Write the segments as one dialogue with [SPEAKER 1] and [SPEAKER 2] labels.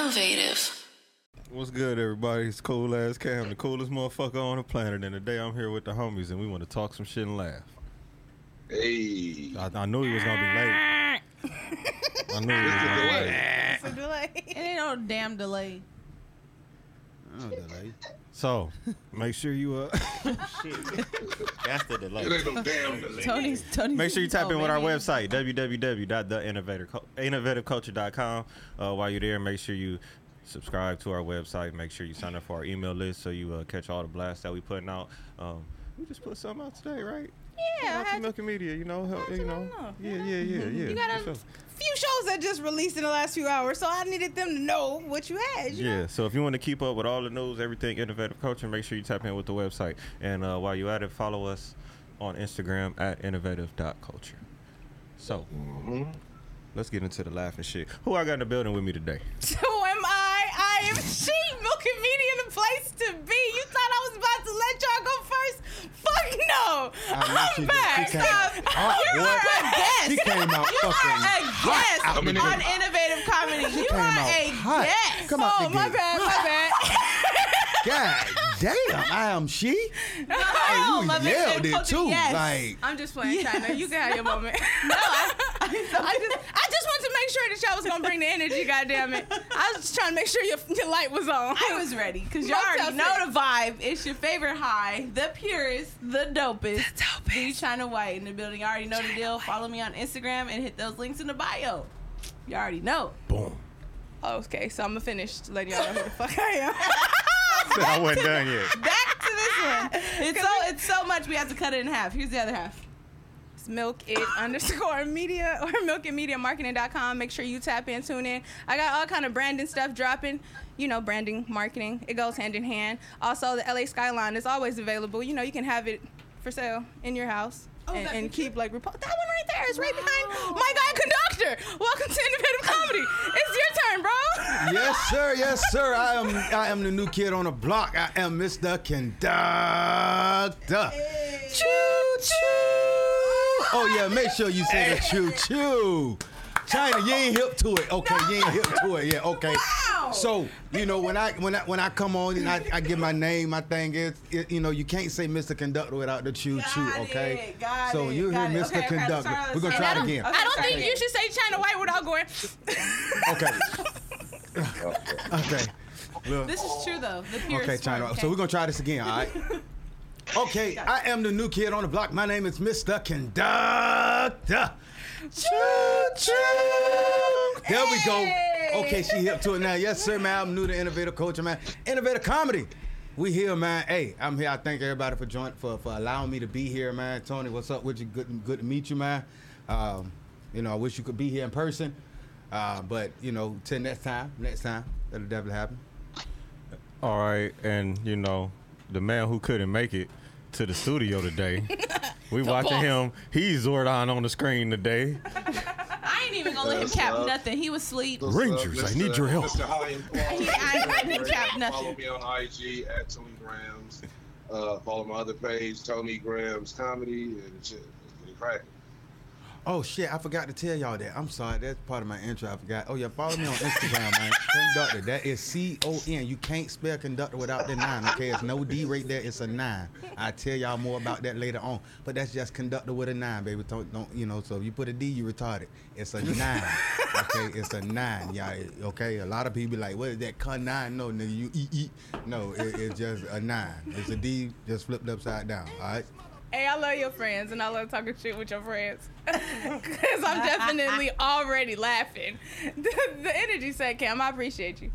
[SPEAKER 1] Innovative.
[SPEAKER 2] What's good, everybody? It's cool ass Cam, the coolest motherfucker on the planet. And today I'm here with the homies, and we want to talk some shit and laugh.
[SPEAKER 3] Hey.
[SPEAKER 2] I, I knew he was gonna be late. I knew he was gonna be late.
[SPEAKER 4] It's a delay. It ain't no damn delay.
[SPEAKER 5] Oh, delay.
[SPEAKER 2] So make sure you uh,
[SPEAKER 5] That's the
[SPEAKER 3] It
[SPEAKER 5] delay.
[SPEAKER 3] ain't no damn delay.
[SPEAKER 4] Tony's Tony's.
[SPEAKER 2] make sure you tap
[SPEAKER 4] oh,
[SPEAKER 2] in with our
[SPEAKER 4] baby.
[SPEAKER 2] website www.theinnovativeculture.com. Uh, while you're there, make sure you subscribe to our website. Make sure you sign up for our email list so you uh, catch all the blasts that we putting out. Um, we just put something out today, right?
[SPEAKER 4] Yeah, I
[SPEAKER 2] Out to
[SPEAKER 4] had
[SPEAKER 2] Milk and Media, you know, help,
[SPEAKER 4] How'd
[SPEAKER 2] you
[SPEAKER 4] you
[SPEAKER 2] know.
[SPEAKER 4] not know?
[SPEAKER 2] Yeah, yeah, yeah, yeah.
[SPEAKER 4] Mm-hmm. You
[SPEAKER 2] for
[SPEAKER 4] got a
[SPEAKER 2] sure.
[SPEAKER 4] few shows that just released in the last few hours, so I needed them to know what you had. You
[SPEAKER 2] Yeah, so if you want to keep up with all the news, everything innovative culture, make sure you tap in with the website. And uh, while you're at it, follow us on Instagram at innovative.culture. So let's get into the laughing shit. Who I got in the building with me today?
[SPEAKER 4] So am I. I am she. Milk and media, the place to be. You thought I was about to let y'all go first? Fuck no.
[SPEAKER 5] I know she
[SPEAKER 4] I'm
[SPEAKER 5] did.
[SPEAKER 4] back.
[SPEAKER 5] She came out-
[SPEAKER 4] you
[SPEAKER 5] Oh,
[SPEAKER 4] are a guest.
[SPEAKER 5] She came out
[SPEAKER 4] you are
[SPEAKER 5] fucking
[SPEAKER 4] a guest
[SPEAKER 3] out the
[SPEAKER 4] on
[SPEAKER 3] gate.
[SPEAKER 4] innovative comedy. you
[SPEAKER 5] came
[SPEAKER 4] are
[SPEAKER 5] out
[SPEAKER 4] a
[SPEAKER 5] hot.
[SPEAKER 4] guest.
[SPEAKER 5] Come out
[SPEAKER 4] oh,
[SPEAKER 5] the
[SPEAKER 4] my
[SPEAKER 5] gate.
[SPEAKER 4] bad. My bad.
[SPEAKER 5] God damn, I am she.
[SPEAKER 4] oh,
[SPEAKER 5] you
[SPEAKER 4] my bad.
[SPEAKER 5] yelled it
[SPEAKER 4] Culture,
[SPEAKER 5] too.
[SPEAKER 4] yes.
[SPEAKER 5] Like
[SPEAKER 6] I'm just playing China. You can have your moment.
[SPEAKER 4] No, I, I just, I just want to make sure that y'all was gonna bring the energy. Goddamn it! I was just trying to make sure your, your light was on.
[SPEAKER 6] I was ready because you already know the vibe. It's your favorite high, the purest, the dopest. The dopest. China White in the building. You already know the deal. Follow me on Instagram and hit those links in the bio. You already know.
[SPEAKER 2] Boom.
[SPEAKER 4] Okay, so I'm gonna finish letting y'all know who the fuck I am.
[SPEAKER 2] I wasn't done yet.
[SPEAKER 6] Back to this one. It's so it's so much we have to cut it in half. Here's the other half.
[SPEAKER 4] It's milk it underscore media or milk and media marketing.com. Make sure you tap in, tune in. I got all kind of branding stuff dropping. You know, branding, marketing, it goes hand in hand. Also, the LA skyline is always available. You know, you can have it for sale in your house. and
[SPEAKER 6] Oh, that
[SPEAKER 4] and
[SPEAKER 6] picture? Oh.
[SPEAKER 4] keep like repo- that one right there is right behind my guy conductor. Welcome to Independent Comedy. It's your turn, bro.
[SPEAKER 5] yes, sir, yes, sir. I am I am the new kid on the block. I am Mr. Conductor. Choo choo. Oh yeah, make sure you say the choo choo. China, you ain't hip to it. Okay, you ain't hip to it. Yeah, okay. So you know when I when I when I come on and I, I give my name, my thing is it, you know you can't say Mr. Conductor without the choo choo.
[SPEAKER 6] Got
[SPEAKER 5] Okay.
[SPEAKER 6] it, got
[SPEAKER 5] so
[SPEAKER 6] it,
[SPEAKER 5] you hear
[SPEAKER 6] got it.
[SPEAKER 5] Mr.
[SPEAKER 6] Okay, okay, I'm
[SPEAKER 5] Conductor.
[SPEAKER 6] sorry,
[SPEAKER 5] We're gonna
[SPEAKER 6] sorry.
[SPEAKER 5] try
[SPEAKER 6] I
[SPEAKER 5] it
[SPEAKER 6] don't-
[SPEAKER 5] again.
[SPEAKER 4] I don't
[SPEAKER 6] sorry.
[SPEAKER 4] think you should say China White without going.
[SPEAKER 5] Okay. okay. Look.
[SPEAKER 6] This is true though. The purest.
[SPEAKER 5] Okay, China.
[SPEAKER 6] form,
[SPEAKER 5] So we're gonna try this again, all right? Okay, I am the new kid on the block. My name is Mr. Conductor. Choo choo. There we go. Okay, she hip to it now. Yes, sir, man. I'm new to innovative culture, man. Innovative comedy. We here, man. Hey, I'm here. I thank everybody for joining, for, for allowing me to be here, man. Tony, what's up with you? Good, good to meet you, man. Um, you know, I wish you could be here in person, uh, but you know, till next time, next time that'll definitely happen.
[SPEAKER 2] All right, and you know, the man who couldn't make it to the studio today. We watching him. He's Zordon on the screen today.
[SPEAKER 6] I ain't even gonna let him
[SPEAKER 3] That's
[SPEAKER 6] cap
[SPEAKER 3] love.
[SPEAKER 6] nothing. He was asleep.
[SPEAKER 3] What's
[SPEAKER 2] Rangers,
[SPEAKER 3] up?
[SPEAKER 2] I need
[SPEAKER 3] Mr.
[SPEAKER 2] your help.
[SPEAKER 3] Mr. uh, High and Paul.
[SPEAKER 6] I ain't even cap
[SPEAKER 3] Follow
[SPEAKER 6] nothing.
[SPEAKER 3] me on IG at Tony Grams. Uh, follow my other page, Tony Grams Comedy, and shit. It's getting cracking.
[SPEAKER 5] Oh shit, I forgot to tell y'all that. I'm sorry, that's part of my intro. I forgot. Oh yeah, follow me on Instagram, man. Conductor. That is C O N. You can't spell conductor without the nine, okay? It's no D right there, it's a nine. I tell y'all more about that later on. But that's just conductor with a nine, baby. Don't, don't you know, so if you put a D, you retarded. It's a nine. Okay, it's a nine. Y'all okay? A lot of people be like, what is that con nine? No, nigga, you eat eat. No, it, it's just a nine. It's a D just flipped upside down. All right.
[SPEAKER 4] Hey, I love your friends, and I love talking shit with your friends. Because I'm definitely already laughing. The, the energy set, Cam, I appreciate you.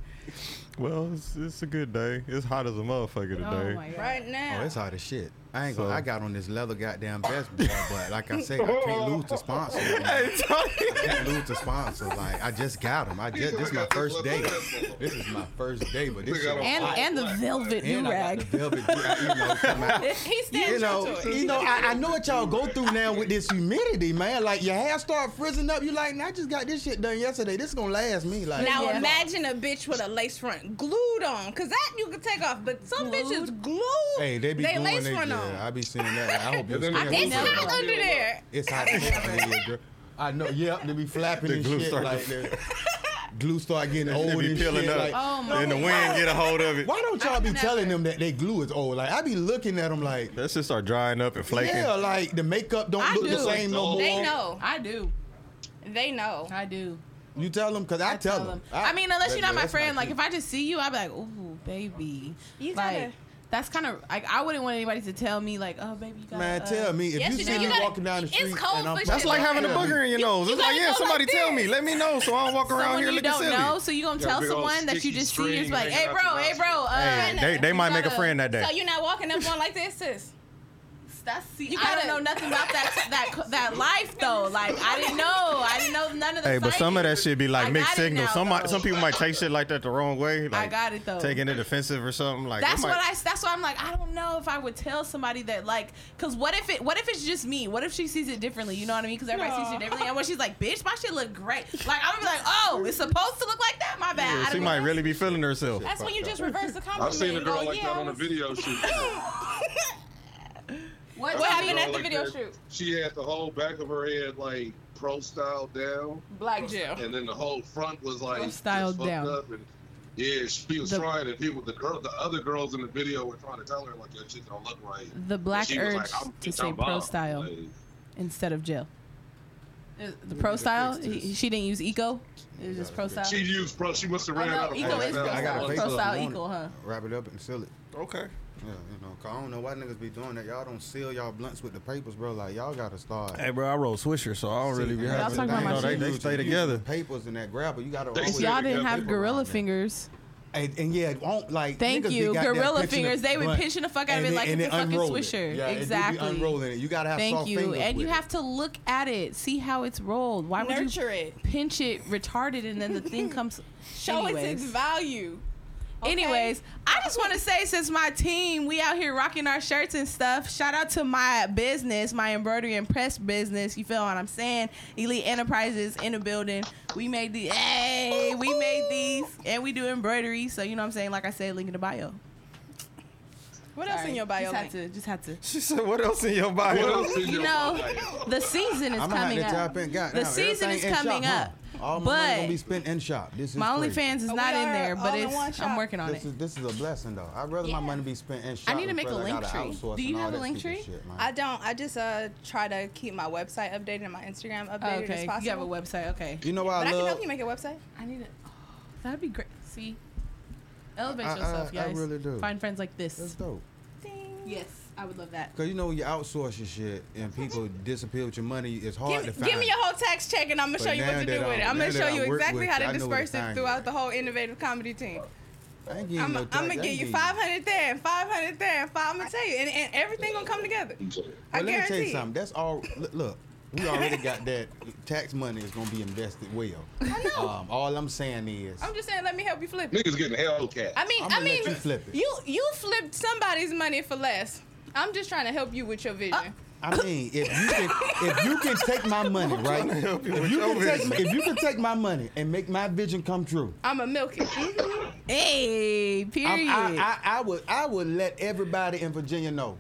[SPEAKER 2] Well, it's, it's a good day. It's hot as a motherfucker today.
[SPEAKER 6] Oh my god.
[SPEAKER 4] Right now.
[SPEAKER 5] Oh, it's hard as shit. I ain't gonna.
[SPEAKER 2] So-
[SPEAKER 5] I got on this leather goddamn vest, boy, but like I say, I can't lose to sponsor. I can't lose to sponsor. Like I just got him. I just. This is my first day. This is my first day, but this shit.
[SPEAKER 6] And and the velvet
[SPEAKER 5] And
[SPEAKER 6] new
[SPEAKER 5] I got
[SPEAKER 6] rag.
[SPEAKER 5] the velvet, you know, come out.
[SPEAKER 4] He stands
[SPEAKER 5] You know,
[SPEAKER 4] up to it.
[SPEAKER 5] you know, I, I know what y'all go through now with this humidity, man. Like your hair start frizzing up. You like, "Nah, I just got this shit done yesterday. This gonna last me. Like,
[SPEAKER 4] Now
[SPEAKER 6] Yeah.
[SPEAKER 4] imagine a bitch with a lace front glued on, cause that you can take off. But some bitches glue
[SPEAKER 5] hey, they be
[SPEAKER 4] they
[SPEAKER 5] doing
[SPEAKER 4] lace
[SPEAKER 5] they,
[SPEAKER 4] front on.
[SPEAKER 5] yeah, I be seeing that. I hope it's
[SPEAKER 3] I
[SPEAKER 4] it's
[SPEAKER 6] never-
[SPEAKER 4] hot under there.
[SPEAKER 5] It's hot. as hell in here, girl. I know. Yep, they be flapping
[SPEAKER 2] The
[SPEAKER 5] and
[SPEAKER 2] glue
[SPEAKER 5] shit
[SPEAKER 2] starting
[SPEAKER 5] like
[SPEAKER 2] to-
[SPEAKER 5] that. glue start getting
[SPEAKER 2] It
[SPEAKER 5] old
[SPEAKER 2] be
[SPEAKER 5] and
[SPEAKER 2] peeling
[SPEAKER 5] shit.
[SPEAKER 2] up.
[SPEAKER 5] Like,
[SPEAKER 7] Oh my
[SPEAKER 2] and the
[SPEAKER 7] God.
[SPEAKER 2] wind get a hold of it.
[SPEAKER 5] why don't y'all
[SPEAKER 7] I've
[SPEAKER 5] be
[SPEAKER 7] never-
[SPEAKER 5] telling them that they glue is old? Like I be looking at them like,
[SPEAKER 2] Let's just start drying up and flaking.
[SPEAKER 5] yeah, like the makeup don't
[SPEAKER 7] I
[SPEAKER 5] look the
[SPEAKER 7] do.
[SPEAKER 5] same no more.
[SPEAKER 4] They know.
[SPEAKER 7] I do.
[SPEAKER 4] They know.
[SPEAKER 7] I do.
[SPEAKER 5] You tell them because I, tell them.
[SPEAKER 7] I, mean, unless you're
[SPEAKER 5] that-
[SPEAKER 7] not my
[SPEAKER 5] that's
[SPEAKER 7] friend. Like,
[SPEAKER 5] cute.
[SPEAKER 7] if I just see you, I'd be like, "Ooh, baby."
[SPEAKER 4] You
[SPEAKER 7] like,
[SPEAKER 4] gotta-
[SPEAKER 7] that's kind of like I wouldn't want anybody to tell me like, "Oh, baby, you got."
[SPEAKER 5] man,
[SPEAKER 7] uh,
[SPEAKER 5] tell me if
[SPEAKER 4] yes,
[SPEAKER 5] you
[SPEAKER 4] you
[SPEAKER 5] see
[SPEAKER 4] do.
[SPEAKER 5] me
[SPEAKER 4] You gotta-
[SPEAKER 5] walking down the
[SPEAKER 4] it's
[SPEAKER 5] street.
[SPEAKER 4] cold
[SPEAKER 5] and I'm,
[SPEAKER 4] for
[SPEAKER 2] That's
[SPEAKER 4] shit.
[SPEAKER 2] like
[SPEAKER 4] Don't
[SPEAKER 2] having a
[SPEAKER 4] tell me.
[SPEAKER 2] booger in your nose. It's like,
[SPEAKER 4] gotta
[SPEAKER 2] yeah,
[SPEAKER 4] go
[SPEAKER 2] somebody
[SPEAKER 4] like
[SPEAKER 2] tell
[SPEAKER 4] this.
[SPEAKER 2] me. Let me know so I don't walk around
[SPEAKER 7] Someone
[SPEAKER 2] here
[SPEAKER 7] you
[SPEAKER 2] looking
[SPEAKER 7] don't
[SPEAKER 2] silly.
[SPEAKER 7] know, so you gonna
[SPEAKER 3] Got a
[SPEAKER 7] tell
[SPEAKER 3] big old
[SPEAKER 7] someone that you
[SPEAKER 3] sticky
[SPEAKER 7] just see. It's
[SPEAKER 3] string
[SPEAKER 7] like,
[SPEAKER 3] hanging
[SPEAKER 7] "Hey,
[SPEAKER 3] out
[SPEAKER 7] bro,
[SPEAKER 3] your
[SPEAKER 7] hey,
[SPEAKER 3] nostril."
[SPEAKER 7] bro." Uh,
[SPEAKER 2] Hey, they, they
[SPEAKER 4] You
[SPEAKER 2] might make a
[SPEAKER 4] gotta-
[SPEAKER 2] friend that day.
[SPEAKER 4] So you're not walking up on like this, sis.
[SPEAKER 7] That's see,
[SPEAKER 4] You
[SPEAKER 7] I
[SPEAKER 4] gotta-
[SPEAKER 7] don't know nothing about that that that life though. Like I didn't know, I didn't know none of the.
[SPEAKER 2] Hey, but some of that
[SPEAKER 7] science.
[SPEAKER 2] shit be
[SPEAKER 7] I
[SPEAKER 2] like mixed
[SPEAKER 7] got it
[SPEAKER 2] signals.
[SPEAKER 7] now,
[SPEAKER 2] Some might,
[SPEAKER 7] though.
[SPEAKER 2] some people might take shit like that the wrong way. Like,
[SPEAKER 7] got it, though.
[SPEAKER 2] Taking it offensive or something. Like
[SPEAKER 7] That's
[SPEAKER 2] they
[SPEAKER 7] what
[SPEAKER 2] might-
[SPEAKER 7] I. That's why I'm like, I don't know if I would tell somebody that, like, cause what if it? What if it's just me? What if she sees it differently? You know what I mean? Cause everybody sees
[SPEAKER 4] Aw.
[SPEAKER 7] it differently. And when she's like, bitch, my shit look great. Like I'm gonna be like, oh, it's supposed to look like that. My bad. I
[SPEAKER 2] Yeah, she
[SPEAKER 7] don't
[SPEAKER 2] might
[SPEAKER 7] know.
[SPEAKER 2] really be feeling herself.
[SPEAKER 4] That's when you just reverse the
[SPEAKER 3] I've
[SPEAKER 4] compliment.
[SPEAKER 3] seen a
[SPEAKER 4] and
[SPEAKER 3] girl
[SPEAKER 4] go,
[SPEAKER 3] like
[SPEAKER 4] oh, yeah,
[SPEAKER 3] that
[SPEAKER 4] I
[SPEAKER 3] on a
[SPEAKER 4] was-
[SPEAKER 3] video shoot.
[SPEAKER 4] What,
[SPEAKER 3] I've seen a girl
[SPEAKER 4] happened at the
[SPEAKER 3] like
[SPEAKER 4] video
[SPEAKER 3] that.
[SPEAKER 4] shoot?
[SPEAKER 3] She had the whole back of her head like pro style down,
[SPEAKER 4] Black Jill.
[SPEAKER 3] and then the whole front was like just
[SPEAKER 7] styled
[SPEAKER 3] fucked
[SPEAKER 7] down.
[SPEAKER 3] Up and, yeah, she was
[SPEAKER 7] The-
[SPEAKER 3] trying, and people, the girl, the other girls in the video were trying to tell her like, "Your shit don't look right."
[SPEAKER 7] The black
[SPEAKER 3] she
[SPEAKER 7] urge
[SPEAKER 3] was like, I'm,
[SPEAKER 7] to
[SPEAKER 3] bitch,
[SPEAKER 7] say
[SPEAKER 3] I'm
[SPEAKER 7] pro
[SPEAKER 3] bomb.
[SPEAKER 7] style
[SPEAKER 3] Like,
[SPEAKER 7] instead of jail. Uh, The pro style.
[SPEAKER 5] fix this.
[SPEAKER 7] He- she didn't use eco. It was just pro style.
[SPEAKER 3] she used pro. She must have
[SPEAKER 7] Oh,
[SPEAKER 3] ran
[SPEAKER 7] no,
[SPEAKER 3] out of
[SPEAKER 7] Eco
[SPEAKER 3] pro
[SPEAKER 7] is
[SPEAKER 3] style.
[SPEAKER 7] pro
[SPEAKER 5] I got
[SPEAKER 7] style.
[SPEAKER 5] a face
[SPEAKER 7] Pro
[SPEAKER 5] up
[SPEAKER 7] style
[SPEAKER 5] morning.
[SPEAKER 7] equal, huh?
[SPEAKER 5] Wrap it up and seal it.
[SPEAKER 2] Okay.
[SPEAKER 5] Yeah, you know, 'cause I don't know why niggas be doing that. Y'all don't seal y'all blunts with the papers, bro. Like y'all gotta start.
[SPEAKER 2] Hey, bro, I roll Swisher, so I don't really be
[SPEAKER 5] Y'all
[SPEAKER 2] having.
[SPEAKER 7] talking about
[SPEAKER 2] you
[SPEAKER 7] my
[SPEAKER 2] know, they,
[SPEAKER 7] shit.
[SPEAKER 2] they stay together.
[SPEAKER 5] Papers and that grabber, you gotta.
[SPEAKER 3] They
[SPEAKER 5] always
[SPEAKER 3] seal
[SPEAKER 7] Y'all
[SPEAKER 5] have
[SPEAKER 7] didn't
[SPEAKER 5] that
[SPEAKER 7] have
[SPEAKER 5] paper around
[SPEAKER 7] gorilla
[SPEAKER 5] there.
[SPEAKER 7] fingers.
[SPEAKER 5] And, and yeah, it won't like.
[SPEAKER 7] Thank
[SPEAKER 5] niggas be
[SPEAKER 7] you.
[SPEAKER 5] got that
[SPEAKER 7] Gorilla
[SPEAKER 5] pinching
[SPEAKER 7] fingers. They would
[SPEAKER 5] blunt
[SPEAKER 7] pinch the fuck out of it
[SPEAKER 5] and
[SPEAKER 7] like
[SPEAKER 5] and
[SPEAKER 7] it's a fucking
[SPEAKER 5] unroll it.
[SPEAKER 7] swisher.
[SPEAKER 5] Yeah, it do be
[SPEAKER 7] Exactly.
[SPEAKER 5] unrolling it. You gotta have
[SPEAKER 7] Thank
[SPEAKER 5] soft
[SPEAKER 7] you.
[SPEAKER 5] fingers
[SPEAKER 7] And you
[SPEAKER 5] with it.
[SPEAKER 7] have to look at it, see how it's rolled. Why would
[SPEAKER 4] Nurture
[SPEAKER 7] you
[SPEAKER 4] it.
[SPEAKER 7] pinch it retarded and then the thing comes
[SPEAKER 4] Show it
[SPEAKER 7] Anyways.
[SPEAKER 4] its value. Okay?
[SPEAKER 7] Anyways, I just want to say since my team, we out here rocking our shirts and stuff. Shout out to my business, my embroidery and press business. You feel what I'm saying? Elite Enterprises in the building. We made these. Hey, we made these, and we do embroidery. So you know what I'm saying? Like I said, link in the bio.
[SPEAKER 4] what else in your bio?
[SPEAKER 7] Just had
[SPEAKER 4] Link?
[SPEAKER 7] to. Just had to.
[SPEAKER 2] She said, "What else in your
[SPEAKER 3] What
[SPEAKER 2] bio?"
[SPEAKER 3] else is
[SPEAKER 7] You
[SPEAKER 3] your
[SPEAKER 7] know,
[SPEAKER 3] bio?
[SPEAKER 7] the season is
[SPEAKER 5] I'm gonna have
[SPEAKER 7] coming
[SPEAKER 5] to
[SPEAKER 7] up.
[SPEAKER 5] tap in. God,
[SPEAKER 7] The
[SPEAKER 5] now,
[SPEAKER 7] season
[SPEAKER 5] everything
[SPEAKER 7] is
[SPEAKER 5] in
[SPEAKER 7] coming
[SPEAKER 5] shop,
[SPEAKER 7] up.
[SPEAKER 5] Huh? All my money
[SPEAKER 7] But
[SPEAKER 5] gonna be spent in shop. This is
[SPEAKER 7] My
[SPEAKER 5] crazy.
[SPEAKER 7] OnlyFans is
[SPEAKER 4] We
[SPEAKER 7] not in
[SPEAKER 4] are
[SPEAKER 7] there,
[SPEAKER 4] all
[SPEAKER 7] but
[SPEAKER 4] in
[SPEAKER 7] it's
[SPEAKER 4] one shop.
[SPEAKER 7] I'm working on
[SPEAKER 5] This
[SPEAKER 7] it.
[SPEAKER 5] is this is a blessing though. I'd rather
[SPEAKER 4] Yeah.
[SPEAKER 5] my money be spent in shop.
[SPEAKER 7] need to
[SPEAKER 5] than
[SPEAKER 7] make a
[SPEAKER 5] feel like
[SPEAKER 7] link
[SPEAKER 5] gotta
[SPEAKER 7] tree.
[SPEAKER 5] outsource
[SPEAKER 7] Do you
[SPEAKER 5] and all
[SPEAKER 7] have a
[SPEAKER 5] that
[SPEAKER 7] link
[SPEAKER 5] stupid
[SPEAKER 7] tree?
[SPEAKER 5] shit, man.
[SPEAKER 4] I don't. I just uh try to keep my website updated and my Instagram updated as
[SPEAKER 7] okay,
[SPEAKER 4] possible.
[SPEAKER 7] you have a website. Okay,
[SPEAKER 5] You know why
[SPEAKER 4] But I
[SPEAKER 5] I
[SPEAKER 4] can
[SPEAKER 5] love.
[SPEAKER 4] help you make a website.
[SPEAKER 7] I need it. that'd be great. See, elevate
[SPEAKER 5] I- I-
[SPEAKER 7] yourself,
[SPEAKER 5] I
[SPEAKER 7] guys.
[SPEAKER 5] really do.
[SPEAKER 7] Find friends like
[SPEAKER 5] That's
[SPEAKER 7] this.
[SPEAKER 5] dope.
[SPEAKER 4] Ding.
[SPEAKER 7] Yes, I would love that.
[SPEAKER 5] Cause you know when you outsource your shit and people disappear with your money, it's hard
[SPEAKER 4] Give,
[SPEAKER 5] to
[SPEAKER 4] me-
[SPEAKER 5] find.
[SPEAKER 4] give me your whole tax check and I'm gonna
[SPEAKER 5] But
[SPEAKER 4] show you what
[SPEAKER 5] now
[SPEAKER 4] to
[SPEAKER 5] that
[SPEAKER 4] do with
[SPEAKER 5] I-
[SPEAKER 4] it. I'm gonna
[SPEAKER 5] now that
[SPEAKER 4] show
[SPEAKER 5] I
[SPEAKER 4] you
[SPEAKER 5] work
[SPEAKER 4] exactly
[SPEAKER 5] with
[SPEAKER 4] how
[SPEAKER 5] you, I
[SPEAKER 4] to
[SPEAKER 5] know where to
[SPEAKER 4] disperse it
[SPEAKER 5] find you
[SPEAKER 4] throughout
[SPEAKER 5] at.
[SPEAKER 4] the whole innovative comedy team.
[SPEAKER 5] I ain't getting
[SPEAKER 4] I'm,
[SPEAKER 5] no
[SPEAKER 4] I'm
[SPEAKER 5] tax. I
[SPEAKER 4] gonna
[SPEAKER 5] ain't
[SPEAKER 4] give you
[SPEAKER 5] getting-
[SPEAKER 4] 500 there and 500 there and 500. I'm gonna tell you, and, and everything gonna come together. I
[SPEAKER 5] But let me tell you
[SPEAKER 4] guarantee.
[SPEAKER 5] something. That's all. l- Look, we already got that tax money is gonna be invested well. I know. Um, all I'm saying is,
[SPEAKER 4] I'm just saying, let me help you flip it.
[SPEAKER 3] Niggas getting Hellcat.
[SPEAKER 4] I mean,
[SPEAKER 5] I'ma
[SPEAKER 4] I
[SPEAKER 5] let
[SPEAKER 4] mean,
[SPEAKER 5] you flip it.
[SPEAKER 4] you you flipped somebody's money for less. I'm just trying to help you with your vision.
[SPEAKER 5] Uh. I mean, if you can, if you can take my money, right?
[SPEAKER 2] help you
[SPEAKER 5] if
[SPEAKER 2] with
[SPEAKER 5] you
[SPEAKER 2] your
[SPEAKER 5] can take,
[SPEAKER 2] vision.
[SPEAKER 5] if you can take my money and make my vision come true,
[SPEAKER 4] I'm a milk it.
[SPEAKER 5] Mm-hmm.
[SPEAKER 4] Mhm.
[SPEAKER 7] Hey,
[SPEAKER 5] I'm-
[SPEAKER 7] period.
[SPEAKER 5] I, I, I would, I would let everybody in Virginia know,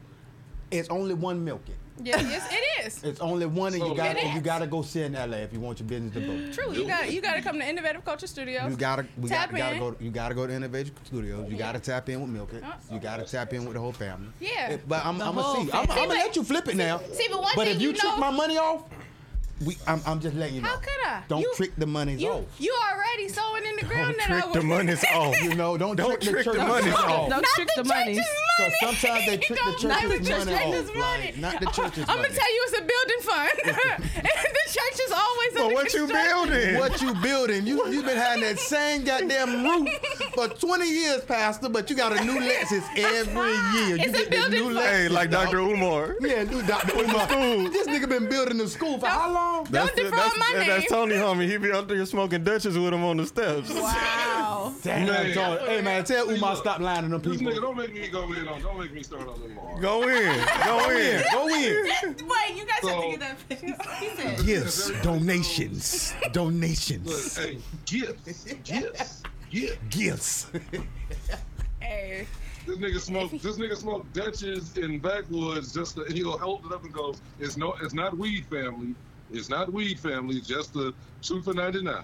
[SPEAKER 5] it's only one milk it.
[SPEAKER 4] yeah, yes, it is.
[SPEAKER 5] It's only one, and you
[SPEAKER 3] So-
[SPEAKER 5] got
[SPEAKER 4] It
[SPEAKER 5] to you
[SPEAKER 4] is.
[SPEAKER 5] got to go sit in LA if you want your business to go.
[SPEAKER 4] True. You got you got to come to Innovative Culture Studios.
[SPEAKER 5] You gotta, we
[SPEAKER 4] Tap
[SPEAKER 5] gotta, gotta
[SPEAKER 4] in.
[SPEAKER 5] go. You gotta go to Innovation Studios. You gotta tap in with Milk It.
[SPEAKER 4] Uh.
[SPEAKER 5] You gotta tap in with the whole family.
[SPEAKER 4] Yeah.
[SPEAKER 5] It- but I'm,
[SPEAKER 7] The
[SPEAKER 5] I'm gonna
[SPEAKER 7] whole
[SPEAKER 5] see. I'm,
[SPEAKER 7] family.
[SPEAKER 5] I'm gonna
[SPEAKER 4] See,
[SPEAKER 5] let you flip it now.
[SPEAKER 4] see, but one
[SPEAKER 5] but
[SPEAKER 4] thing
[SPEAKER 5] if you,
[SPEAKER 4] you
[SPEAKER 5] trick
[SPEAKER 4] know-
[SPEAKER 5] my money off, we, I'm, I'm just letting you know.
[SPEAKER 4] How could I?
[SPEAKER 5] Don't
[SPEAKER 4] You-
[SPEAKER 5] trick the money
[SPEAKER 4] You
[SPEAKER 5] off.
[SPEAKER 4] you already sowing in the ground that I
[SPEAKER 2] Trick
[SPEAKER 4] was.
[SPEAKER 2] the money's off.
[SPEAKER 5] You know, don't,
[SPEAKER 2] Don't
[SPEAKER 5] trick,
[SPEAKER 2] trick the
[SPEAKER 5] the church
[SPEAKER 2] money off.
[SPEAKER 5] off.
[SPEAKER 7] Don't
[SPEAKER 4] Not
[SPEAKER 7] trick
[SPEAKER 4] the
[SPEAKER 7] the money.
[SPEAKER 4] church's
[SPEAKER 5] Because sometimes they trick the
[SPEAKER 4] Don't- not
[SPEAKER 5] church's
[SPEAKER 4] the
[SPEAKER 5] money
[SPEAKER 4] church's
[SPEAKER 5] off. Like, not the church's
[SPEAKER 4] I'm
[SPEAKER 5] money.
[SPEAKER 4] gonna tell you, it's a building fund. and the church is always.
[SPEAKER 2] But
[SPEAKER 4] under
[SPEAKER 2] what you
[SPEAKER 4] construction.
[SPEAKER 2] building?
[SPEAKER 5] What you building? You you been having that same goddamn roof for 20 years, Pastor. But you got a new Lexus every year. You
[SPEAKER 4] It's a
[SPEAKER 5] get this
[SPEAKER 4] building
[SPEAKER 5] new
[SPEAKER 4] fund.
[SPEAKER 2] Hey, like
[SPEAKER 5] dog.
[SPEAKER 2] Dr. Umar.
[SPEAKER 5] Yeah, new Dr. Umar. this nigga been building the school for how long?
[SPEAKER 2] That's
[SPEAKER 4] defraud
[SPEAKER 2] that's,
[SPEAKER 4] my
[SPEAKER 2] that-
[SPEAKER 4] name.
[SPEAKER 2] That's Tony, homie. He be out there smoking Dutches with him on the steps.
[SPEAKER 7] Wow.
[SPEAKER 5] Damn,
[SPEAKER 3] Man.
[SPEAKER 5] dog. Hey man, tell Umar stop lying to them
[SPEAKER 3] This nigga,
[SPEAKER 5] people.
[SPEAKER 3] don't make me go in on. Don't make me start on them all.
[SPEAKER 2] Go in, go in.
[SPEAKER 5] Go in.
[SPEAKER 7] Wait, you guys have to
[SPEAKER 3] So-
[SPEAKER 7] get that face. He said,
[SPEAKER 5] Gifts, donations,
[SPEAKER 3] Look,
[SPEAKER 5] donations,
[SPEAKER 3] hey, gifts, gifts, gifts.
[SPEAKER 5] gifts.
[SPEAKER 4] Hey,
[SPEAKER 3] This nigga smoke. This nigga smoke Dutches in backwoods. Just to, and he'll hold it up and goes, "It's no, it's not weed family. It's not weed family. Just the two for ninety nine.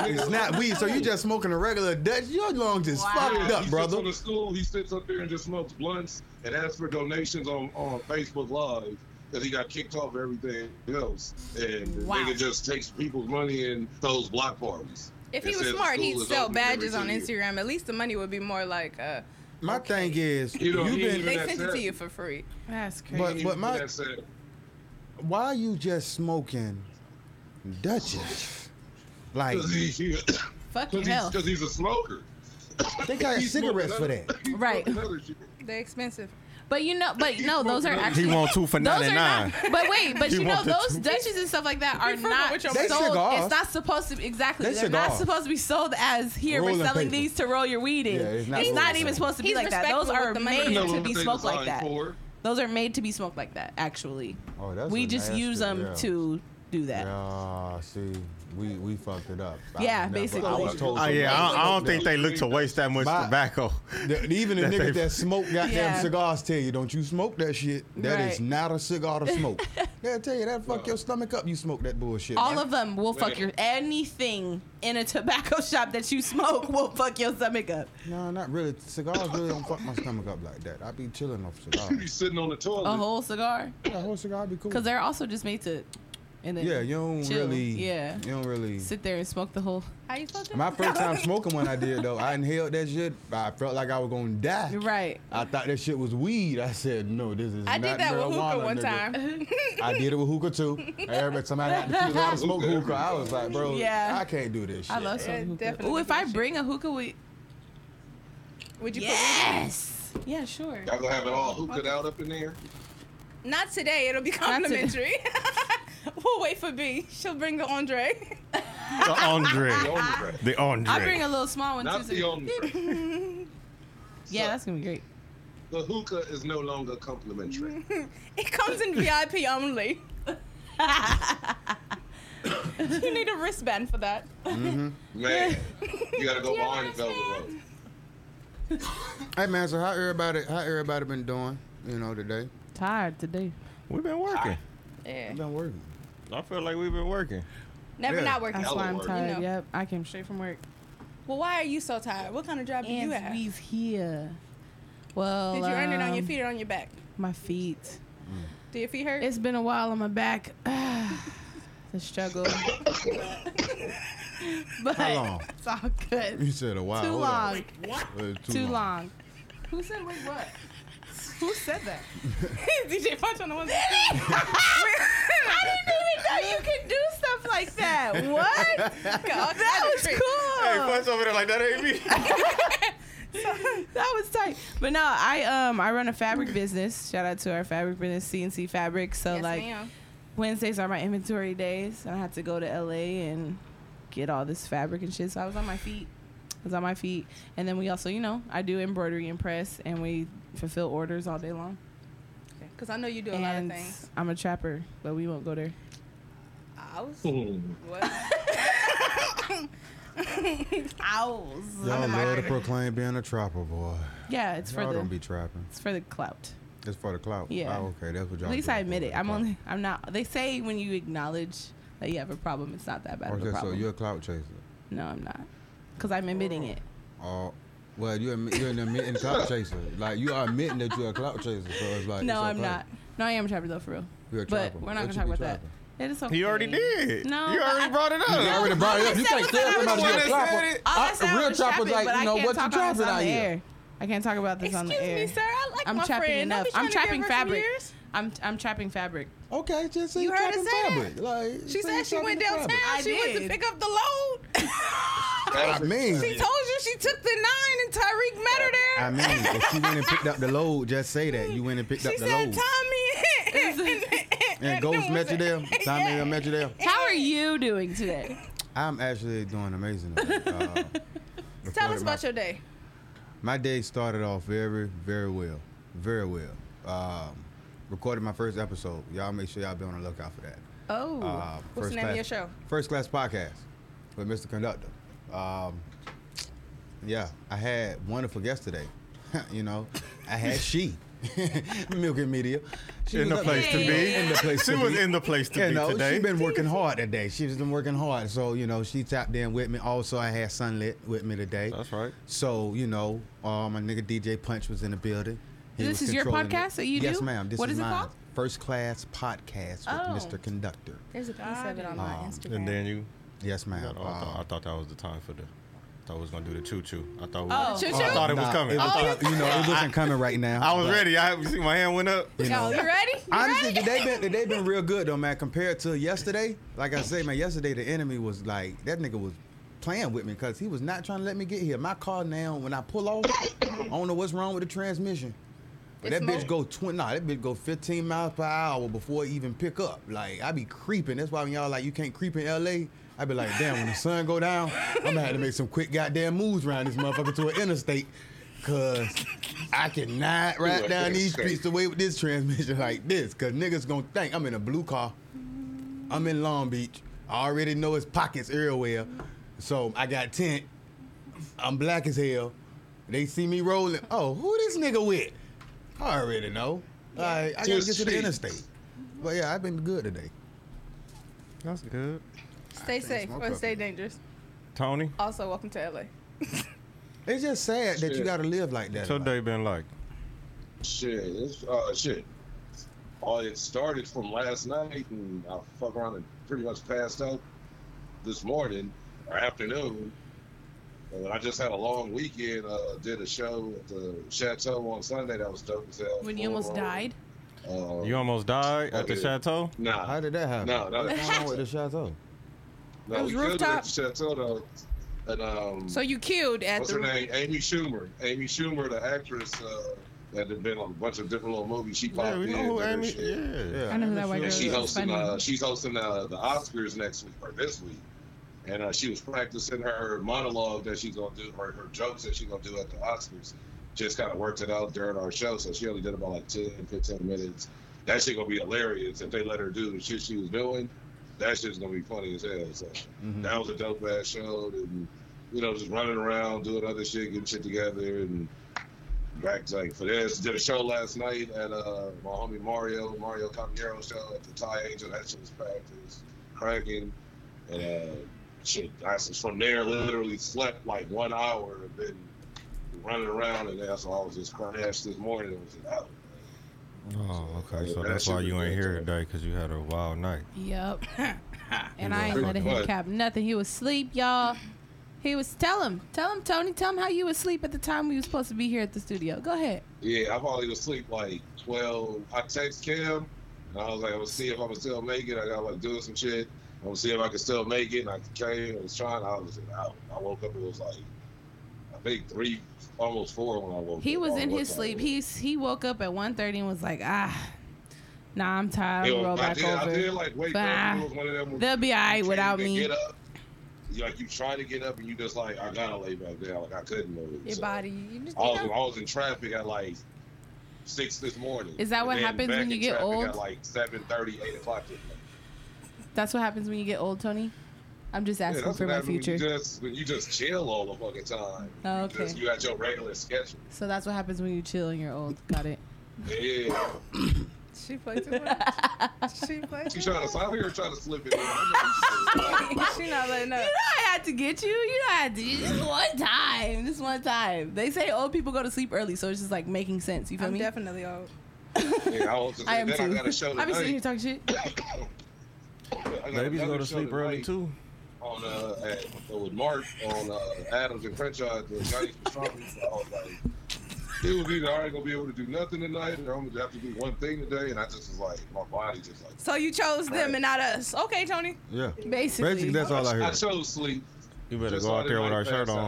[SPEAKER 5] It's not weed. So you just smoking a regular Dutch? Your lungs is
[SPEAKER 7] Wow.
[SPEAKER 5] fucked
[SPEAKER 3] he
[SPEAKER 5] up,
[SPEAKER 3] Sits on
[SPEAKER 5] brother.
[SPEAKER 3] the stool, he sits up there and just smokes blunts and asks for donations on, on Facebook Live because he got kicked off everything else. And the
[SPEAKER 7] Wow.
[SPEAKER 3] nigga just takes people's money and throws block parties.
[SPEAKER 4] If
[SPEAKER 3] And
[SPEAKER 4] he was
[SPEAKER 3] says the
[SPEAKER 4] smart,
[SPEAKER 3] school
[SPEAKER 4] he'd
[SPEAKER 3] is
[SPEAKER 4] sell
[SPEAKER 3] open every
[SPEAKER 4] badges on
[SPEAKER 3] two years.
[SPEAKER 4] Instagram. At least the money would be more like uh,
[SPEAKER 5] My thing is,
[SPEAKER 3] You
[SPEAKER 5] you
[SPEAKER 3] know,
[SPEAKER 5] have
[SPEAKER 3] he
[SPEAKER 5] been.
[SPEAKER 3] even-
[SPEAKER 4] they
[SPEAKER 3] that's
[SPEAKER 4] sent it to
[SPEAKER 3] it.
[SPEAKER 4] you for free.
[SPEAKER 7] That's crazy.
[SPEAKER 5] But but my
[SPEAKER 3] That's it.
[SPEAKER 5] why you just smoking Dutches? Like
[SPEAKER 3] 'Cause he-
[SPEAKER 7] Fucking
[SPEAKER 3] Because
[SPEAKER 7] hell.
[SPEAKER 3] he's, 'cause he's a smoker.
[SPEAKER 5] they got
[SPEAKER 3] He's
[SPEAKER 5] cigarettes for
[SPEAKER 3] smoking
[SPEAKER 5] that.
[SPEAKER 3] other- he's
[SPEAKER 7] Right.
[SPEAKER 3] smoking other shit.
[SPEAKER 4] They're expensive.
[SPEAKER 7] But you know, but no, those are
[SPEAKER 2] He
[SPEAKER 7] actually.
[SPEAKER 2] want two for
[SPEAKER 7] Those
[SPEAKER 2] ninety
[SPEAKER 7] are
[SPEAKER 2] nine.
[SPEAKER 7] not, but wait, but
[SPEAKER 2] He
[SPEAKER 7] you know
[SPEAKER 2] wanted
[SPEAKER 7] those
[SPEAKER 2] to.
[SPEAKER 7] Dutches and stuff like that are
[SPEAKER 4] frugal
[SPEAKER 7] not
[SPEAKER 4] with your
[SPEAKER 7] sold.
[SPEAKER 5] They
[SPEAKER 7] It's
[SPEAKER 5] cigars.
[SPEAKER 7] not supposed to exactly.
[SPEAKER 5] They
[SPEAKER 7] They are not
[SPEAKER 5] cigars.
[SPEAKER 7] supposed to be sold as here.
[SPEAKER 5] Rolling
[SPEAKER 7] we're selling
[SPEAKER 5] paper.
[SPEAKER 7] these to roll your weed
[SPEAKER 5] Yeah,
[SPEAKER 7] in.
[SPEAKER 5] it's
[SPEAKER 7] it's
[SPEAKER 5] not
[SPEAKER 7] not,
[SPEAKER 5] rolling paper.
[SPEAKER 7] even supposed to be
[SPEAKER 4] He's
[SPEAKER 7] like that. Those
[SPEAKER 4] respectable
[SPEAKER 7] are
[SPEAKER 4] with the money.
[SPEAKER 7] made
[SPEAKER 4] You know
[SPEAKER 7] to
[SPEAKER 3] what
[SPEAKER 7] be
[SPEAKER 3] they
[SPEAKER 7] smoked like
[SPEAKER 3] designed
[SPEAKER 7] that.
[SPEAKER 3] for.
[SPEAKER 7] Those are made to be smoked like that. Actually,
[SPEAKER 5] Oh, that's
[SPEAKER 7] we
[SPEAKER 5] a
[SPEAKER 7] just
[SPEAKER 5] nasty-
[SPEAKER 7] use them
[SPEAKER 5] yeah.
[SPEAKER 7] to do that.
[SPEAKER 5] Yeah, Ah, see, we we fucked it up. I
[SPEAKER 7] Yeah,
[SPEAKER 5] never-
[SPEAKER 7] basically.
[SPEAKER 5] I was told
[SPEAKER 2] Oh yeah, I, I don't think they look to
[SPEAKER 3] away.
[SPEAKER 2] waste that much
[SPEAKER 5] My-
[SPEAKER 2] tobacco.
[SPEAKER 5] that even the
[SPEAKER 2] That they-
[SPEAKER 5] niggas that smoke goddamn
[SPEAKER 7] Yeah.
[SPEAKER 5] cigars tell you, don't you smoke that shit. That is
[SPEAKER 7] Right.
[SPEAKER 5] not a cigar to smoke. They'll tell you that fuck your stomach up. You smoke that bullshit.
[SPEAKER 7] All
[SPEAKER 5] man.
[SPEAKER 7] of them will fuck your anything in a tobacco shop that you smoke will fuck your stomach up.
[SPEAKER 5] No, not really. Cigars really don't fuck my stomach up like that. I be chilling off
[SPEAKER 3] You
[SPEAKER 5] cigars.
[SPEAKER 3] sitting on the toilet.
[SPEAKER 7] A whole cigar,
[SPEAKER 5] yeah, a whole cigar be cool.
[SPEAKER 7] because they're also just made to. And then
[SPEAKER 5] yeah, you don't
[SPEAKER 7] chill.
[SPEAKER 5] really.
[SPEAKER 7] Yeah.
[SPEAKER 5] You don't really.
[SPEAKER 7] sit there and smoke the whole.
[SPEAKER 4] How you supposed to?
[SPEAKER 5] My first time smoking when I did though, I inhaled that shit. I felt like I was gonna die.
[SPEAKER 7] You're right.
[SPEAKER 5] I thought that shit was weed. I said, no, this is
[SPEAKER 4] I
[SPEAKER 5] not
[SPEAKER 4] did that with
[SPEAKER 5] marijuana,
[SPEAKER 4] hookah one
[SPEAKER 5] nigga.
[SPEAKER 4] time.
[SPEAKER 5] I did it with hookah too. Every time I had to choose how to smoke hookah, I was like, bro,
[SPEAKER 7] Yeah.
[SPEAKER 5] I can't do this shit.
[SPEAKER 7] I love
[SPEAKER 4] Yeah,
[SPEAKER 7] smoking hookah.
[SPEAKER 4] definitely
[SPEAKER 7] Oh, if
[SPEAKER 4] do
[SPEAKER 7] I
[SPEAKER 4] that shit.
[SPEAKER 7] bring a hookah, we
[SPEAKER 4] Would you
[SPEAKER 7] yes, yeah, sure.
[SPEAKER 3] Y'all gonna have it all hooked out up in there?
[SPEAKER 4] put weed? Not today. It'll be
[SPEAKER 7] today.
[SPEAKER 4] complimentary. we'll wait for B. She'll bring the Andre.
[SPEAKER 2] the Andre,
[SPEAKER 3] The ombre.
[SPEAKER 2] the Andre.
[SPEAKER 7] I'll bring a little small one
[SPEAKER 3] Not
[SPEAKER 7] too.
[SPEAKER 3] the
[SPEAKER 7] so-
[SPEAKER 3] ombre.
[SPEAKER 7] Yeah, that's gonna be great.
[SPEAKER 3] The hookah is no longer complimentary.
[SPEAKER 4] It comes in VIP only. you need a wristband for that.
[SPEAKER 3] Man, you gotta go
[SPEAKER 4] Yeah,
[SPEAKER 3] behind
[SPEAKER 4] that's
[SPEAKER 3] Velvet Road.
[SPEAKER 5] Hey man, so how everybody how everybody been doing, you know, today?
[SPEAKER 7] Tired today.
[SPEAKER 2] We've been working.
[SPEAKER 4] Yeah.
[SPEAKER 5] been working.
[SPEAKER 2] I feel like we've been working.
[SPEAKER 4] Never
[SPEAKER 5] Yeah.
[SPEAKER 4] not working.
[SPEAKER 7] That's
[SPEAKER 3] Hella
[SPEAKER 7] why I'm
[SPEAKER 3] work.
[SPEAKER 7] tired.
[SPEAKER 4] You know.
[SPEAKER 7] Yep, I came straight from work.
[SPEAKER 4] Well, why are you so tired? What kind of job do you have?
[SPEAKER 7] And we've here. Well,
[SPEAKER 4] Did you earn it on your
[SPEAKER 7] um,
[SPEAKER 4] feet or on your back?
[SPEAKER 7] My feet.
[SPEAKER 4] Do your feet hurt?
[SPEAKER 7] It's been a while on my back. the struggle. but
[SPEAKER 5] How long?
[SPEAKER 7] it's all good.
[SPEAKER 5] You said a while.
[SPEAKER 7] Too
[SPEAKER 5] Hold on.
[SPEAKER 7] long.
[SPEAKER 5] Uh, too,
[SPEAKER 7] Too
[SPEAKER 5] long.
[SPEAKER 7] long. Who said wait what? Who said that?
[SPEAKER 4] DJ Punch on the one.
[SPEAKER 7] I didn't even know you could do stuff like that. What? That was cool.
[SPEAKER 2] over there like that ain't me.
[SPEAKER 7] That was tight. But no, I um I run a fabric business. Shout out to our fabric business, CNC Fabric. So
[SPEAKER 4] Yes,
[SPEAKER 7] like
[SPEAKER 4] ma'am.
[SPEAKER 7] Wednesdays are my inventory days, and I had to go to LA and get all this fabric and shit. So I was on my feet. I was on my feet, and then we also, you know, I do embroidery and press, and we fulfill orders all day long.
[SPEAKER 4] Because I know you do a lot of
[SPEAKER 7] And
[SPEAKER 4] things.
[SPEAKER 7] I'm a trapper, but we won't go there.
[SPEAKER 4] Owls?
[SPEAKER 3] Hmm.
[SPEAKER 4] What?
[SPEAKER 7] Owls.
[SPEAKER 5] Y'all love to proclaim being a trapper, boy.
[SPEAKER 7] Yeah, it's for
[SPEAKER 5] y'all
[SPEAKER 7] the
[SPEAKER 5] don't be trapping.
[SPEAKER 7] it's for the clout.
[SPEAKER 5] It's for the clout.
[SPEAKER 7] Yeah.
[SPEAKER 5] Oh, okay, that's what y'all.
[SPEAKER 7] At least
[SPEAKER 5] do
[SPEAKER 7] I
[SPEAKER 5] for
[SPEAKER 7] admit
[SPEAKER 5] the
[SPEAKER 7] it. I'm
[SPEAKER 5] clout.
[SPEAKER 7] only I'm not. They say when you acknowledge that you have a problem, it's not that bad of a
[SPEAKER 5] Okay, so
[SPEAKER 7] problem.
[SPEAKER 5] you're a clout chaser.
[SPEAKER 7] no, I'm not, because I'm admitting it.
[SPEAKER 5] Oh, well, you're admi- you're an admitting clout chaser. Like you are admitting that you're a clout chaser. So it's like Uh,
[SPEAKER 7] No,
[SPEAKER 5] it's
[SPEAKER 7] I'm
[SPEAKER 5] okay.
[SPEAKER 7] not. No, I am a trapper though, for real.
[SPEAKER 5] You're a
[SPEAKER 7] But
[SPEAKER 5] trapper.
[SPEAKER 7] we're not
[SPEAKER 5] What
[SPEAKER 7] gonna
[SPEAKER 5] you
[SPEAKER 7] talk
[SPEAKER 5] be
[SPEAKER 7] about
[SPEAKER 5] trapping?
[SPEAKER 7] that. It is okay.
[SPEAKER 2] He already did.
[SPEAKER 7] No,
[SPEAKER 2] you
[SPEAKER 7] but
[SPEAKER 2] already
[SPEAKER 7] I-
[SPEAKER 2] brought it up.
[SPEAKER 5] You already brought it up. You can't tell somebody you're a trapper.
[SPEAKER 6] Oh,
[SPEAKER 7] All I
[SPEAKER 5] I-
[SPEAKER 7] said
[SPEAKER 5] real
[SPEAKER 7] was
[SPEAKER 5] trapper's
[SPEAKER 7] trapping,
[SPEAKER 5] like,
[SPEAKER 7] but
[SPEAKER 5] you
[SPEAKER 7] I
[SPEAKER 5] know,
[SPEAKER 7] can't
[SPEAKER 5] what you
[SPEAKER 7] talk about this
[SPEAKER 5] trapping
[SPEAKER 7] on
[SPEAKER 5] out
[SPEAKER 7] the
[SPEAKER 5] here?
[SPEAKER 7] air. I can't talk about this on the
[SPEAKER 4] Excuse me,
[SPEAKER 7] air.
[SPEAKER 4] sir. I like
[SPEAKER 7] I'm
[SPEAKER 4] my
[SPEAKER 7] trapping
[SPEAKER 4] friend. Don't
[SPEAKER 7] enough.
[SPEAKER 4] be
[SPEAKER 7] I'm
[SPEAKER 4] trying to give
[SPEAKER 7] trapping
[SPEAKER 4] her some
[SPEAKER 7] fabric.
[SPEAKER 4] years.
[SPEAKER 7] I'm I'm trapping fabric.
[SPEAKER 5] Okay, just say
[SPEAKER 4] You
[SPEAKER 5] you're
[SPEAKER 4] heard her
[SPEAKER 5] trapping
[SPEAKER 4] say that?
[SPEAKER 5] fabric. Like
[SPEAKER 4] She
[SPEAKER 5] say
[SPEAKER 4] said
[SPEAKER 5] you're
[SPEAKER 4] she went
[SPEAKER 5] trapping
[SPEAKER 4] downtown.
[SPEAKER 5] fabric.
[SPEAKER 7] I
[SPEAKER 4] she went to
[SPEAKER 7] did.
[SPEAKER 4] pick up the load.
[SPEAKER 5] I mean,
[SPEAKER 4] she told you she took the nine and Tyreek met her there.
[SPEAKER 5] I mean, if you went and picked up the load, just say that you went and picked
[SPEAKER 4] she
[SPEAKER 5] up the
[SPEAKER 4] said
[SPEAKER 5] load.
[SPEAKER 4] Tommy and,
[SPEAKER 5] And Ghost
[SPEAKER 4] them
[SPEAKER 5] met
[SPEAKER 4] was
[SPEAKER 5] you
[SPEAKER 4] it.
[SPEAKER 5] there. Tommy
[SPEAKER 4] Yeah.
[SPEAKER 5] met you there.
[SPEAKER 7] How are you doing today?
[SPEAKER 5] I'm actually doing amazing. today. Uh,
[SPEAKER 4] Tell
[SPEAKER 5] recorded
[SPEAKER 4] us
[SPEAKER 5] my
[SPEAKER 4] about your day.
[SPEAKER 5] my day started off very, very well. Very well. Um, recorded my first episode. Y'all make sure y'all be on the lookout for that.
[SPEAKER 7] Oh,
[SPEAKER 3] Uh,
[SPEAKER 5] Um,
[SPEAKER 4] What's the
[SPEAKER 5] First
[SPEAKER 4] name of your
[SPEAKER 5] Class-
[SPEAKER 4] show?
[SPEAKER 5] First Class Podcast with Mr. Conductor. Um, yeah, I had wonderful guests today. you know, I had she. Milk and media. She
[SPEAKER 2] In the
[SPEAKER 5] was up
[SPEAKER 2] place to
[SPEAKER 5] there.
[SPEAKER 2] be.
[SPEAKER 5] In the place
[SPEAKER 2] She
[SPEAKER 5] to
[SPEAKER 2] was
[SPEAKER 5] be.
[SPEAKER 2] in the place to
[SPEAKER 5] You
[SPEAKER 2] be
[SPEAKER 5] know,
[SPEAKER 2] today.
[SPEAKER 5] she's been working hard today. She's been working hard. So, you know, she tapped in with me. Also, I had Sunlit with me today.
[SPEAKER 2] That's right.
[SPEAKER 5] So, you know, uh, my nigga DJ Punch was in the building. He
[SPEAKER 4] This
[SPEAKER 5] was
[SPEAKER 4] is your
[SPEAKER 5] controlling
[SPEAKER 4] podcast
[SPEAKER 5] it.
[SPEAKER 4] that you
[SPEAKER 5] yes,
[SPEAKER 4] do?
[SPEAKER 5] ma'am. This
[SPEAKER 4] What
[SPEAKER 5] is
[SPEAKER 4] is it
[SPEAKER 5] mine.
[SPEAKER 4] called?
[SPEAKER 5] First Class Podcast
[SPEAKER 6] Oh.
[SPEAKER 5] with Mr. Conductor.
[SPEAKER 4] There's a piece of it on my
[SPEAKER 5] Oh,
[SPEAKER 4] Instagram.
[SPEAKER 2] And then you.
[SPEAKER 5] Yes, ma'am.
[SPEAKER 2] I thought,
[SPEAKER 5] Uh,
[SPEAKER 2] I thought that was the time for the. I thought we was gonna do the choo choo. I thought. We,
[SPEAKER 6] Oh.
[SPEAKER 4] Choo-choo?
[SPEAKER 2] I thought it was
[SPEAKER 5] nah,
[SPEAKER 2] coming.
[SPEAKER 5] It
[SPEAKER 4] Oh,
[SPEAKER 5] was,
[SPEAKER 2] I,
[SPEAKER 5] not- you know, it wasn't coming right now.
[SPEAKER 2] I was
[SPEAKER 5] but,
[SPEAKER 2] ready. I you see my hand went up.
[SPEAKER 5] You know,
[SPEAKER 4] Yo, you ready? You
[SPEAKER 5] Honestly,
[SPEAKER 4] ready?
[SPEAKER 5] today been today been real good though, man. Compared to yesterday, like I say, man, yesterday the enemy was like that nigga was playing with me because he was not trying to let me get here. My car now, when I pull off, I don't know what's wrong with the transmission. But
[SPEAKER 4] It's
[SPEAKER 5] that bitch
[SPEAKER 4] mo-
[SPEAKER 5] go twenty. Nah, that bitch go fifteen miles per hour before it even pick up. Like I be creeping. That's why when y'all like you can't creep in L.A. I be like, damn, when the sun go down, I'm gonna have to make some quick goddamn moves around this motherfucker to an interstate, cause I cannot ride down these streets the way with this transmission like this, cause niggas gonna think I'm in a blue car. I'm in Long Beach. I already know it's pockets everywhere, so I got tent. I'm black as hell. They see me rolling. Oh, who this nigga with? I already know. All right, I gotta
[SPEAKER 3] Just
[SPEAKER 5] get to the
[SPEAKER 3] cheat.
[SPEAKER 5] interstate. But yeah, I've been good today.
[SPEAKER 2] That's good.
[SPEAKER 4] Stay safe
[SPEAKER 5] smoke
[SPEAKER 4] or
[SPEAKER 5] up
[SPEAKER 4] stay
[SPEAKER 5] here.
[SPEAKER 4] dangerous.
[SPEAKER 2] Tony,
[SPEAKER 4] Also, welcome to LA.
[SPEAKER 5] It's just sad that you
[SPEAKER 3] Shit.
[SPEAKER 5] gotta live like that.
[SPEAKER 2] what's your
[SPEAKER 5] Like,
[SPEAKER 2] day been like?
[SPEAKER 3] Shit, it's, uh, shit. Oh, it started from last night, and I fuck around and pretty much passed out this morning or afternoon. And I just had a long weekend. Uh, did a show at the Chateau on Sunday. That was dope as hell. Um,
[SPEAKER 6] When you almost died.
[SPEAKER 3] Uh,
[SPEAKER 2] You almost died at the
[SPEAKER 3] Okay.
[SPEAKER 2] chateau.
[SPEAKER 3] nah,
[SPEAKER 5] How did that happen?
[SPEAKER 3] No, no.
[SPEAKER 5] What's going on with the chateau?
[SPEAKER 3] no,
[SPEAKER 4] It was
[SPEAKER 3] we killed it
[SPEAKER 4] rooftop.
[SPEAKER 3] at the Chateau though. And um,
[SPEAKER 4] So you killed at
[SPEAKER 3] what's
[SPEAKER 4] the.
[SPEAKER 3] her name? Amy Schumer. Amy Schumer, the actress uh, that had been on a bunch of different little movies. She popped
[SPEAKER 2] Yeah, we
[SPEAKER 3] in.
[SPEAKER 2] know who
[SPEAKER 3] and
[SPEAKER 2] Amy.
[SPEAKER 3] shit.
[SPEAKER 2] Yeah.
[SPEAKER 5] Yeah,
[SPEAKER 1] I know who that white
[SPEAKER 3] And
[SPEAKER 1] girl
[SPEAKER 3] she
[SPEAKER 1] is.
[SPEAKER 3] hosting.
[SPEAKER 1] Funny.
[SPEAKER 3] Uh, she's hosting uh, the Oscars next week or this week, and uh, she was practicing her monologue that she's gonna do, or her jokes that she's gonna do at the Oscars. Just kind of worked it out during our show, so she only did about like 10, 15 minutes. That shit gonna be hilarious if they let her do the shit she was doing. That shit's gonna be funny as hell. So
[SPEAKER 5] Mhm.
[SPEAKER 3] that was a dope ass show, and you know, just running around doing other shit, getting shit together, and back to like for this. Did a show last night at uh my homie Mario, Mario Camillero's show at the Thai Angel. That shit was packed. It was cranking. And uh shit, I s- from there literally slept like one hour and been running around and that's why I was just crashed this morning and was just out.
[SPEAKER 2] Oh, okay.
[SPEAKER 3] Yeah,
[SPEAKER 2] So
[SPEAKER 3] that
[SPEAKER 2] that's
[SPEAKER 3] shit
[SPEAKER 2] why
[SPEAKER 3] was
[SPEAKER 2] you ain't
[SPEAKER 3] good,
[SPEAKER 2] here
[SPEAKER 3] too.
[SPEAKER 2] today because you had a wild night.
[SPEAKER 6] Yep. and I ain't
[SPEAKER 3] right.
[SPEAKER 6] letting him
[SPEAKER 3] What?
[SPEAKER 6] cap nothing. He was asleep, y'all. He was tell him, tell him, Tony, tell him how you was asleep at the time we was supposed to be here at the studio. Go ahead.
[SPEAKER 3] Yeah, I probably was asleep like twelve. I text Cam and I was like, I'm gonna see if I can still make it. I got like doing some shit. I'm gonna see if I can still make it. And I came and was trying. I was out. I woke up. It was like I think three, almost four when I woke up.
[SPEAKER 6] He was
[SPEAKER 3] I
[SPEAKER 6] in
[SPEAKER 3] don't
[SPEAKER 6] his
[SPEAKER 3] know what time
[SPEAKER 6] sleep.
[SPEAKER 3] it
[SPEAKER 6] He's
[SPEAKER 3] was.
[SPEAKER 6] he woke up at 1.30 and was like, ah, nah, I'm tired.
[SPEAKER 3] It
[SPEAKER 6] I'm
[SPEAKER 3] was-
[SPEAKER 6] gonna roll
[SPEAKER 3] I
[SPEAKER 6] back
[SPEAKER 3] did, I did
[SPEAKER 6] over.
[SPEAKER 3] like wake
[SPEAKER 6] But
[SPEAKER 3] up.
[SPEAKER 6] I-
[SPEAKER 3] It was one of them.
[SPEAKER 6] They'll be all right
[SPEAKER 3] you
[SPEAKER 6] without
[SPEAKER 3] can't even
[SPEAKER 6] me.
[SPEAKER 3] Get up. You, like you try to get up and you just like I gotta lay back down. Like I couldn't move.
[SPEAKER 4] Your
[SPEAKER 3] So,
[SPEAKER 4] body. You just,
[SPEAKER 3] I
[SPEAKER 5] Oh,
[SPEAKER 3] was, I
[SPEAKER 4] you know,
[SPEAKER 3] was in traffic at like six this morning.
[SPEAKER 6] Is that what
[SPEAKER 3] And then
[SPEAKER 6] happens
[SPEAKER 3] back
[SPEAKER 6] when you
[SPEAKER 3] in
[SPEAKER 6] get
[SPEAKER 3] traffic
[SPEAKER 6] old?
[SPEAKER 3] At like seven thirty, eight o'clock. at night.
[SPEAKER 6] That's what happens when you get old, Tony. I'm just
[SPEAKER 3] Yeah,
[SPEAKER 6] asking
[SPEAKER 3] that's
[SPEAKER 6] for
[SPEAKER 3] what
[SPEAKER 6] my
[SPEAKER 3] happens when
[SPEAKER 6] future.
[SPEAKER 3] You just, when you just chill all the fucking time.
[SPEAKER 6] Oh,
[SPEAKER 3] You
[SPEAKER 6] okay.
[SPEAKER 3] just- you got your regular schedule.
[SPEAKER 6] So that's what happens when you chill and you're old. Got it.
[SPEAKER 3] Yeah.
[SPEAKER 4] she played too much. She played
[SPEAKER 3] She
[SPEAKER 4] too
[SPEAKER 3] trying
[SPEAKER 4] much.
[SPEAKER 3] to, I'm here trying to slip it in. I
[SPEAKER 4] she not letting
[SPEAKER 6] You
[SPEAKER 4] up.
[SPEAKER 6] know I had to get you. You know I had to. This one time. This one time. They say old people go to sleep early, so it's just like making sense. You feel
[SPEAKER 4] I'm
[SPEAKER 6] me?
[SPEAKER 4] definitely old.
[SPEAKER 3] know you. Yeah, I, was just,
[SPEAKER 6] I am
[SPEAKER 3] then
[SPEAKER 6] too.
[SPEAKER 3] I got a show
[SPEAKER 6] I be sitting here
[SPEAKER 3] tonight.
[SPEAKER 6] talking shit.
[SPEAKER 3] I got
[SPEAKER 2] Babies go
[SPEAKER 3] another
[SPEAKER 2] to
[SPEAKER 3] show
[SPEAKER 2] sleep early
[SPEAKER 3] tonight
[SPEAKER 2] too.
[SPEAKER 3] On uh, at, with Mark on uh, Adams and Crenshaw at the Johnny's Pastrami. So I was like, it was either I ain't gonna be able to do nothing tonight, or I'm gonna have to do one thing today. And I just was like, my body just like.
[SPEAKER 4] So you chose them and not us. Okay, Tony.
[SPEAKER 5] yeah.
[SPEAKER 6] Basically.
[SPEAKER 5] Basically, that's all I
[SPEAKER 3] I
[SPEAKER 5] heard.
[SPEAKER 3] chose sleep.
[SPEAKER 2] You better
[SPEAKER 3] Just
[SPEAKER 2] go
[SPEAKER 3] so I
[SPEAKER 2] out there with
[SPEAKER 3] didn't
[SPEAKER 2] our shirt
[SPEAKER 3] like
[SPEAKER 2] on.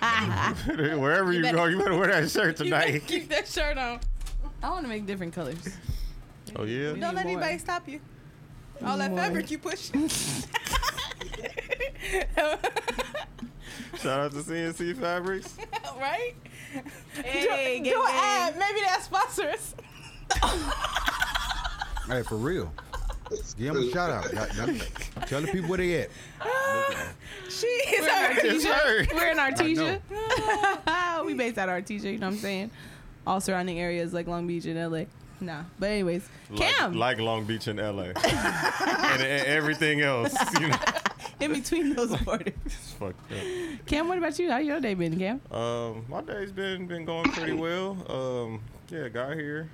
[SPEAKER 3] pass out.
[SPEAKER 2] Wherever you,
[SPEAKER 6] better-
[SPEAKER 2] go, you better wear that shirt
[SPEAKER 4] You better
[SPEAKER 2] tonight.
[SPEAKER 4] keep that shirt on.
[SPEAKER 6] I want to make different colors.
[SPEAKER 2] Oh yeah.
[SPEAKER 4] Don't let
[SPEAKER 6] Anymore.
[SPEAKER 4] anybody stop you. All that
[SPEAKER 6] Anymore.
[SPEAKER 4] fabric you push.
[SPEAKER 2] Shout out to CNC Fabrics.
[SPEAKER 4] right?
[SPEAKER 6] Hey,
[SPEAKER 4] do,
[SPEAKER 6] gang,
[SPEAKER 4] do an
[SPEAKER 6] gang.
[SPEAKER 4] ad. Maybe that sponsors.
[SPEAKER 5] Hey, for real. Give them a shout out. Goddamn. Tell the people where they at.
[SPEAKER 4] She is
[SPEAKER 6] We're in
[SPEAKER 4] her.
[SPEAKER 6] our t-shirt.
[SPEAKER 2] shirt.
[SPEAKER 6] We're in our
[SPEAKER 5] know.
[SPEAKER 6] t-shirt. we based out our t-shirt. You know what I'm saying? all surrounding areas like Long Beach and LA. Nah, but anyways,
[SPEAKER 2] Like-
[SPEAKER 6] Cam
[SPEAKER 2] Like, Long Beach and LA. and, and everything else. You know,
[SPEAKER 6] in between those borders.
[SPEAKER 2] it's fucked up.
[SPEAKER 6] Cam, what about you? How your day been, Cam?
[SPEAKER 2] Um, my day's been been going pretty well. Um, yeah, got here.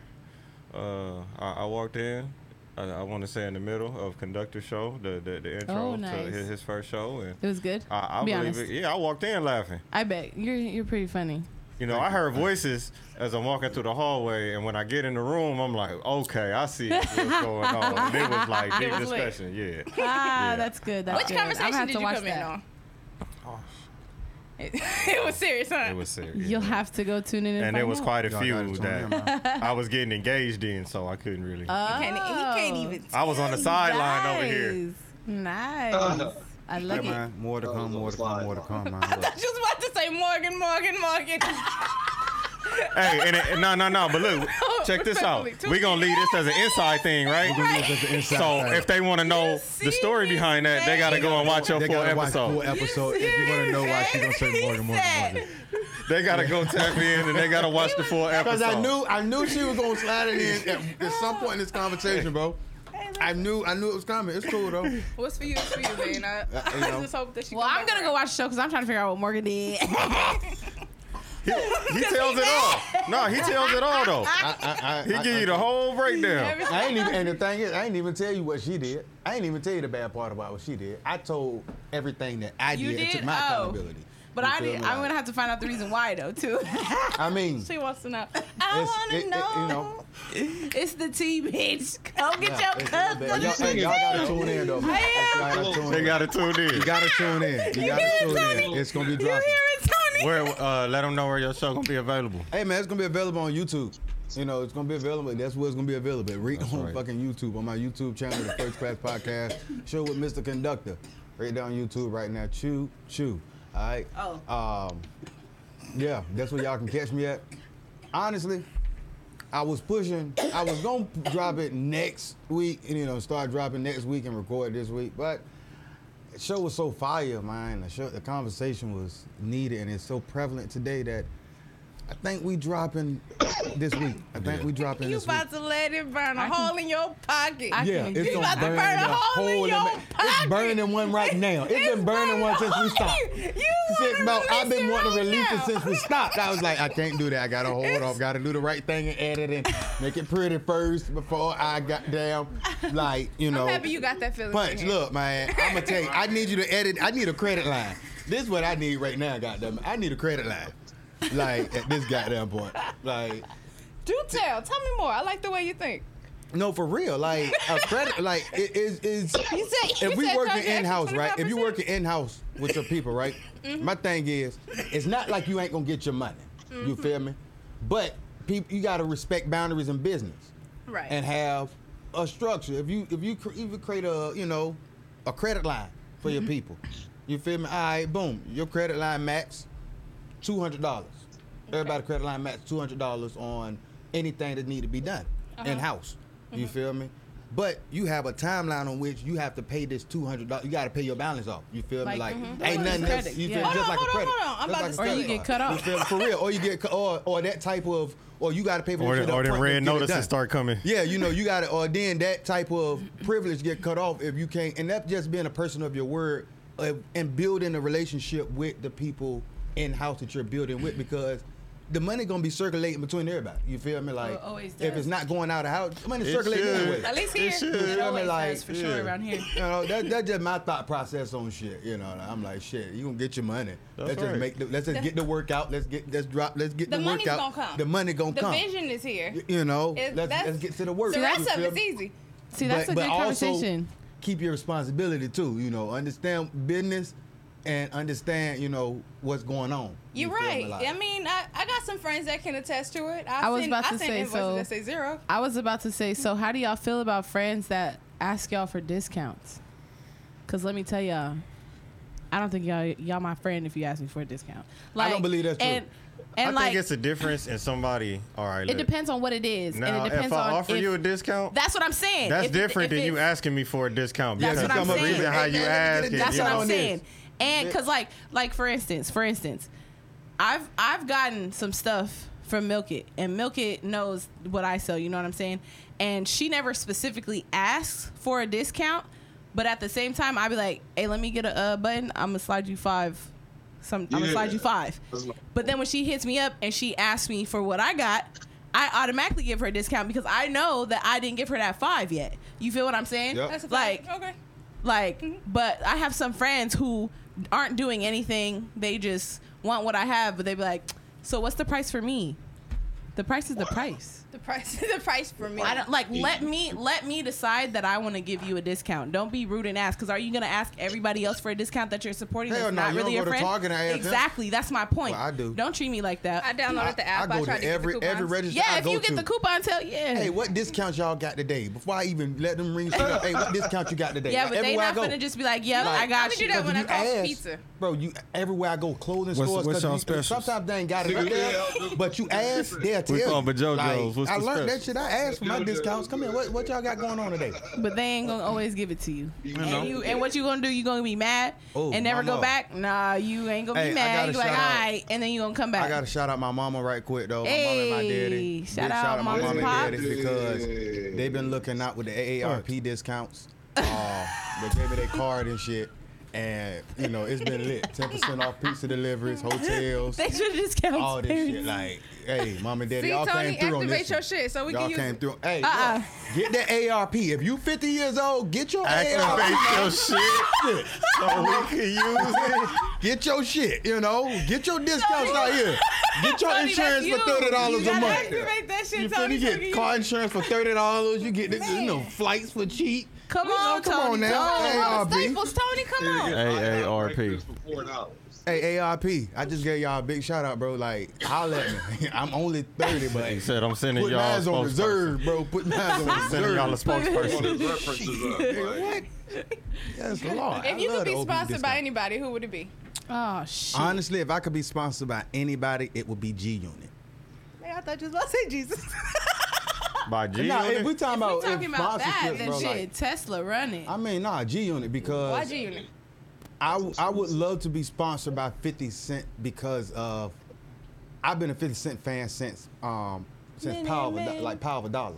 [SPEAKER 2] Uh, I, I walked in. I, I want to say in the middle of conductor show, the the, the intro
[SPEAKER 6] Oh,
[SPEAKER 2] to
[SPEAKER 6] nice.
[SPEAKER 2] his, his first show, and
[SPEAKER 6] It was good.
[SPEAKER 2] I, I
[SPEAKER 6] Be
[SPEAKER 2] believe
[SPEAKER 6] honest.
[SPEAKER 2] it. Yeah, I walked in laughing.
[SPEAKER 6] I bet you're you're pretty funny.
[SPEAKER 2] You know, I heard voices as I'm walking through the hallway, and when I get in the room, I'm like, okay, I see what's going on. And it was like deep
[SPEAKER 4] was lit.
[SPEAKER 2] discussion. Yeah.
[SPEAKER 6] Ah,
[SPEAKER 2] Yeah.
[SPEAKER 6] that's good. That's
[SPEAKER 4] Which
[SPEAKER 6] good. I'm gonna
[SPEAKER 4] conversation
[SPEAKER 6] have
[SPEAKER 4] did
[SPEAKER 6] to
[SPEAKER 4] you
[SPEAKER 6] watch
[SPEAKER 4] come in
[SPEAKER 6] that.
[SPEAKER 4] on?
[SPEAKER 5] Oh,
[SPEAKER 4] It, it was serious, huh?
[SPEAKER 2] It was serious.
[SPEAKER 6] You'll have to go tune in. And,
[SPEAKER 2] and there
[SPEAKER 6] find
[SPEAKER 2] was
[SPEAKER 6] out.
[SPEAKER 2] quite a
[SPEAKER 5] Y'all gotta
[SPEAKER 2] few
[SPEAKER 5] tune in, man.
[SPEAKER 2] that I was getting engaged in, so I couldn't really.
[SPEAKER 6] Oh,
[SPEAKER 7] Uh,
[SPEAKER 4] He can't, he can't even.
[SPEAKER 2] I was on the sideline over here.
[SPEAKER 6] Nice.
[SPEAKER 3] Uh,
[SPEAKER 6] Nice. I
[SPEAKER 5] Yeah,
[SPEAKER 6] love it.
[SPEAKER 5] man. More to
[SPEAKER 3] Oh,
[SPEAKER 5] come, more to come,
[SPEAKER 3] slide.
[SPEAKER 5] more to come, man.
[SPEAKER 4] I was just about to say Morgan, Morgan, Morgan.
[SPEAKER 2] Hey, and it, no, no, no. But look, check this out.
[SPEAKER 4] Respectfully, too.
[SPEAKER 2] We're gonna leave this as an inside thing, right? So if they want to know the story behind that, they gotta go and watch your
[SPEAKER 5] they
[SPEAKER 2] full
[SPEAKER 5] gotta watch full
[SPEAKER 2] episode.
[SPEAKER 5] episode if you want to know why she gonna say Morgan, Morgan, Morgan.
[SPEAKER 2] They gotta go tap in and they gotta watch the full
[SPEAKER 5] Because
[SPEAKER 2] episode.
[SPEAKER 5] I knew, I knew she was gonna slide it in at, at some point in this conversation, bro. I knew, I knew it was coming. It's cool though.
[SPEAKER 4] What's for you? It's for you, man. I,
[SPEAKER 5] Uh, you
[SPEAKER 4] I
[SPEAKER 5] know.
[SPEAKER 4] just hope that she.
[SPEAKER 6] Well,
[SPEAKER 4] come
[SPEAKER 6] I'm
[SPEAKER 4] back
[SPEAKER 6] gonna go
[SPEAKER 4] around.
[SPEAKER 6] watch the show because I'm trying to figure out what Morgan did.
[SPEAKER 2] he, he tells it all. No, he tells it all though.
[SPEAKER 5] I,
[SPEAKER 2] He give you the whole breakdown.
[SPEAKER 5] I ain't even, and the thing is, I ain't even tell you what she did. I ain't even tell you the bad part about what she did. I told everything that I
[SPEAKER 6] You
[SPEAKER 5] did, and took
[SPEAKER 6] did?
[SPEAKER 5] my
[SPEAKER 6] Oh.
[SPEAKER 5] accountability.
[SPEAKER 6] but
[SPEAKER 5] You
[SPEAKER 6] I
[SPEAKER 5] feel
[SPEAKER 6] did,
[SPEAKER 5] me?
[SPEAKER 6] I'm gonna have to find out the reason why though too.
[SPEAKER 5] I mean,
[SPEAKER 4] She wants to know. I
[SPEAKER 5] It's-
[SPEAKER 4] want
[SPEAKER 5] it-
[SPEAKER 4] to
[SPEAKER 5] it-
[SPEAKER 4] know.
[SPEAKER 5] you know.
[SPEAKER 6] it's the tea, bitch. Go get your
[SPEAKER 5] yeah, it's-
[SPEAKER 6] cup.
[SPEAKER 5] y'all,
[SPEAKER 6] Go
[SPEAKER 5] hey, y'all gotta tune in though. man. Y'all gotta tune
[SPEAKER 2] They
[SPEAKER 5] in.
[SPEAKER 2] gotta tune in.
[SPEAKER 5] You gotta tune in. You gotta tune in. It's gonna be
[SPEAKER 6] You hear
[SPEAKER 5] dropping.
[SPEAKER 6] it, Tony?
[SPEAKER 2] Where uh, let them know where your show gonna be available.
[SPEAKER 5] Hey man, it's gonna be available on YouTube. You know, it's gonna be available. That's where it's gonna be available. Read on
[SPEAKER 2] right.
[SPEAKER 5] fucking YouTube on my YouTube channel, the First Class Podcast Show with Mr. Conductor. Right there on YouTube right now. Chew, chew. All right.
[SPEAKER 6] Oh.
[SPEAKER 5] Um, yeah, that's where y'all can catch me at. Honestly, I was pushing. I was gonna drop it next week, and you know, start dropping next week and record this week, but. The show was so fire, man. The, show, the conversation was needed, and it's so prevalent today that I think we dropping this week. I think we dropping
[SPEAKER 4] You
[SPEAKER 5] this week.
[SPEAKER 4] about to let it burn a
[SPEAKER 6] I can-
[SPEAKER 4] hole in your pocket.
[SPEAKER 6] I-
[SPEAKER 5] yeah,
[SPEAKER 6] You
[SPEAKER 5] it's
[SPEAKER 4] about
[SPEAKER 5] gonna
[SPEAKER 4] to
[SPEAKER 5] burn,
[SPEAKER 4] burn a hole in your
[SPEAKER 5] ma- It's
[SPEAKER 4] pocket.
[SPEAKER 5] burning one right now. It's been burning one since we stopped.
[SPEAKER 4] You
[SPEAKER 5] Since, bro, I've been wanting to release
[SPEAKER 4] now.
[SPEAKER 5] it since we stopped. I was like, I can't do that. I gotta hold off. Gotta do the right thing and edit and make it pretty first before I got down. Like, you know.
[SPEAKER 4] I'm happy you got that feeling.
[SPEAKER 5] Punch,
[SPEAKER 4] in here.
[SPEAKER 5] look, man. I'm gonna tell you. I need you to edit. I need a credit line. This is what I need right now, goddamn. it. I need a credit line. Like at this goddamn point. Like
[SPEAKER 4] Do tell. Tell me more. I like the way you think.
[SPEAKER 5] no, for real. Like a credit. Like it is is.
[SPEAKER 4] You said- you
[SPEAKER 5] if we
[SPEAKER 4] said
[SPEAKER 5] working
[SPEAKER 4] charge an extra
[SPEAKER 5] in house, right? If you
[SPEAKER 4] 25%?
[SPEAKER 5] working in house with your people, right?
[SPEAKER 4] Mm-hmm.
[SPEAKER 5] My thing is, it's not like you ain't gonna get your money. You
[SPEAKER 4] Mm-hmm.
[SPEAKER 5] feel me? But people, you gotta respect boundaries in business.
[SPEAKER 4] Right.
[SPEAKER 5] and have a structure. If you if you cr- even create a you know a credit line for
[SPEAKER 4] Mm-hmm.
[SPEAKER 5] your people, you feel me? All right, boom. Your credit line max two hundred dollars. Everybody credit line max two hundred dollars on anything that need to be done
[SPEAKER 4] Uh-huh.
[SPEAKER 5] in house.
[SPEAKER 4] Mm-hmm.
[SPEAKER 5] You feel me? But you have a timeline on which you have to pay this two hundred dollars. You got to pay your balance off. You feel me?
[SPEAKER 6] Like,
[SPEAKER 5] Like
[SPEAKER 4] mm-hmm.
[SPEAKER 6] mhm.
[SPEAKER 5] ain't
[SPEAKER 6] Like
[SPEAKER 5] nothing
[SPEAKER 6] credit,
[SPEAKER 5] else. You
[SPEAKER 6] yeah.
[SPEAKER 5] feel me?
[SPEAKER 6] Hold
[SPEAKER 5] just
[SPEAKER 4] on,
[SPEAKER 5] like a
[SPEAKER 4] hold on,
[SPEAKER 5] credit.
[SPEAKER 4] hold on. I'm
[SPEAKER 5] Just
[SPEAKER 4] about to
[SPEAKER 5] like a
[SPEAKER 4] say-
[SPEAKER 5] credit
[SPEAKER 6] Or you get
[SPEAKER 5] card.
[SPEAKER 6] cut off.
[SPEAKER 5] You feel me? For real, or you get cu- or or that type of or you got to pay for
[SPEAKER 2] Or,
[SPEAKER 5] this shit
[SPEAKER 2] or
[SPEAKER 5] up
[SPEAKER 2] them
[SPEAKER 5] front and
[SPEAKER 2] red
[SPEAKER 5] get it
[SPEAKER 2] notices
[SPEAKER 5] done.
[SPEAKER 2] start coming.
[SPEAKER 5] Yeah, you know, you got to, or then that type of privilege get cut off if you can't, and that's just being a person of your word uh, and building a relationship with the people in house that you're building with because the money gonna be circulating between everybody. You feel me? Like,
[SPEAKER 6] it always
[SPEAKER 5] if
[SPEAKER 6] does.
[SPEAKER 5] it's not going out of house, money
[SPEAKER 2] It
[SPEAKER 5] circulating
[SPEAKER 2] should.
[SPEAKER 5] anyway.
[SPEAKER 4] Oh, At least
[SPEAKER 2] It
[SPEAKER 4] here.
[SPEAKER 2] should.
[SPEAKER 5] You
[SPEAKER 6] It
[SPEAKER 5] feel me?
[SPEAKER 6] always
[SPEAKER 5] Like,
[SPEAKER 6] does for sure
[SPEAKER 2] yeah.
[SPEAKER 6] around here.
[SPEAKER 5] you know, that, that's just my thought process on shit. You know, I'm like, shit, you gonna get your money.
[SPEAKER 2] That's
[SPEAKER 5] let's
[SPEAKER 2] right.
[SPEAKER 5] just make, the, let's just get the work out. Let's get, let's drop, let's get
[SPEAKER 4] The
[SPEAKER 5] the, work
[SPEAKER 4] money's
[SPEAKER 5] out.
[SPEAKER 4] gonna come.
[SPEAKER 5] The money gonna
[SPEAKER 4] The
[SPEAKER 5] come.
[SPEAKER 4] vision is here.
[SPEAKER 5] You know,
[SPEAKER 4] It-
[SPEAKER 5] let's,
[SPEAKER 4] that's-
[SPEAKER 5] let's get to the work.
[SPEAKER 4] The rest
[SPEAKER 5] You
[SPEAKER 4] of
[SPEAKER 5] feel
[SPEAKER 4] it's
[SPEAKER 5] me?
[SPEAKER 4] easy.
[SPEAKER 6] See, that's
[SPEAKER 5] but,
[SPEAKER 6] a
[SPEAKER 5] but
[SPEAKER 6] good
[SPEAKER 5] also
[SPEAKER 6] conversation.
[SPEAKER 5] keep your responsibility too. You know, understand business and understand you know what's going on.
[SPEAKER 4] You're
[SPEAKER 5] You feel me?
[SPEAKER 4] right.
[SPEAKER 5] Like,
[SPEAKER 4] I mean, I, I got some friends that can attest to it.
[SPEAKER 6] I
[SPEAKER 4] I,
[SPEAKER 6] was
[SPEAKER 4] send-
[SPEAKER 6] about to
[SPEAKER 4] I send
[SPEAKER 6] say,
[SPEAKER 4] invoices
[SPEAKER 6] so-
[SPEAKER 4] that say zero.
[SPEAKER 6] I was about to say, so how do y'all feel about friends that ask y'all for discounts? Cause let me tell y'all, I don't think y'all y'all my friend if you ask me for a discount.
[SPEAKER 5] I don't believe that's true.
[SPEAKER 6] And,
[SPEAKER 2] I
[SPEAKER 6] and
[SPEAKER 2] think
[SPEAKER 6] like
[SPEAKER 2] it's a difference in somebody. All right,
[SPEAKER 6] it
[SPEAKER 2] look.
[SPEAKER 6] depends on what it is,
[SPEAKER 2] Now,
[SPEAKER 6] and it depends
[SPEAKER 2] if I
[SPEAKER 6] on
[SPEAKER 2] offer
[SPEAKER 6] if-
[SPEAKER 2] you a discount,
[SPEAKER 6] that's what I'm saying.
[SPEAKER 2] That's
[SPEAKER 6] If it-
[SPEAKER 2] different
[SPEAKER 6] if
[SPEAKER 2] than you
[SPEAKER 6] it's-
[SPEAKER 2] asking me for a discount.
[SPEAKER 6] That's
[SPEAKER 2] because
[SPEAKER 6] what I'm
[SPEAKER 2] the
[SPEAKER 6] saying.
[SPEAKER 2] reason how
[SPEAKER 5] Hey,
[SPEAKER 2] you
[SPEAKER 5] man,
[SPEAKER 2] ask
[SPEAKER 5] let me get a
[SPEAKER 2] it,
[SPEAKER 6] That's
[SPEAKER 2] you
[SPEAKER 6] what
[SPEAKER 5] Yeah.
[SPEAKER 2] know.
[SPEAKER 6] I'm
[SPEAKER 5] On
[SPEAKER 6] saying.
[SPEAKER 5] this.
[SPEAKER 6] And because like like for instance, for instance, I've I've gotten some stuff
[SPEAKER 7] from Milk It, and Milk It knows what I sell. You know what I'm saying? And she never specifically asks for a discount, but at the same time, I'd be like, "Hey, let me get a uh, button. I'm gonna slide you five. Some I'm gonna
[SPEAKER 3] Yeah.
[SPEAKER 7] slide you five.
[SPEAKER 3] That's my-
[SPEAKER 7] But then when she hits me up and she asks me for what I got, I automatically give her a discount because I know that I didn't give her that five yet. You feel what I'm saying?
[SPEAKER 5] Yep.
[SPEAKER 4] That's a
[SPEAKER 7] like,
[SPEAKER 4] fact. okay.
[SPEAKER 7] like,
[SPEAKER 4] Mm-hmm.
[SPEAKER 7] but I have some friends who aren't doing anything. They just want what I have, but they be like, "So what's the price for me?" The price is the price.
[SPEAKER 4] The price, the price for me.
[SPEAKER 7] I don't like. Let me let me decide that I want to give you a discount. Don't be rude and ask. Because are you gonna ask everybody else for a discount that you're supporting?
[SPEAKER 5] Hell
[SPEAKER 7] that's
[SPEAKER 5] no,
[SPEAKER 7] not
[SPEAKER 5] you
[SPEAKER 7] really
[SPEAKER 5] don't
[SPEAKER 7] your
[SPEAKER 5] go to
[SPEAKER 7] friend.
[SPEAKER 5] Target and ask them.
[SPEAKER 7] exactly. That's my point.
[SPEAKER 5] Well, I do.
[SPEAKER 7] Don't treat me like that.
[SPEAKER 4] I downloaded the app. I,
[SPEAKER 5] I go
[SPEAKER 4] tried
[SPEAKER 5] to every
[SPEAKER 4] get the
[SPEAKER 5] every
[SPEAKER 4] coupons.
[SPEAKER 5] register.
[SPEAKER 7] yeah,
[SPEAKER 5] I
[SPEAKER 7] if
[SPEAKER 5] go
[SPEAKER 7] you get
[SPEAKER 5] to.
[SPEAKER 7] the coupon, tell yeah.
[SPEAKER 5] Hey, what discounts y'all got today? Before I even let them ring shit up, hey, what discount you got today?
[SPEAKER 7] yeah,
[SPEAKER 5] Like,
[SPEAKER 7] but they
[SPEAKER 5] everywhere I
[SPEAKER 7] not
[SPEAKER 5] go.
[SPEAKER 7] gonna just be like, "Yep,
[SPEAKER 5] Like-
[SPEAKER 7] I got
[SPEAKER 4] I'ma do
[SPEAKER 7] you."
[SPEAKER 4] that
[SPEAKER 5] Because
[SPEAKER 4] when
[SPEAKER 5] you
[SPEAKER 4] I call for
[SPEAKER 5] ask-
[SPEAKER 4] pizza.
[SPEAKER 5] Bro, you everywhere I go, clothing
[SPEAKER 8] What's- what's
[SPEAKER 5] stores. 'cause
[SPEAKER 8] y'all
[SPEAKER 5] you-
[SPEAKER 8] specials?
[SPEAKER 5] Sometimes they ain't got it
[SPEAKER 3] Nigga,
[SPEAKER 5] up
[SPEAKER 3] yeah,
[SPEAKER 5] there,
[SPEAKER 3] I'll-
[SPEAKER 5] but you ask, they'll tell
[SPEAKER 8] calling
[SPEAKER 5] you.
[SPEAKER 8] Bajojos. What's
[SPEAKER 5] I
[SPEAKER 8] the
[SPEAKER 5] learned that
[SPEAKER 8] specials?
[SPEAKER 5] shit. I asked for my
[SPEAKER 3] Bajojos.
[SPEAKER 5] discounts. Come here, what, what y'all got going on today?
[SPEAKER 7] But they ain't gonna always give it to you.
[SPEAKER 3] know.
[SPEAKER 7] And, you, and what you gonna do? You gonna be mad
[SPEAKER 5] Oh,
[SPEAKER 7] and never
[SPEAKER 5] my
[SPEAKER 7] go
[SPEAKER 5] mom.
[SPEAKER 7] back? Nah, you ain't gonna
[SPEAKER 5] Hey,
[SPEAKER 7] be
[SPEAKER 5] I
[SPEAKER 7] mad.
[SPEAKER 5] gotta
[SPEAKER 7] You be like, all
[SPEAKER 5] shout out-
[SPEAKER 7] right, and then you gonna come back.
[SPEAKER 5] I gotta shout out my mama right quick though. My mom and my daddy.
[SPEAKER 7] Hey, shout
[SPEAKER 5] Big
[SPEAKER 7] out
[SPEAKER 5] shout out my
[SPEAKER 7] mamas
[SPEAKER 5] mom and
[SPEAKER 7] and pops.
[SPEAKER 5] daddy because
[SPEAKER 3] Yeah.
[SPEAKER 5] they've been looking out with the AARP discounts. Uh, they gave me their card and shit. And you know, it's been lit. Ten percent off pizza deliveries, hotels,
[SPEAKER 7] they should have just counted.
[SPEAKER 5] all this shit. Like, hey, mom and daddy,
[SPEAKER 4] See,
[SPEAKER 5] y'all
[SPEAKER 4] Tony,
[SPEAKER 5] came through on
[SPEAKER 4] activate
[SPEAKER 5] this.
[SPEAKER 4] your
[SPEAKER 5] one.
[SPEAKER 4] shit so we
[SPEAKER 5] y'all
[SPEAKER 4] can use
[SPEAKER 5] came
[SPEAKER 4] it.
[SPEAKER 5] through. Hey,
[SPEAKER 7] Uh-uh.
[SPEAKER 5] look, get that ARP. If you 50 years old, get your ARP.
[SPEAKER 8] Activate your shit
[SPEAKER 5] shit.
[SPEAKER 8] so we can use it.
[SPEAKER 5] Get your shit, you know. Get your discounts out here. Get your
[SPEAKER 7] Tony, that's
[SPEAKER 5] insurance for
[SPEAKER 7] you.
[SPEAKER 5] thirty dollars
[SPEAKER 7] You
[SPEAKER 5] a
[SPEAKER 7] gotta
[SPEAKER 5] month.
[SPEAKER 7] activate that shit,
[SPEAKER 5] You feel
[SPEAKER 7] Tony,
[SPEAKER 5] me?
[SPEAKER 7] so
[SPEAKER 5] Get
[SPEAKER 7] you-
[SPEAKER 5] car insurance for thirty dollars. You get this, you know flights for cheap.
[SPEAKER 7] Come on,
[SPEAKER 5] come
[SPEAKER 7] Tony.
[SPEAKER 5] on
[SPEAKER 4] Oh,
[SPEAKER 5] now. Hey, uh,
[SPEAKER 7] Tony, come on,
[SPEAKER 5] RB.
[SPEAKER 7] Staples, Tony, come on.
[SPEAKER 2] AARP.
[SPEAKER 3] For four dollars.
[SPEAKER 5] Hey, AIP, I just gave y'all a big shout out, bro. Like, holla at me. I'm only thirty, but
[SPEAKER 2] He said, I'm sending
[SPEAKER 5] put
[SPEAKER 2] y'all a
[SPEAKER 5] mines on
[SPEAKER 2] spokesperson."
[SPEAKER 5] reserve, bro. Put mines on
[SPEAKER 2] Sending y'all a
[SPEAKER 5] reserve.
[SPEAKER 3] All
[SPEAKER 2] spokesperson.
[SPEAKER 3] the references up. Like,
[SPEAKER 5] What? That's a lot.
[SPEAKER 4] If you could be sponsored by
[SPEAKER 5] any.
[SPEAKER 4] anybody, who would it be?
[SPEAKER 7] Oh shit.
[SPEAKER 5] Honestly, if I could be sponsored by anybody, it would be G Unit.
[SPEAKER 4] I thought you was about to say Jesus.
[SPEAKER 2] By G.
[SPEAKER 5] Nah,
[SPEAKER 2] Unit?
[SPEAKER 5] if we talking
[SPEAKER 7] we
[SPEAKER 5] about,
[SPEAKER 7] talking about that,
[SPEAKER 5] sponsorship,
[SPEAKER 7] then
[SPEAKER 5] bro,
[SPEAKER 7] shit.
[SPEAKER 5] like,
[SPEAKER 7] Tesla running.
[SPEAKER 5] I mean, nah, G Unit because
[SPEAKER 4] Why G Unit?
[SPEAKER 5] I, I would love to be sponsored by 50 Cent because of I've been a 50 Cent fan since um since Power of a Do- like Power of a Dollar.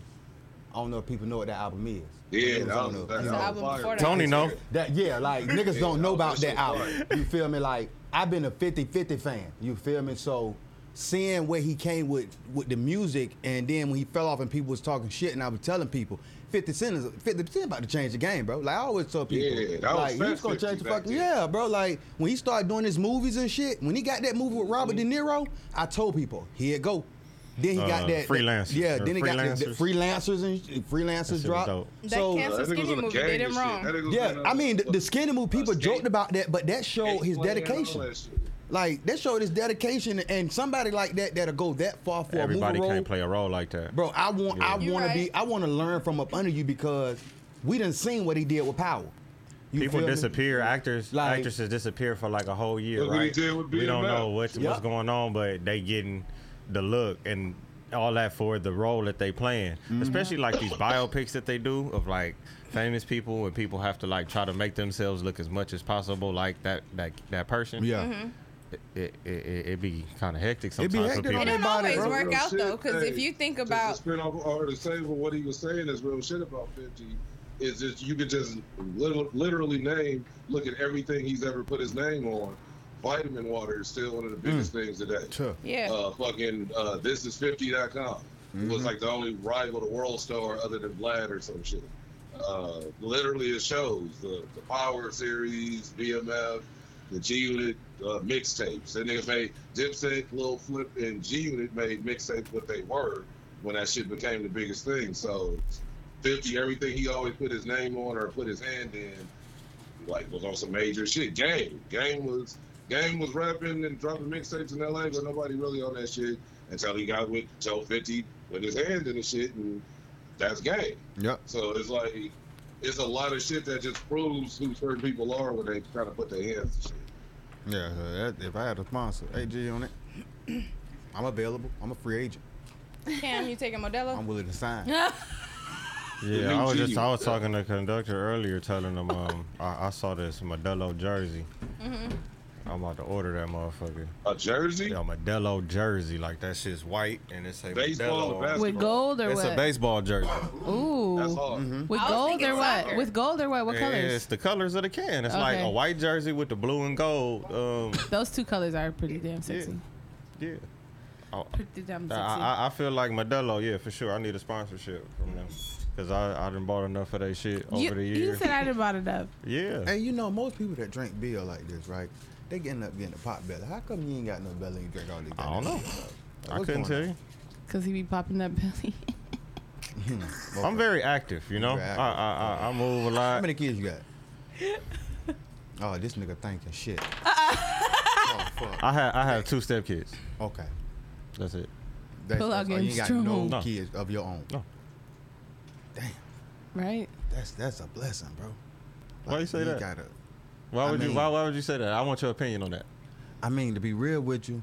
[SPEAKER 5] I don't know if people know what that album is.
[SPEAKER 3] Yeah,
[SPEAKER 5] Niggas
[SPEAKER 3] that
[SPEAKER 5] don't
[SPEAKER 3] was,
[SPEAKER 5] know.
[SPEAKER 3] that,
[SPEAKER 5] You
[SPEAKER 3] that
[SPEAKER 5] know,
[SPEAKER 4] album
[SPEAKER 3] was
[SPEAKER 4] before
[SPEAKER 3] fire.
[SPEAKER 4] that.
[SPEAKER 2] Tony, no.
[SPEAKER 5] that- yeah, like niggas don't know
[SPEAKER 3] that
[SPEAKER 5] about
[SPEAKER 3] was
[SPEAKER 5] that
[SPEAKER 3] so
[SPEAKER 5] album.
[SPEAKER 3] fire.
[SPEAKER 5] You feel me? Like I've been a 50-50 fan. You feel me? So seeing where he came with with the music and then when he fell off and people was talking shit and I was telling people 50 Cent is 50 Cent about to change the game, bro. Like I always tell people.
[SPEAKER 3] Yeah, that was
[SPEAKER 5] like
[SPEAKER 3] Fat
[SPEAKER 5] he's gonna
[SPEAKER 3] 50
[SPEAKER 5] change the
[SPEAKER 3] back
[SPEAKER 5] fuck.
[SPEAKER 3] then.
[SPEAKER 5] Yeah, bro. Like when he started doing his movies and shit, when he got that movie with Robert
[SPEAKER 3] Mm-hmm.
[SPEAKER 5] De Niro, I told people, here it go. Then he
[SPEAKER 2] Uh,
[SPEAKER 5] got that
[SPEAKER 2] Freelancers.
[SPEAKER 5] Yeah,
[SPEAKER 2] Or
[SPEAKER 5] then he got the, the
[SPEAKER 2] Freelancers.
[SPEAKER 5] freelancers and freelancers
[SPEAKER 2] was dope.
[SPEAKER 5] drop.
[SPEAKER 4] That
[SPEAKER 5] so
[SPEAKER 4] canceled
[SPEAKER 3] That nigga was
[SPEAKER 4] Skinny
[SPEAKER 3] on a
[SPEAKER 4] movie
[SPEAKER 3] gang
[SPEAKER 4] did him
[SPEAKER 3] and shit.
[SPEAKER 4] wrong.
[SPEAKER 3] That nigga was uh,
[SPEAKER 5] yeah,
[SPEAKER 3] on a-
[SPEAKER 5] I mean the, the
[SPEAKER 3] a
[SPEAKER 5] skinny move.
[SPEAKER 3] skate-
[SPEAKER 5] People joked about that, but that
[SPEAKER 3] skate
[SPEAKER 5] showed
[SPEAKER 3] plane
[SPEAKER 5] his
[SPEAKER 3] and all that
[SPEAKER 5] dedication.
[SPEAKER 3] shit.
[SPEAKER 5] Like that showed his dedication, and somebody like that that'll go that far for
[SPEAKER 2] Everybody
[SPEAKER 5] a movie
[SPEAKER 2] can't
[SPEAKER 5] role.
[SPEAKER 2] play a role like that.
[SPEAKER 5] Bro, I want I
[SPEAKER 4] You
[SPEAKER 5] want to
[SPEAKER 4] right.
[SPEAKER 5] be I want to learn from up under you because we done seen what he did with Power. You
[SPEAKER 2] People
[SPEAKER 5] feel me?
[SPEAKER 2] disappear. Actors,
[SPEAKER 5] Like-
[SPEAKER 2] actresses disappear for like a whole year.
[SPEAKER 3] Look what he
[SPEAKER 2] right?
[SPEAKER 3] did with
[SPEAKER 2] we
[SPEAKER 3] Being
[SPEAKER 2] don't
[SPEAKER 3] Back.
[SPEAKER 2] know what's what's
[SPEAKER 5] Yep.
[SPEAKER 2] going on, but they getting the look and all that for the role that they playing.
[SPEAKER 5] Mm-hmm.
[SPEAKER 2] Especially like these biopics that they do of like famous people, and people have to like try to make themselves look as much as possible like that that that person.
[SPEAKER 5] Yeah,
[SPEAKER 2] it it, it, it be kind of hectic
[SPEAKER 5] It
[SPEAKER 2] sometimes
[SPEAKER 5] be
[SPEAKER 2] for
[SPEAKER 5] hectic on
[SPEAKER 2] people.
[SPEAKER 4] It
[SPEAKER 5] that
[SPEAKER 4] don't
[SPEAKER 5] Everybody,
[SPEAKER 4] always
[SPEAKER 5] bro.
[SPEAKER 4] work
[SPEAKER 3] Real
[SPEAKER 4] out
[SPEAKER 3] shit,
[SPEAKER 4] though, because
[SPEAKER 3] hey,
[SPEAKER 4] if you think
[SPEAKER 3] just
[SPEAKER 4] about
[SPEAKER 3] to spin off or to say for what he was saying is real shit about Fifty. Is just you could just lit- literally name look at everything he's ever put his name on. Vitamin water is still one of the biggest things today.
[SPEAKER 5] sure.
[SPEAKER 4] yeah,
[SPEAKER 3] Uh, fucking uh, this is 50.com. It was like the only rival to World Star other than Vlad or some shit. Uh, literally, it shows the, the Power series, BMF, the G Unit uh, mixtapes. That niggas made Dipset, Lil Flip, and G Unit made mixtapes what they were when that shit became the biggest thing. So, 50, everything he always put his name on or put his hand in like was on some major shit. Game, game was game was rapping and dropping mixtapes in L.A., but nobody really on that shit until he got with Joe Fifty with his hand in the shit, and that's game.
[SPEAKER 5] Yep.
[SPEAKER 3] So it's like it's a lot of shit that just proves who certain people are when they kind of put their hands to shit.
[SPEAKER 5] Yeah, so that, if I had a sponsor, AG on it, I'm available. I'm a free agent.
[SPEAKER 4] Cam, you taking Modelo?
[SPEAKER 5] I'm willing to sign.
[SPEAKER 3] The
[SPEAKER 2] Yeah,
[SPEAKER 3] new
[SPEAKER 2] I was
[SPEAKER 3] G.
[SPEAKER 2] just I was talking
[SPEAKER 5] Mm-hmm.
[SPEAKER 2] to the conductor earlier, telling him um, I, I saw this Modelo jersey, I'm about to order that motherfucker.
[SPEAKER 3] A jersey?
[SPEAKER 2] Yeah, Modelo jersey. Like that shit's white and it's a
[SPEAKER 3] Baseball
[SPEAKER 2] Modelo.
[SPEAKER 3] or basketball?
[SPEAKER 7] With gold or
[SPEAKER 2] It's a
[SPEAKER 7] what?
[SPEAKER 2] baseball jersey.
[SPEAKER 3] That's
[SPEAKER 7] Ooh.
[SPEAKER 3] hard.
[SPEAKER 7] With
[SPEAKER 4] was
[SPEAKER 7] gold
[SPEAKER 4] thinking
[SPEAKER 7] or what?
[SPEAKER 4] soccer.
[SPEAKER 7] With gold or what? What
[SPEAKER 2] It's
[SPEAKER 7] colors?
[SPEAKER 2] the colors of the can. It's like
[SPEAKER 7] Okay.
[SPEAKER 2] a white jersey with the blue and gold. Um,
[SPEAKER 7] Those two colors are pretty damn sexy.
[SPEAKER 2] yeah. Oh,
[SPEAKER 7] Pretty damn
[SPEAKER 2] I,
[SPEAKER 7] sexy.
[SPEAKER 2] I, I feel like Modelo, yeah, for sure. I need a sponsorship from them because I I done bought enough of that shit over
[SPEAKER 7] you,
[SPEAKER 2] the
[SPEAKER 7] you
[SPEAKER 2] years.
[SPEAKER 7] said I done bought it up.
[SPEAKER 2] yeah,
[SPEAKER 5] And you know, most people that drink beer like this, right? They getting up getting a pot belly. How come you ain't got no belly and drink all this?
[SPEAKER 2] I don't know. I
[SPEAKER 5] What's
[SPEAKER 2] couldn't tell
[SPEAKER 5] going
[SPEAKER 2] you.
[SPEAKER 7] Cause he be popping that belly.
[SPEAKER 2] I'm very active, you know.
[SPEAKER 5] Very active.
[SPEAKER 2] I, I I I move a
[SPEAKER 5] How
[SPEAKER 2] lot.
[SPEAKER 5] many kids you got? oh, this nigga thinking shit. oh, fuck.
[SPEAKER 2] I have I have two step kids.
[SPEAKER 5] Okay.
[SPEAKER 2] That's it.
[SPEAKER 5] That's,
[SPEAKER 7] Pull out
[SPEAKER 5] that's all. You
[SPEAKER 7] game's
[SPEAKER 5] ain't got
[SPEAKER 7] strong.
[SPEAKER 5] no,
[SPEAKER 2] No.
[SPEAKER 5] kids of your own.
[SPEAKER 2] No.
[SPEAKER 5] Damn,
[SPEAKER 7] right?
[SPEAKER 5] that's that's a blessing, bro.
[SPEAKER 2] Why you say that?
[SPEAKER 5] Gotta,
[SPEAKER 2] Why
[SPEAKER 5] I
[SPEAKER 2] would you
[SPEAKER 5] mean-
[SPEAKER 2] why why would you say that? I want your opinion on that.
[SPEAKER 5] I mean, to be real with you,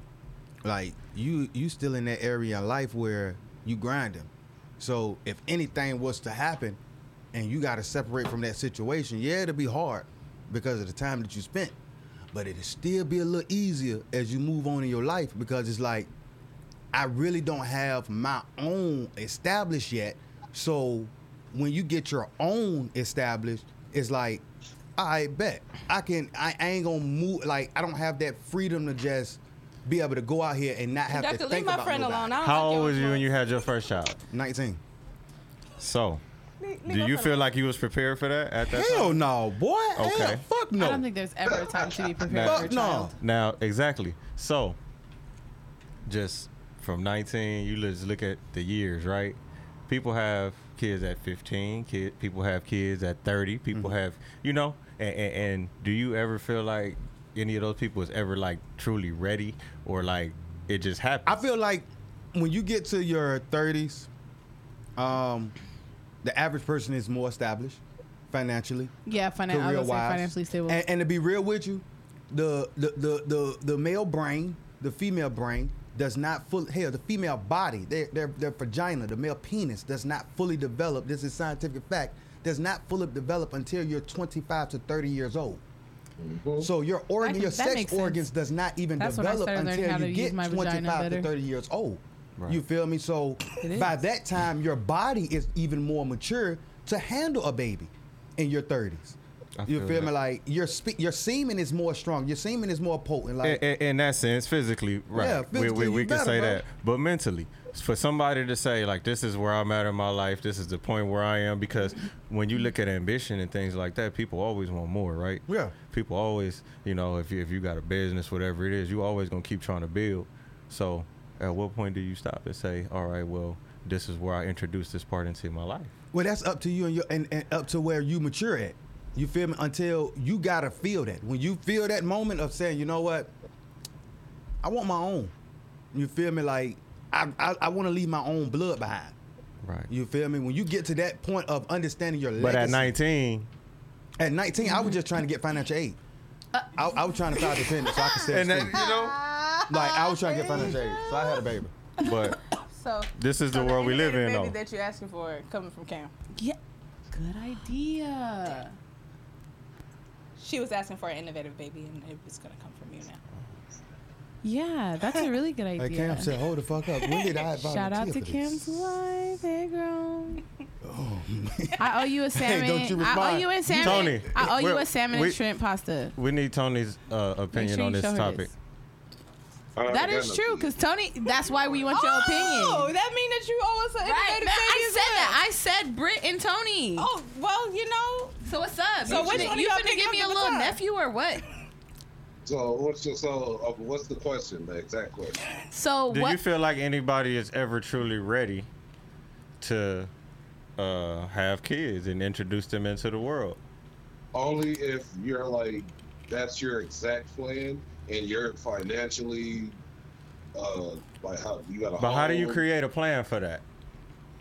[SPEAKER 5] like you you still in that area in life where you grinding. So if anything was to happen, and you got to separate from that situation, yeah, it'll be hard because of the time that you spent. But it'll still be a little easier as you move on in your life because it's like I really don't have my own established yet. So when you get your own established, it's like, I bet I can. I, I ain't gonna move. Like I don't have that freedom to just be able to go out here and not have to
[SPEAKER 4] Doctor,
[SPEAKER 5] think
[SPEAKER 4] leave my
[SPEAKER 5] about
[SPEAKER 4] friend
[SPEAKER 5] nobody.
[SPEAKER 4] alone. I don't
[SPEAKER 2] How
[SPEAKER 4] like your
[SPEAKER 2] old was you when you had
[SPEAKER 4] influence.
[SPEAKER 2] your first child?
[SPEAKER 5] Nineteen.
[SPEAKER 2] So,
[SPEAKER 4] Leave- leave
[SPEAKER 2] do
[SPEAKER 4] my
[SPEAKER 2] you
[SPEAKER 4] friend
[SPEAKER 2] feel like you was prepared for that at that
[SPEAKER 5] Hell
[SPEAKER 2] time?
[SPEAKER 5] no, boy. Okay.
[SPEAKER 2] Okay.
[SPEAKER 5] fuck no.
[SPEAKER 7] I don't think there's ever a time to be prepared
[SPEAKER 2] Nah.
[SPEAKER 7] for a
[SPEAKER 5] fuck no.
[SPEAKER 7] child.
[SPEAKER 2] Now, exactly. So, just from 19, you just look at the years, right? People have kids at 15. Kid, people have kids at 30. People have, you know, and, and, and do you ever feel like any of those people is ever like truly ready or like it just happened?
[SPEAKER 5] I feel like when you get to your 30s, um, the average person is more established financially.
[SPEAKER 7] Yeah, finan- I
[SPEAKER 5] career
[SPEAKER 7] would say
[SPEAKER 5] wise.
[SPEAKER 7] financially stable.
[SPEAKER 6] Eh,
[SPEAKER 5] And, and to be real with you, the the, the the the male brain, the female brain does not fully hell the female body, their their their vagina, the male penis does not fully develop. This is scientific fact. Does not fully develop until you're 25 to 30 years old. So your organ,
[SPEAKER 7] can-
[SPEAKER 5] your
[SPEAKER 7] that makes
[SPEAKER 5] sex
[SPEAKER 7] sense.
[SPEAKER 5] organs does not even
[SPEAKER 7] That's when I
[SPEAKER 5] develop
[SPEAKER 7] started learning how
[SPEAKER 5] until
[SPEAKER 7] to
[SPEAKER 5] you
[SPEAKER 7] use
[SPEAKER 5] get
[SPEAKER 7] my vagina
[SPEAKER 5] 25 to
[SPEAKER 7] better.
[SPEAKER 5] 30 years old.
[SPEAKER 2] Right.
[SPEAKER 5] You feel me? So
[SPEAKER 7] It
[SPEAKER 5] by
[SPEAKER 7] is.
[SPEAKER 5] that time, your body is even more mature to handle a baby in your 30s.
[SPEAKER 2] I
[SPEAKER 5] You
[SPEAKER 2] feel
[SPEAKER 5] feel me?
[SPEAKER 2] that.
[SPEAKER 5] Like your spe- your semen is more strong. Your semen is more potent. Like
[SPEAKER 2] in, in, in that sense, physically, right?
[SPEAKER 5] Yeah,
[SPEAKER 2] we we,
[SPEAKER 5] physically,
[SPEAKER 2] we
[SPEAKER 5] you
[SPEAKER 2] can
[SPEAKER 5] better,
[SPEAKER 2] say
[SPEAKER 5] bro.
[SPEAKER 2] that, but mentally, for somebody to say like, "This is where I'm at in my life. This is the point where I am," because when you look at ambition and things like that, people always want more, right?
[SPEAKER 5] Yeah.
[SPEAKER 2] People always, you know, if you, if you got a business, whatever it is, you always gonna keep trying to build. So, at what point do you stop and say, "All right, well, this is where I introduce this part into my life"?
[SPEAKER 5] well, that's up to you and your and, and up to where you mature at. You feel me? Until you gotta feel that. When you feel that moment of saying, you know what, I want my own. You feel me? Like I I, I want to leave my own blood behind.
[SPEAKER 2] Right.
[SPEAKER 5] You feel me? When you get to that point of understanding your
[SPEAKER 2] but at
[SPEAKER 5] legacy-
[SPEAKER 2] 19,
[SPEAKER 5] At 19, I was just trying to get financial aid.
[SPEAKER 7] Uh,
[SPEAKER 5] I, I was trying to find dependent so I could stay in
[SPEAKER 2] and then
[SPEAKER 5] school.
[SPEAKER 2] you know,
[SPEAKER 5] Like, I was trying to get financial aid, so I had a baby.
[SPEAKER 2] but
[SPEAKER 6] So
[SPEAKER 2] this is the
[SPEAKER 6] so
[SPEAKER 2] world we live in,
[SPEAKER 6] innovative
[SPEAKER 2] though.
[SPEAKER 6] baby That you're asking for coming from Cam.
[SPEAKER 7] yeah. Good idea.
[SPEAKER 6] She was asking for an innovative baby, and it was gonna come from you now.
[SPEAKER 7] Yeah, that's a really good idea.
[SPEAKER 5] Hey, Cam said, hold the fuck up. When did I volunteer
[SPEAKER 7] Shout out
[SPEAKER 5] for
[SPEAKER 7] to
[SPEAKER 5] this? Oh,
[SPEAKER 7] Kim's wife. Hey, girl. I owe you a salmon.
[SPEAKER 5] don't you
[SPEAKER 7] I owe
[SPEAKER 5] respond.
[SPEAKER 7] you a salmon.
[SPEAKER 2] Tony,
[SPEAKER 7] I owe you
[SPEAKER 2] we're-
[SPEAKER 7] a salmon
[SPEAKER 2] we-
[SPEAKER 7] and shrimp pasta.
[SPEAKER 2] We need Tony's uh,
[SPEAKER 7] Make
[SPEAKER 2] opinion
[SPEAKER 7] sure
[SPEAKER 2] on
[SPEAKER 7] you
[SPEAKER 2] this
[SPEAKER 7] show her
[SPEAKER 2] topic.
[SPEAKER 7] this.
[SPEAKER 3] I don't
[SPEAKER 7] That
[SPEAKER 3] got
[SPEAKER 7] is
[SPEAKER 3] no
[SPEAKER 7] true,
[SPEAKER 3] kids.
[SPEAKER 7] because Tony, that's why we want your
[SPEAKER 6] Oh,
[SPEAKER 7] opinion.
[SPEAKER 6] that means that you owe us an
[SPEAKER 7] Right?
[SPEAKER 6] innovative
[SPEAKER 7] man,
[SPEAKER 6] baby.
[SPEAKER 7] I
[SPEAKER 6] as
[SPEAKER 7] said that.
[SPEAKER 6] well.
[SPEAKER 7] I said Brit and Tony.
[SPEAKER 6] oh well, you know.
[SPEAKER 7] So what's up?
[SPEAKER 6] So
[SPEAKER 7] you
[SPEAKER 6] which
[SPEAKER 7] finna-
[SPEAKER 6] one
[SPEAKER 7] you
[SPEAKER 6] of y'all
[SPEAKER 7] finna
[SPEAKER 6] picking
[SPEAKER 7] give
[SPEAKER 6] up
[SPEAKER 7] me a
[SPEAKER 6] the
[SPEAKER 7] little
[SPEAKER 6] car?
[SPEAKER 7] nephew or what?
[SPEAKER 3] So what's your so uh, what's the question? The exact question.
[SPEAKER 7] So
[SPEAKER 2] Do
[SPEAKER 7] what?
[SPEAKER 2] you feel like anybody is ever truly ready to uh, have kids and introduce them into the world?
[SPEAKER 3] Only if you're like that's your exact plan and you're financially uh like how you got a
[SPEAKER 2] But how do you
[SPEAKER 5] Oh.
[SPEAKER 3] home,
[SPEAKER 2] create a plan for that?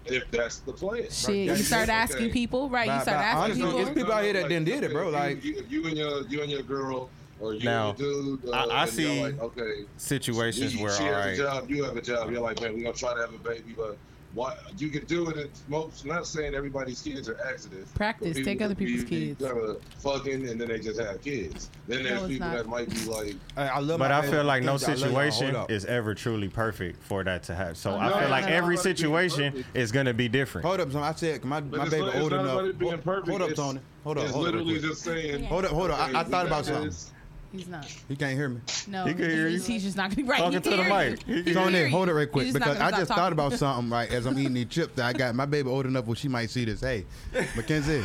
[SPEAKER 3] if that's the plan?
[SPEAKER 7] Shit, you start asking people, right? You
[SPEAKER 5] Nah,
[SPEAKER 7] start
[SPEAKER 5] nah,
[SPEAKER 7] asking
[SPEAKER 5] honestly,
[SPEAKER 7] people.
[SPEAKER 5] it's- people out here that done did it, bro,
[SPEAKER 3] if you-
[SPEAKER 5] like-
[SPEAKER 3] you, you and your you and your girl or you
[SPEAKER 2] Now,
[SPEAKER 3] and your dude. Uh,
[SPEAKER 2] I- I
[SPEAKER 3] and y'all
[SPEAKER 2] see-
[SPEAKER 3] Like, okay,
[SPEAKER 2] Situations
[SPEAKER 3] you-
[SPEAKER 2] where,
[SPEAKER 3] she
[SPEAKER 2] all
[SPEAKER 3] has a
[SPEAKER 2] right,
[SPEAKER 3] job, you have a job. You're like, man, we're gonna try to have a baby, but why you can do it. It's most not saying everybody's kids are accidents. but
[SPEAKER 7] Practice,
[SPEAKER 3] people
[SPEAKER 7] take other
[SPEAKER 3] that be-
[SPEAKER 7] people's kids.
[SPEAKER 3] that are Fucking and then they just have kids. Then there's
[SPEAKER 7] it's
[SPEAKER 3] people
[SPEAKER 7] not.
[SPEAKER 3] that might be like,
[SPEAKER 5] Hey, I love
[SPEAKER 2] But
[SPEAKER 5] my
[SPEAKER 2] I
[SPEAKER 5] baby.
[SPEAKER 2] feel like no
[SPEAKER 5] Thank you. I love y'all. Hold
[SPEAKER 2] situation
[SPEAKER 5] up.
[SPEAKER 2] is ever truly perfect for that to happen. So
[SPEAKER 7] no,
[SPEAKER 2] I feel
[SPEAKER 7] no,
[SPEAKER 2] like
[SPEAKER 7] no,
[SPEAKER 2] every
[SPEAKER 3] no.
[SPEAKER 2] situation is going to be different.
[SPEAKER 5] Hold up, son. I said my,
[SPEAKER 3] but
[SPEAKER 5] my
[SPEAKER 3] it's
[SPEAKER 5] baby
[SPEAKER 3] not- it's
[SPEAKER 5] old
[SPEAKER 3] not about
[SPEAKER 5] enough.
[SPEAKER 3] it being
[SPEAKER 5] Hold,
[SPEAKER 3] perfect.
[SPEAKER 5] hold up,
[SPEAKER 3] It's-
[SPEAKER 5] Tony. Hold up.
[SPEAKER 3] It's
[SPEAKER 5] Hold up. real
[SPEAKER 3] literally
[SPEAKER 5] quick.
[SPEAKER 3] just saying.
[SPEAKER 5] Hold up, hold up.
[SPEAKER 3] "Hey,
[SPEAKER 5] I, I
[SPEAKER 3] we
[SPEAKER 5] thought about
[SPEAKER 3] got
[SPEAKER 5] something.
[SPEAKER 3] this."
[SPEAKER 7] He's not.
[SPEAKER 5] He can't hear me.
[SPEAKER 7] No,
[SPEAKER 2] He can hear
[SPEAKER 7] he's,
[SPEAKER 2] you.
[SPEAKER 7] he's just not gonna be right.
[SPEAKER 2] Talking to
[SPEAKER 7] he
[SPEAKER 2] the
[SPEAKER 7] hear you.
[SPEAKER 2] mic. He can
[SPEAKER 7] He
[SPEAKER 2] hear
[SPEAKER 5] Tony,
[SPEAKER 7] hear you.
[SPEAKER 5] hold it right quick
[SPEAKER 7] He's just not
[SPEAKER 5] because
[SPEAKER 7] gonna
[SPEAKER 5] I
[SPEAKER 7] stop
[SPEAKER 5] just thought
[SPEAKER 7] talking.
[SPEAKER 5] about something right as I'm eating these chips that I got. My baby old enough where she might see this. Hey, Mackenzie,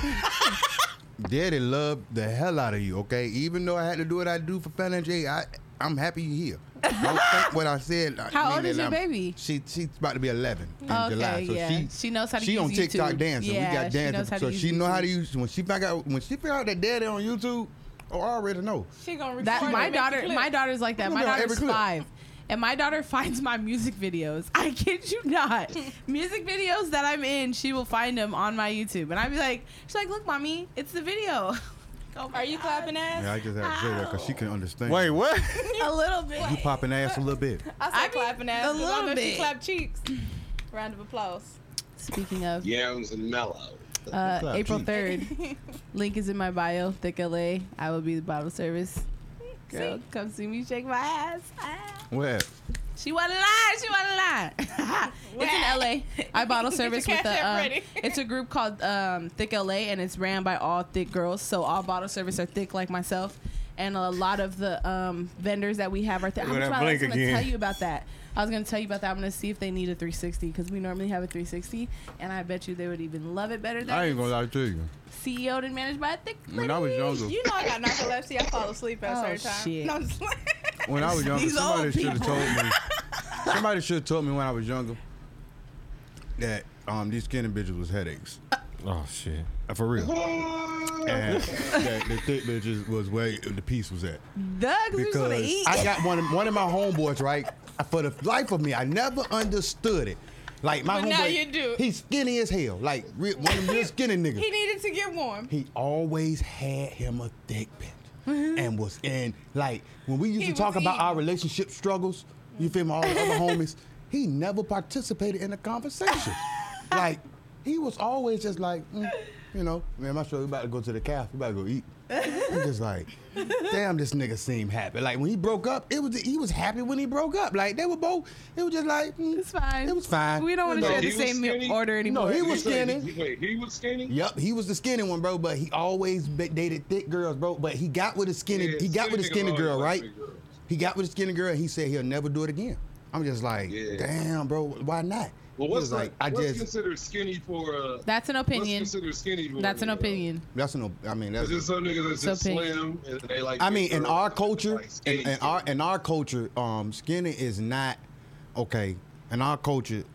[SPEAKER 5] daddy loved the hell out of you. Okay, even though I had to do what I do for financial aid, I I'm happy you here. Don't think what I said. I
[SPEAKER 7] How
[SPEAKER 5] mean
[SPEAKER 7] old is
[SPEAKER 5] that
[SPEAKER 7] your
[SPEAKER 5] I'm-
[SPEAKER 7] baby?
[SPEAKER 5] She she's about to be 11 in
[SPEAKER 7] Okay,
[SPEAKER 5] July. So
[SPEAKER 7] yeah.
[SPEAKER 5] she
[SPEAKER 7] She knows how to
[SPEAKER 5] She
[SPEAKER 7] use
[SPEAKER 5] on TikTok
[SPEAKER 7] YouTube.
[SPEAKER 5] dancing.
[SPEAKER 7] Yeah,
[SPEAKER 5] we got
[SPEAKER 7] she knows
[SPEAKER 5] dancing.
[SPEAKER 7] how to
[SPEAKER 5] so
[SPEAKER 7] use
[SPEAKER 5] she know how to
[SPEAKER 7] YouTube.
[SPEAKER 5] use. When she figure out when she figure out that daddy on YouTube, oh, I already know.
[SPEAKER 4] She gonna record
[SPEAKER 7] That
[SPEAKER 4] it
[SPEAKER 7] my
[SPEAKER 4] and make
[SPEAKER 7] daughter,
[SPEAKER 4] the clip.
[SPEAKER 7] my daughter's like that.
[SPEAKER 5] Look
[SPEAKER 7] My
[SPEAKER 5] at every
[SPEAKER 7] daughter's
[SPEAKER 5] clip.
[SPEAKER 7] five, and my daughter finds my music videos. I kid you not, music videos that I'm in, she will find them on my YouTube, and I'd be like, she's like, look, mommy, it's the video.
[SPEAKER 4] Are you clapping ass?
[SPEAKER 5] Yeah, I just had to say that because she can understand.
[SPEAKER 2] Wait, what?
[SPEAKER 7] A little bit.
[SPEAKER 5] you popping ass a little bit.
[SPEAKER 4] I
[SPEAKER 7] I
[SPEAKER 4] said
[SPEAKER 7] be-
[SPEAKER 4] clapping ass.
[SPEAKER 7] a
[SPEAKER 4] 'cause I
[SPEAKER 7] little
[SPEAKER 4] know
[SPEAKER 7] bit.
[SPEAKER 4] She clapped cheeks. Round of applause.
[SPEAKER 7] Speaking of,
[SPEAKER 3] Yams and mellow.
[SPEAKER 7] uh,
[SPEAKER 5] Clap
[SPEAKER 7] April
[SPEAKER 5] cheeks.
[SPEAKER 7] third, link is in my bio. Thick LA, I will be the bottle service. Girl, come see me, shake my ass. Ah.
[SPEAKER 5] What?
[SPEAKER 7] She wanna lie. She wanna lie. it's in LA. I bottle
[SPEAKER 4] Get
[SPEAKER 7] service
[SPEAKER 4] your
[SPEAKER 7] with
[SPEAKER 4] cash
[SPEAKER 7] the.
[SPEAKER 4] app
[SPEAKER 7] Um,
[SPEAKER 4] ready.
[SPEAKER 7] it's a group called um, Thick LA, and it's ran by all thick girls. So all bottle service are thick, like myself, and a lot of the um, vendors that we have are thick.
[SPEAKER 2] Look at
[SPEAKER 7] I'm
[SPEAKER 2] that
[SPEAKER 7] trying- I was
[SPEAKER 2] blink
[SPEAKER 7] gonna
[SPEAKER 2] again.
[SPEAKER 7] tell you about that. I was gonna tell you about that. I'm gonna see if they need a 360 because we normally have a 360, and I bet you they would even love it better than E
[SPEAKER 5] I ain't gonna lie to you.
[SPEAKER 7] CEO'd and managed by a thick.
[SPEAKER 5] When I was
[SPEAKER 7] lady.
[SPEAKER 5] younger,
[SPEAKER 4] You know I got narcolepsy. I fall asleep at
[SPEAKER 7] Oh,
[SPEAKER 4] a certain time.
[SPEAKER 7] shit.
[SPEAKER 4] No, I'm just like,
[SPEAKER 5] when I was younger,
[SPEAKER 7] These
[SPEAKER 5] somebody
[SPEAKER 7] old
[SPEAKER 5] should have
[SPEAKER 7] people.
[SPEAKER 5] told me. Somebody should have told me when I was younger that um these skinny bitches was headaches.
[SPEAKER 2] Oh shit.
[SPEAKER 5] Uh, For real. And that the thick bitches was where the piece was at.
[SPEAKER 7] Duh, 'cause we just wanna
[SPEAKER 5] because
[SPEAKER 7] eat.
[SPEAKER 5] I got one of, one of my homeboys right. For the life of me, I never understood it. Like my
[SPEAKER 4] But
[SPEAKER 5] homeboy,
[SPEAKER 4] now you do.
[SPEAKER 5] he's skinny as hell. Like real, one of them real skinny niggas.
[SPEAKER 4] he needed to get warm.
[SPEAKER 5] He always had him a thick bitch and was in like when we used
[SPEAKER 4] He
[SPEAKER 5] to talk
[SPEAKER 4] was
[SPEAKER 5] about our
[SPEAKER 4] eating.
[SPEAKER 5] relationship struggles. You feel me? All the other homies. He never participated in the conversation. like he was always just like, mm, you know, man, my show. We about to go to the calf. We about to go eat. I'm just like, damn, this nigga seemed happy. Like when he broke up, it was he was happy when he broke up. Like they were both. It was just like mm,
[SPEAKER 7] It's fine.
[SPEAKER 5] It was fine.
[SPEAKER 7] We don't want to
[SPEAKER 3] No,
[SPEAKER 7] share
[SPEAKER 3] he
[SPEAKER 7] the
[SPEAKER 3] was
[SPEAKER 7] same
[SPEAKER 3] skinny.
[SPEAKER 7] order
[SPEAKER 5] No,
[SPEAKER 7] anymore.
[SPEAKER 5] he
[SPEAKER 3] You
[SPEAKER 5] was
[SPEAKER 3] say-
[SPEAKER 5] skinny.
[SPEAKER 3] Wait, he was skinny.
[SPEAKER 5] Yep, he was the skinny one, bro. But he always ba- dated thick girls, bro. But he got with a skinny,
[SPEAKER 3] Yeah,
[SPEAKER 5] he got with a
[SPEAKER 3] niggas
[SPEAKER 5] skinny
[SPEAKER 3] always
[SPEAKER 5] girl,
[SPEAKER 3] like
[SPEAKER 5] right?
[SPEAKER 3] big girls.
[SPEAKER 5] He got with a skinny girl, and he said he'll never do it again. I'm just like,
[SPEAKER 3] Yeah.
[SPEAKER 5] damn, bro, why not?
[SPEAKER 3] Well,
[SPEAKER 5] He
[SPEAKER 3] what's
[SPEAKER 5] was
[SPEAKER 3] like?
[SPEAKER 5] like, I
[SPEAKER 3] what's
[SPEAKER 5] just
[SPEAKER 3] considered skinny for a?
[SPEAKER 7] That's an opinion.
[SPEAKER 3] What's considered skinny? For
[SPEAKER 7] That's
[SPEAKER 3] a
[SPEAKER 7] an
[SPEAKER 3] nigga, though?
[SPEAKER 7] opinion.
[SPEAKER 5] that's no. I mean,
[SPEAKER 3] Is there
[SPEAKER 5] that's.
[SPEAKER 3] some niggas that's just
[SPEAKER 7] It's opinion.
[SPEAKER 3] slim and they like?
[SPEAKER 5] I mean,
[SPEAKER 3] big
[SPEAKER 5] in
[SPEAKER 3] girls,
[SPEAKER 5] our
[SPEAKER 3] like
[SPEAKER 5] culture, in,
[SPEAKER 3] skinny
[SPEAKER 5] in our in our culture, um, skinny is not okay. In our culture,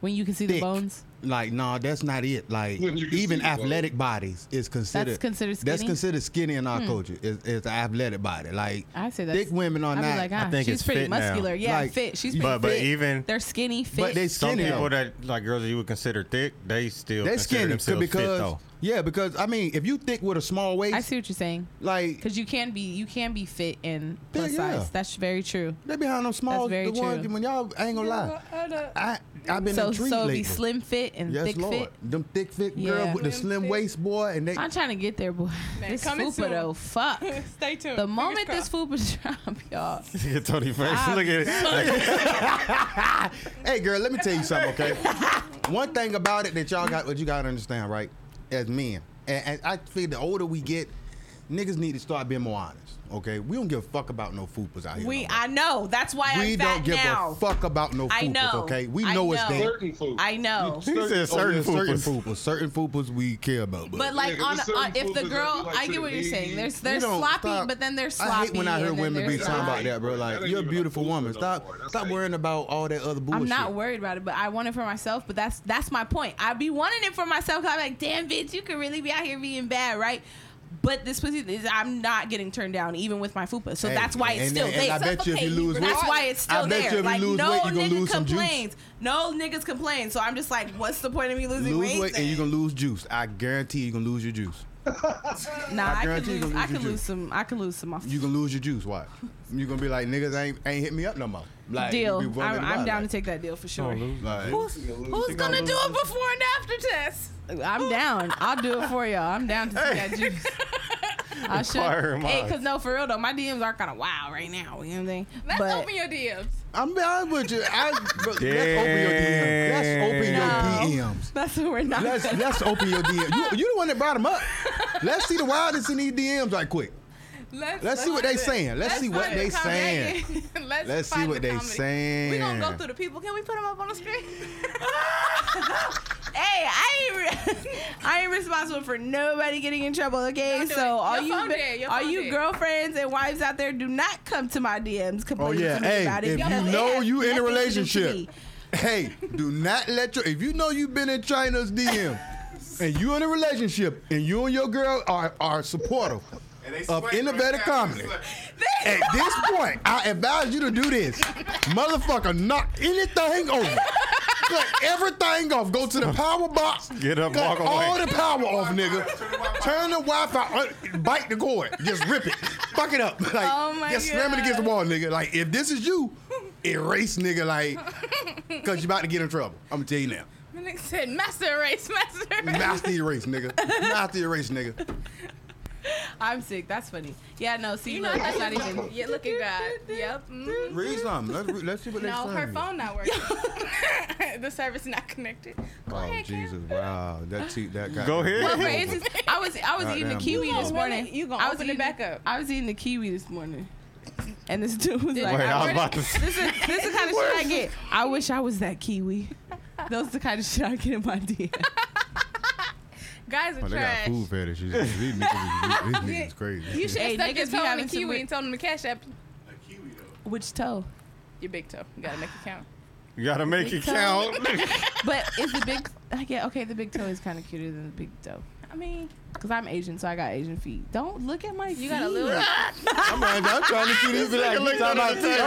[SPEAKER 7] When you can see the
[SPEAKER 5] thick.
[SPEAKER 7] bones.
[SPEAKER 5] Like, nah, that's not it. Like,
[SPEAKER 3] When you can
[SPEAKER 5] even
[SPEAKER 3] see the bone.
[SPEAKER 5] athletic bodies is considered
[SPEAKER 7] That's considered
[SPEAKER 5] That's
[SPEAKER 7] skinny? Hmm.
[SPEAKER 5] considered skinny in our culture. Is is the athletic body. Like,
[SPEAKER 7] I say that's
[SPEAKER 5] thick women are
[SPEAKER 7] I'd be
[SPEAKER 5] not.
[SPEAKER 7] Like,
[SPEAKER 2] I
[SPEAKER 7] ah,
[SPEAKER 2] think
[SPEAKER 7] she's
[SPEAKER 2] it's
[SPEAKER 7] pretty
[SPEAKER 2] fit now.
[SPEAKER 7] muscular. Yeah,
[SPEAKER 5] Like,
[SPEAKER 7] fit. She's
[SPEAKER 5] you-
[SPEAKER 7] pretty
[SPEAKER 2] But but
[SPEAKER 7] fit.
[SPEAKER 2] even
[SPEAKER 7] They're skinny, fit.
[SPEAKER 5] but they
[SPEAKER 2] some
[SPEAKER 5] skinny.
[SPEAKER 2] people
[SPEAKER 5] though.
[SPEAKER 2] that like girls that you would consider thick, they still
[SPEAKER 5] they
[SPEAKER 2] consider
[SPEAKER 5] skinny 'cause-
[SPEAKER 2] themselves fit
[SPEAKER 5] because
[SPEAKER 2] though.
[SPEAKER 5] yeah, because I mean, if you thick with a small
[SPEAKER 7] I
[SPEAKER 5] waist,
[SPEAKER 7] see what you're saying.
[SPEAKER 5] like
[SPEAKER 7] Because you can be, you can be fit and plus
[SPEAKER 5] Yeah, yeah.
[SPEAKER 7] size. That's very true.
[SPEAKER 5] they behind them small.
[SPEAKER 7] That's very
[SPEAKER 5] the ones
[SPEAKER 7] true.
[SPEAKER 5] when y'all I ain't gonna lie,
[SPEAKER 4] Hold up.
[SPEAKER 5] I I've been
[SPEAKER 7] So,
[SPEAKER 5] intrigued
[SPEAKER 7] so it'd
[SPEAKER 5] lately.
[SPEAKER 7] be slim fit and
[SPEAKER 5] yes,
[SPEAKER 7] thick
[SPEAKER 5] Lord,
[SPEAKER 7] fit.
[SPEAKER 5] them thick fit
[SPEAKER 7] Yeah.
[SPEAKER 5] girl with the
[SPEAKER 4] Slim
[SPEAKER 5] slim
[SPEAKER 4] fit.
[SPEAKER 5] waist, boy, and they
[SPEAKER 7] I'm trying to get there, boy.
[SPEAKER 4] Man,
[SPEAKER 7] this
[SPEAKER 4] coming
[SPEAKER 7] fupa
[SPEAKER 4] soon.
[SPEAKER 7] though, fuck.
[SPEAKER 4] Stay tuned.
[SPEAKER 7] The
[SPEAKER 4] Fingers
[SPEAKER 7] moment this
[SPEAKER 4] crossed.
[SPEAKER 7] fupa drop, y'all.
[SPEAKER 2] Yeah, Tony face. Look at it.
[SPEAKER 5] Hey, girl, let me tell you something, okay? One thing about it that y'all got, what you got to understand, right? As men, and, and I feel the older we get, niggas need to start being more honest, okay? We don't give a fuck about no fupas out here.
[SPEAKER 6] We,
[SPEAKER 5] no more.
[SPEAKER 6] I know. That's why
[SPEAKER 5] we
[SPEAKER 6] I'm
[SPEAKER 5] don't
[SPEAKER 6] fat
[SPEAKER 5] give
[SPEAKER 6] now.
[SPEAKER 5] a fuck about no
[SPEAKER 6] I
[SPEAKER 5] fupas,
[SPEAKER 6] know.
[SPEAKER 5] okay? We
[SPEAKER 6] I
[SPEAKER 5] know, it's
[SPEAKER 6] know.
[SPEAKER 5] there.
[SPEAKER 3] Certain food.
[SPEAKER 6] I know.
[SPEAKER 2] He said
[SPEAKER 5] Oh,
[SPEAKER 2] certain
[SPEAKER 5] yeah, certain
[SPEAKER 2] fupas.
[SPEAKER 5] fupas, certain fupas we care about, but.
[SPEAKER 7] But like
[SPEAKER 3] Yeah,
[SPEAKER 7] on,
[SPEAKER 3] there's
[SPEAKER 7] on,
[SPEAKER 3] certain
[SPEAKER 7] if the
[SPEAKER 3] fupas that
[SPEAKER 7] girl,
[SPEAKER 3] be like
[SPEAKER 7] I
[SPEAKER 3] to
[SPEAKER 7] get
[SPEAKER 3] the
[SPEAKER 7] what you're
[SPEAKER 3] knees.
[SPEAKER 7] saying. There's,
[SPEAKER 5] We
[SPEAKER 7] they're
[SPEAKER 5] don't-
[SPEAKER 7] sloppy,
[SPEAKER 5] stop.
[SPEAKER 7] but then they're sloppy.
[SPEAKER 5] I hate when I hear
[SPEAKER 7] and then
[SPEAKER 5] women be
[SPEAKER 7] they're
[SPEAKER 5] talking about
[SPEAKER 7] sloppy.
[SPEAKER 5] that, bro.
[SPEAKER 3] That
[SPEAKER 5] Like,
[SPEAKER 3] ain't
[SPEAKER 5] you're a
[SPEAKER 3] even a
[SPEAKER 5] beautiful
[SPEAKER 3] fupa
[SPEAKER 5] woman.
[SPEAKER 3] no
[SPEAKER 5] Stop,
[SPEAKER 3] more. That's
[SPEAKER 5] stop
[SPEAKER 3] like-
[SPEAKER 5] worrying about all that other bullshit.
[SPEAKER 7] I'm not worried about it, but I want it for myself. But that's that's my point. I be wanting it for myself. i I'm like, damn, bitch, you could really be out here being bad, right? But this pussy, is, I'm not getting turned down, even with my fupa. So
[SPEAKER 5] Hey,
[SPEAKER 6] that's why it's
[SPEAKER 5] and-
[SPEAKER 6] still
[SPEAKER 5] and
[SPEAKER 6] there.
[SPEAKER 5] I bet you if you
[SPEAKER 6] Suffocate
[SPEAKER 5] lose
[SPEAKER 6] me.
[SPEAKER 5] weight-
[SPEAKER 6] that's why it's still
[SPEAKER 5] I bet
[SPEAKER 6] there.
[SPEAKER 5] you if you
[SPEAKER 6] like
[SPEAKER 5] lose
[SPEAKER 6] no
[SPEAKER 5] weight, you gonna
[SPEAKER 6] nigga
[SPEAKER 5] lose some juice.
[SPEAKER 6] complains. No niggas complain. So I'm just like, what's the point of me losing
[SPEAKER 5] Lose
[SPEAKER 6] weight?
[SPEAKER 5] weight and
[SPEAKER 6] then?
[SPEAKER 5] you're gonna lose juice. I guarantee you're gonna lose your juice.
[SPEAKER 7] Nah, I, could
[SPEAKER 5] guarantee you
[SPEAKER 7] lose.
[SPEAKER 5] gonna lose
[SPEAKER 7] I
[SPEAKER 5] your
[SPEAKER 7] could lose
[SPEAKER 5] juice.
[SPEAKER 7] some. I could lose some off.
[SPEAKER 5] You gonna lose your juice. Why? You gonna be like niggas ain't ain't hit me up no more. Like
[SPEAKER 7] deal.
[SPEAKER 5] we
[SPEAKER 7] I'm,
[SPEAKER 5] running
[SPEAKER 7] I'm
[SPEAKER 5] wild,
[SPEAKER 7] down to
[SPEAKER 5] like-
[SPEAKER 7] take that deal for sure.
[SPEAKER 5] Like,
[SPEAKER 4] Who's gonna do a before and after test?
[SPEAKER 7] I'm down. I'll do it for y'all. I'm down to see that juice. I should.
[SPEAKER 2] Inquiring
[SPEAKER 7] Hey,
[SPEAKER 2] minds.
[SPEAKER 7] cause no, for real though, my DMs are kind of wild right now. You know what I'm saying?
[SPEAKER 4] Let's
[SPEAKER 7] but
[SPEAKER 4] open your DMs.
[SPEAKER 5] I'm down with you. I, but let's open your DMs. Let's open your DMs.
[SPEAKER 7] that's what we're not.
[SPEAKER 5] Let's let's open your DMs. You you the one that brought them up. Let's see the wildest in these DMs right quick.
[SPEAKER 4] Let's,
[SPEAKER 5] Let's see what they saying. Let's see what
[SPEAKER 4] find
[SPEAKER 5] they
[SPEAKER 4] the comedy.
[SPEAKER 5] saying.
[SPEAKER 4] let's
[SPEAKER 5] Let's see
[SPEAKER 4] find
[SPEAKER 5] what
[SPEAKER 4] the
[SPEAKER 5] they
[SPEAKER 4] comedy.
[SPEAKER 5] saying.
[SPEAKER 4] We gonna go through the people. Can we put them up on the screen?
[SPEAKER 7] Hey, I ain't, re- I ain't responsible for nobody getting in trouble. Okay,
[SPEAKER 4] Don't do
[SPEAKER 7] so
[SPEAKER 4] it.
[SPEAKER 7] all
[SPEAKER 4] Your
[SPEAKER 7] you
[SPEAKER 4] phone
[SPEAKER 7] bi-
[SPEAKER 4] dead, your
[SPEAKER 7] all
[SPEAKER 4] phone
[SPEAKER 7] you
[SPEAKER 4] dead.
[SPEAKER 7] girlfriends and wives out there, do not come to my DMs
[SPEAKER 5] Oh
[SPEAKER 7] complaining
[SPEAKER 5] yeah.
[SPEAKER 7] to me
[SPEAKER 5] Hey,
[SPEAKER 7] about it.
[SPEAKER 5] if
[SPEAKER 7] because
[SPEAKER 5] you
[SPEAKER 7] it
[SPEAKER 5] know
[SPEAKER 7] has
[SPEAKER 5] you in
[SPEAKER 7] nothing
[SPEAKER 5] a
[SPEAKER 7] to do with
[SPEAKER 5] relationship,
[SPEAKER 7] me.
[SPEAKER 5] hey, do not let your if you know you've been in China's DM and you in a relationship and you and your girl are are supportive of innovative comedy. At this point, I advise you to do this. Motherfucker, knock anything over. Cut everything off. Go to the power box.
[SPEAKER 2] Get up,
[SPEAKER 5] cut
[SPEAKER 2] walk away.
[SPEAKER 5] all the power off, nigga. Turn the Wi-Fi. on- Bite the cord. Just rip it. Fuck it up. Like,
[SPEAKER 4] Oh my
[SPEAKER 5] just slam it
[SPEAKER 4] God.
[SPEAKER 5] against the wall, nigga. Like, if this is you, erase, nigga. Like, cause you about to get in trouble. I'm gonna tell you now.
[SPEAKER 4] The nigga said, "Master race, master race."
[SPEAKER 5] Master erase, nigga. Master erase, nigga.
[SPEAKER 7] I'm sick. That's funny. Yeah, no. See,
[SPEAKER 4] You know
[SPEAKER 7] look,
[SPEAKER 4] that's
[SPEAKER 7] that's
[SPEAKER 4] not even.
[SPEAKER 7] even.
[SPEAKER 4] Yeah, look at God. Yep. mhm.
[SPEAKER 5] Read something. Let's, re- let's see what they
[SPEAKER 4] No, her
[SPEAKER 5] saying.
[SPEAKER 4] phone not working. the service not connected. Go
[SPEAKER 5] Oh
[SPEAKER 4] ahead, Kim.
[SPEAKER 5] Jesus! Wow, that te- that guy.
[SPEAKER 2] Go ahead.
[SPEAKER 7] Well, for instance, I was I was
[SPEAKER 5] Goddamn
[SPEAKER 7] eating the
[SPEAKER 5] boy.
[SPEAKER 7] kiwi
[SPEAKER 5] You
[SPEAKER 7] this
[SPEAKER 5] gonna
[SPEAKER 7] morning.
[SPEAKER 4] really- you gonna
[SPEAKER 7] I was
[SPEAKER 4] open it
[SPEAKER 7] eating,
[SPEAKER 4] back up.
[SPEAKER 7] I was eating the kiwi this morning, and this dude was
[SPEAKER 2] Wait,
[SPEAKER 7] like,
[SPEAKER 2] I was
[SPEAKER 7] I
[SPEAKER 2] about to say.
[SPEAKER 7] this is this is the kind of shit I get. I wish I was that kiwi. Those the kind of shit I get in my DM.
[SPEAKER 4] Guys are
[SPEAKER 5] Oh, they got
[SPEAKER 4] trash.
[SPEAKER 5] food fetishes. These niggas, these niggas crazy.
[SPEAKER 4] You should
[SPEAKER 7] Hey,
[SPEAKER 4] have stuck
[SPEAKER 7] niggas
[SPEAKER 4] your
[SPEAKER 7] be
[SPEAKER 4] toe in
[SPEAKER 7] having
[SPEAKER 4] the
[SPEAKER 7] some
[SPEAKER 4] kiwi
[SPEAKER 7] weird-
[SPEAKER 4] and told him to cash app
[SPEAKER 7] Which toe?
[SPEAKER 4] your big toe. You gotta make it count.
[SPEAKER 2] You gotta make it
[SPEAKER 7] Big toe.
[SPEAKER 2] count.
[SPEAKER 7] But is the big? Yeah, okay. The big toe is kind of cuter than the big toe.
[SPEAKER 4] I mean,
[SPEAKER 7] Cause I'm Asian, so I got Asian feet. Don't look at my.
[SPEAKER 4] you got a little.
[SPEAKER 5] I'm, I'm, I'm trying to see these. Like,
[SPEAKER 2] look
[SPEAKER 5] talking about
[SPEAKER 2] at
[SPEAKER 5] feet.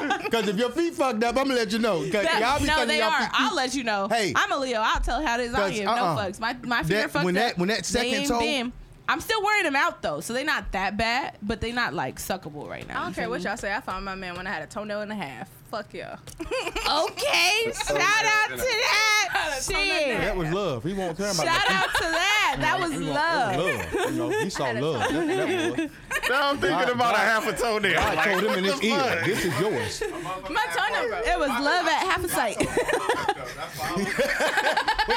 [SPEAKER 5] I'm like, hey, because if your feet fucked up, I'm gonna let you know. Because y'all be
[SPEAKER 7] no,
[SPEAKER 5] thinking
[SPEAKER 7] they
[SPEAKER 5] y'all
[SPEAKER 7] are.
[SPEAKER 5] feet
[SPEAKER 7] I'll let you know.
[SPEAKER 5] Hey.
[SPEAKER 7] I'm a Leo. I'll tell how it is. I
[SPEAKER 5] 'Cause,
[SPEAKER 7] am
[SPEAKER 5] uh-uh.
[SPEAKER 7] no fucks. My my feet
[SPEAKER 5] That-
[SPEAKER 7] are fucked
[SPEAKER 5] when that-
[SPEAKER 7] up.
[SPEAKER 5] when that
[SPEAKER 7] They
[SPEAKER 5] second
[SPEAKER 7] ain't
[SPEAKER 5] toe-
[SPEAKER 7] been- I'm still wearing them out though, so they not that bad, but they not like suckable right now.
[SPEAKER 4] I don't
[SPEAKER 7] You
[SPEAKER 4] care
[SPEAKER 7] feel
[SPEAKER 4] what
[SPEAKER 7] me?
[SPEAKER 4] y'all say. I found my man when I had a toenail and a half. Fuck y'all.
[SPEAKER 7] Okay, shout out to that. Shit.
[SPEAKER 5] That was love. He won't care about
[SPEAKER 7] Shout
[SPEAKER 5] that.
[SPEAKER 7] out to that. That was love.
[SPEAKER 5] Love. You know, he saw love. That, that was.
[SPEAKER 2] now I'm thinking
[SPEAKER 5] God-
[SPEAKER 2] about a
[SPEAKER 5] God-
[SPEAKER 2] half a toenail.
[SPEAKER 5] I
[SPEAKER 2] Like,
[SPEAKER 5] told him
[SPEAKER 2] what
[SPEAKER 5] in his
[SPEAKER 2] the
[SPEAKER 5] ear,
[SPEAKER 2] fuck?
[SPEAKER 5] this is yours.
[SPEAKER 4] My toenail broke.
[SPEAKER 7] It was love at half a sight.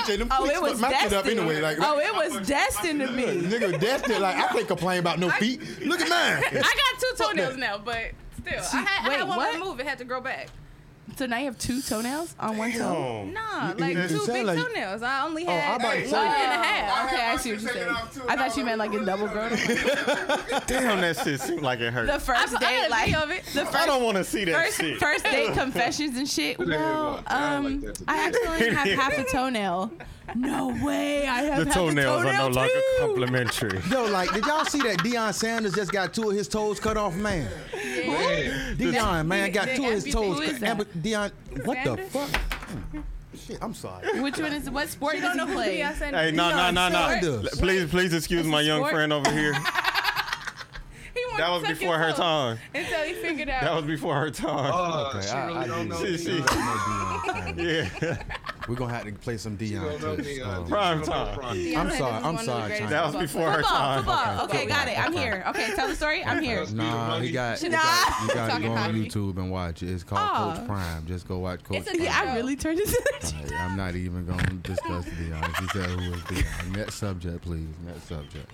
[SPEAKER 5] Wait, them
[SPEAKER 7] Oh,
[SPEAKER 5] feet
[SPEAKER 7] it was
[SPEAKER 5] fucked my feet up
[SPEAKER 7] destined.
[SPEAKER 5] anyway. Like,
[SPEAKER 7] Oh, it was destined to be.
[SPEAKER 5] nigga, destined. Like, I can't complain about no feet. Look at mine.
[SPEAKER 4] I got two toenails now, but still, I had, I
[SPEAKER 7] wait,
[SPEAKER 4] had one
[SPEAKER 7] what?
[SPEAKER 4] removed. It had to grow back.
[SPEAKER 7] So now you have two toenails on one toe.
[SPEAKER 2] Oh.
[SPEAKER 4] Nah,
[SPEAKER 5] You-
[SPEAKER 4] like
[SPEAKER 5] you- you
[SPEAKER 4] two
[SPEAKER 5] sound
[SPEAKER 4] big
[SPEAKER 5] like-
[SPEAKER 4] toenails. I only
[SPEAKER 5] I
[SPEAKER 4] had
[SPEAKER 5] about to
[SPEAKER 4] one
[SPEAKER 5] say-
[SPEAKER 4] and a
[SPEAKER 7] Oh,
[SPEAKER 4] half.
[SPEAKER 7] okay, I see what you're saying. I thought you meant like a double girl.
[SPEAKER 2] Damn, that shit seemed like it hurt.
[SPEAKER 7] The first
[SPEAKER 4] I got
[SPEAKER 7] date,
[SPEAKER 4] a
[SPEAKER 7] like
[SPEAKER 4] video of it.
[SPEAKER 7] the
[SPEAKER 2] I
[SPEAKER 7] first
[SPEAKER 2] don't want to see that
[SPEAKER 7] first,
[SPEAKER 2] shit.
[SPEAKER 7] first date confessions and shit.
[SPEAKER 3] ain't
[SPEAKER 7] Well,
[SPEAKER 3] about that. I like
[SPEAKER 7] um,
[SPEAKER 3] that to be
[SPEAKER 7] I actually only have half a toenail. No way, I have
[SPEAKER 2] the
[SPEAKER 7] half
[SPEAKER 2] toenails
[SPEAKER 7] a toenail
[SPEAKER 2] are no longer
[SPEAKER 7] too.
[SPEAKER 2] complimentary.
[SPEAKER 5] Yo, like, did y'all see that Deion Sanders just got two of his toes cut off, man? Deion, man, got
[SPEAKER 4] the
[SPEAKER 5] two of his
[SPEAKER 4] amputee.
[SPEAKER 5] toes
[SPEAKER 7] Who is
[SPEAKER 5] cut.
[SPEAKER 7] that?
[SPEAKER 5] ampu- Deion, what the
[SPEAKER 4] Sanders?
[SPEAKER 5] fuck? Shit, I'm sorry.
[SPEAKER 7] Which one is what sport
[SPEAKER 4] You
[SPEAKER 7] does
[SPEAKER 4] don't
[SPEAKER 7] he
[SPEAKER 4] know who
[SPEAKER 7] play?
[SPEAKER 4] Deion Sanders
[SPEAKER 2] Hey,
[SPEAKER 4] is?
[SPEAKER 2] no, no, no, no.
[SPEAKER 5] Sanders.
[SPEAKER 2] Please, please excuse my young
[SPEAKER 7] sport.
[SPEAKER 2] friend over here.
[SPEAKER 4] He wanted
[SPEAKER 2] That
[SPEAKER 4] to
[SPEAKER 2] was
[SPEAKER 4] suck your
[SPEAKER 2] before her
[SPEAKER 4] toe
[SPEAKER 2] time.
[SPEAKER 4] Until he figured out.
[SPEAKER 2] That was before her
[SPEAKER 7] Uh,
[SPEAKER 2] time.
[SPEAKER 3] Oh, she
[SPEAKER 5] I-
[SPEAKER 3] really
[SPEAKER 5] I
[SPEAKER 3] don't
[SPEAKER 5] do.
[SPEAKER 3] know.
[SPEAKER 2] She-
[SPEAKER 3] me.
[SPEAKER 2] she-
[SPEAKER 3] She
[SPEAKER 2] Yeah,
[SPEAKER 5] We're gonna have to play some Deion.
[SPEAKER 3] don't know me.
[SPEAKER 5] too.
[SPEAKER 3] Uh,
[SPEAKER 5] Um,
[SPEAKER 2] Prime
[SPEAKER 3] she don't know
[SPEAKER 2] time.
[SPEAKER 3] prime.
[SPEAKER 4] Deion
[SPEAKER 5] I'm
[SPEAKER 4] Sanders
[SPEAKER 5] sorry,
[SPEAKER 4] is
[SPEAKER 5] I'm
[SPEAKER 4] one of the
[SPEAKER 5] sorry,
[SPEAKER 4] greatest
[SPEAKER 5] China.
[SPEAKER 2] that was before her
[SPEAKER 7] Football,
[SPEAKER 2] time.
[SPEAKER 7] football. Okay,
[SPEAKER 5] okay,
[SPEAKER 7] got it. I'm
[SPEAKER 5] okay.
[SPEAKER 7] here. Okay, tell the story. I'm here.
[SPEAKER 5] Nah, he got. he
[SPEAKER 4] Nah.
[SPEAKER 5] got- You got to go on
[SPEAKER 4] Talking hockey.
[SPEAKER 5] YouTube and watch it. It's called
[SPEAKER 7] Aw.
[SPEAKER 5] Coach Prime. Just go watch Coach
[SPEAKER 4] It's a
[SPEAKER 5] Prime.
[SPEAKER 4] good
[SPEAKER 7] Yeah, I really turned this. into-
[SPEAKER 5] Hey, I'm not even going to discuss Dion. She said who was Dion. Next subject, please. Next subject.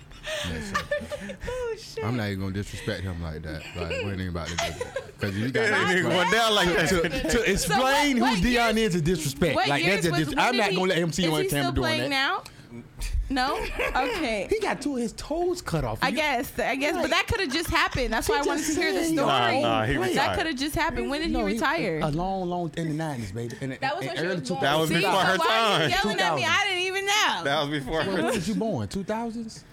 [SPEAKER 5] Next subject.
[SPEAKER 7] oh shit!
[SPEAKER 5] I'm not even going to disrespect him like that. Like, we ain't even about to do that. Because you got
[SPEAKER 2] That nigga went down like that.
[SPEAKER 5] to explain
[SPEAKER 7] what
[SPEAKER 5] who Dion is to disrespect.
[SPEAKER 7] What
[SPEAKER 5] Like
[SPEAKER 7] years
[SPEAKER 5] that's a
[SPEAKER 7] was,
[SPEAKER 5] dis-
[SPEAKER 7] when
[SPEAKER 5] I'm
[SPEAKER 7] did
[SPEAKER 5] not
[SPEAKER 7] he-
[SPEAKER 5] gonna let him see you
[SPEAKER 7] is
[SPEAKER 5] on
[SPEAKER 7] he
[SPEAKER 5] camera
[SPEAKER 7] still
[SPEAKER 5] doing that.
[SPEAKER 7] playing now? No. Okay.
[SPEAKER 5] He got two of his toes cut off.
[SPEAKER 7] I
[SPEAKER 5] You-
[SPEAKER 7] guess. I guess. But that could have just happened. That's why I wanted to hear the
[SPEAKER 5] saying,
[SPEAKER 7] story.
[SPEAKER 2] Nah, nah, he
[SPEAKER 7] that
[SPEAKER 2] retired.
[SPEAKER 7] could have just happened. When did
[SPEAKER 5] No, uh,
[SPEAKER 7] he retire?
[SPEAKER 5] A long, long in the nineties, baby. In, the-
[SPEAKER 4] That was
[SPEAKER 5] in
[SPEAKER 4] when she
[SPEAKER 5] early
[SPEAKER 4] was born.
[SPEAKER 5] 2000s.
[SPEAKER 2] That was
[SPEAKER 7] See,
[SPEAKER 2] before
[SPEAKER 7] so
[SPEAKER 2] her
[SPEAKER 7] why are
[SPEAKER 2] time.
[SPEAKER 7] you yelling at me?
[SPEAKER 5] 2000.
[SPEAKER 7] I didn't even know.
[SPEAKER 2] That was before
[SPEAKER 5] When
[SPEAKER 2] her.
[SPEAKER 5] was you born? Two thousands.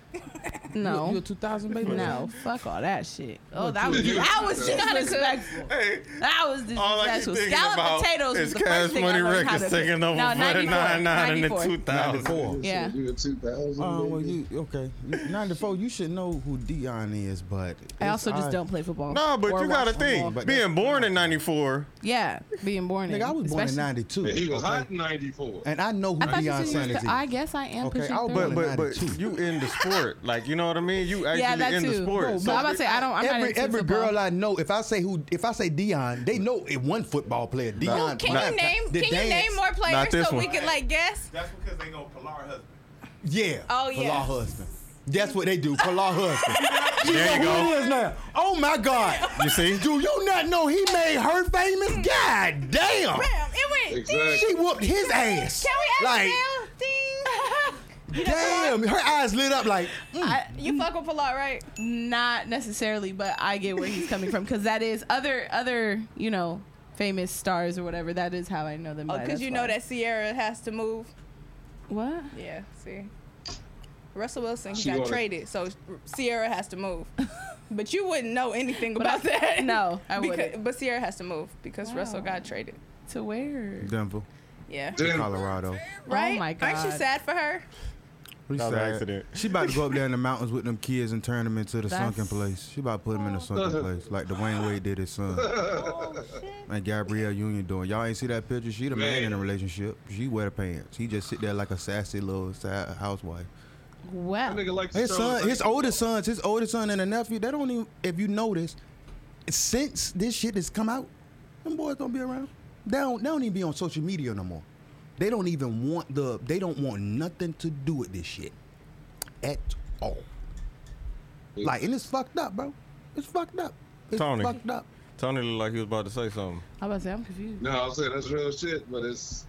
[SPEAKER 7] No.
[SPEAKER 6] You, you a 2000 baby?
[SPEAKER 7] No, fuck all that shit. Oh, that was
[SPEAKER 3] dude.
[SPEAKER 7] that was
[SPEAKER 3] You
[SPEAKER 7] disrespectful.
[SPEAKER 1] Hey,
[SPEAKER 7] That was
[SPEAKER 1] all I keep
[SPEAKER 7] disrespectful.
[SPEAKER 1] thinking
[SPEAKER 7] Scallop
[SPEAKER 1] about
[SPEAKER 7] potatoes
[SPEAKER 1] is
[SPEAKER 7] was the first
[SPEAKER 1] Cash
[SPEAKER 7] thing I
[SPEAKER 1] Money
[SPEAKER 7] learned how
[SPEAKER 1] Records
[SPEAKER 7] to
[SPEAKER 1] taking over
[SPEAKER 7] no,
[SPEAKER 1] for the
[SPEAKER 7] 99,
[SPEAKER 1] 99 and the 2000.
[SPEAKER 5] 94.
[SPEAKER 7] Yeah.
[SPEAKER 3] You a 2000?
[SPEAKER 5] Uh, well,
[SPEAKER 3] baby?
[SPEAKER 5] you okay? You- Ninety-four. You should know who Dion is, but
[SPEAKER 7] I
[SPEAKER 5] it's-
[SPEAKER 7] also just don't play football.
[SPEAKER 2] No, but
[SPEAKER 7] or
[SPEAKER 2] you
[SPEAKER 7] watch
[SPEAKER 2] gotta
[SPEAKER 7] football.
[SPEAKER 2] think.
[SPEAKER 5] but
[SPEAKER 2] Being
[SPEAKER 5] that's-
[SPEAKER 2] born in '94,
[SPEAKER 7] Yeah, being born in.
[SPEAKER 5] Nigga, I was born in
[SPEAKER 7] especially-
[SPEAKER 5] '92.
[SPEAKER 3] Man, he was
[SPEAKER 5] okay?
[SPEAKER 3] hot in 94.
[SPEAKER 5] and I know who
[SPEAKER 7] I thought you
[SPEAKER 5] Dion
[SPEAKER 7] said you was
[SPEAKER 5] Sanders is.
[SPEAKER 7] the- I guess I am
[SPEAKER 5] Okay,
[SPEAKER 7] pushing
[SPEAKER 5] I'll-
[SPEAKER 7] through.
[SPEAKER 2] but but but
[SPEAKER 5] 92.
[SPEAKER 2] you in the sport, like you know what I mean. You actually
[SPEAKER 7] yeah, that
[SPEAKER 2] in
[SPEAKER 7] too.
[SPEAKER 2] the sport.
[SPEAKER 7] But
[SPEAKER 2] so
[SPEAKER 7] I'm about to say I don't. I'm not
[SPEAKER 5] every
[SPEAKER 7] into
[SPEAKER 5] every
[SPEAKER 7] football.
[SPEAKER 5] girl I know, if I say who, if I say Dion, they know it. One football player, Dion.
[SPEAKER 4] Can you name? Can you name more
[SPEAKER 2] Not
[SPEAKER 4] players
[SPEAKER 2] this
[SPEAKER 4] so we
[SPEAKER 2] one.
[SPEAKER 4] could like guess?
[SPEAKER 1] That's because they know Pilar husband.
[SPEAKER 5] Yeah.
[SPEAKER 4] Oh,
[SPEAKER 5] For
[SPEAKER 4] yeah.
[SPEAKER 5] law husband. That's what they do for law husband. you
[SPEAKER 2] There
[SPEAKER 5] know
[SPEAKER 2] you
[SPEAKER 5] who
[SPEAKER 2] go.
[SPEAKER 5] it is now. Oh my God.
[SPEAKER 2] You see?
[SPEAKER 5] Do you not know he made her famous? God damn.
[SPEAKER 4] Bam! It went.
[SPEAKER 5] She
[SPEAKER 3] Exactly.
[SPEAKER 5] whooped his ass.
[SPEAKER 4] Can we ask
[SPEAKER 5] like,
[SPEAKER 4] Bill? Ding.
[SPEAKER 5] damn, her eyes lit up like, mm.
[SPEAKER 7] I,
[SPEAKER 4] You fuck with Pilar, right?
[SPEAKER 7] not necessarily, but I get where he's coming from because that is other other you know famous stars or whatever. That is how I know them.
[SPEAKER 4] Oh,
[SPEAKER 7] by,
[SPEAKER 4] because
[SPEAKER 7] that's
[SPEAKER 4] you know
[SPEAKER 7] why.
[SPEAKER 4] that Sierra has to move.
[SPEAKER 7] What?
[SPEAKER 4] Yeah, see. Russell Wilson
[SPEAKER 3] She
[SPEAKER 4] got
[SPEAKER 3] wanted-
[SPEAKER 4] traded, so Sierra has to move. but you wouldn't know anything
[SPEAKER 7] But I-
[SPEAKER 4] about that.
[SPEAKER 7] no, I
[SPEAKER 4] Because-
[SPEAKER 7] wouldn't.
[SPEAKER 4] But Sierra has to move because Russell
[SPEAKER 7] Wow.
[SPEAKER 4] got traded.
[SPEAKER 7] To where?
[SPEAKER 5] Denver,
[SPEAKER 4] Yeah.
[SPEAKER 3] Damn.
[SPEAKER 5] Colorado.
[SPEAKER 4] Right?
[SPEAKER 7] Oh my
[SPEAKER 4] Aren't you
[SPEAKER 7] God.
[SPEAKER 4] sad for her?
[SPEAKER 5] We
[SPEAKER 2] That was an
[SPEAKER 5] sad.
[SPEAKER 2] accident.
[SPEAKER 5] She about to go up there in the mountains with them kids and turn them into the
[SPEAKER 7] That's-
[SPEAKER 5] sunken place. She about to put them in the sunken place, like Dwayne Wade did his son. and Gabrielle Union doing. Y'all ain't see that picture? She the man, in the
[SPEAKER 3] Man.
[SPEAKER 5] relationship. She wear the pants. He just sit there like a sassy little sad housewife.
[SPEAKER 7] Well,
[SPEAKER 3] That nigga likes to
[SPEAKER 5] His
[SPEAKER 3] show
[SPEAKER 5] son,
[SPEAKER 3] like-
[SPEAKER 5] his oldest sons, his oldest son and a nephew. They don't even. If you notice, since this shit has come out, them boys don't be around. They don't. They don't even be on social media no more. They don't even want the. They don't want nothing to do with this shit, at all. Like, and it's fucked up, bro. It's fucked up. It's
[SPEAKER 2] Tony.
[SPEAKER 5] fucked up.
[SPEAKER 2] Tony looked like he was about to say something.
[SPEAKER 7] I was about to say I'm confused.
[SPEAKER 3] No, I'm saying that's real shit, but it's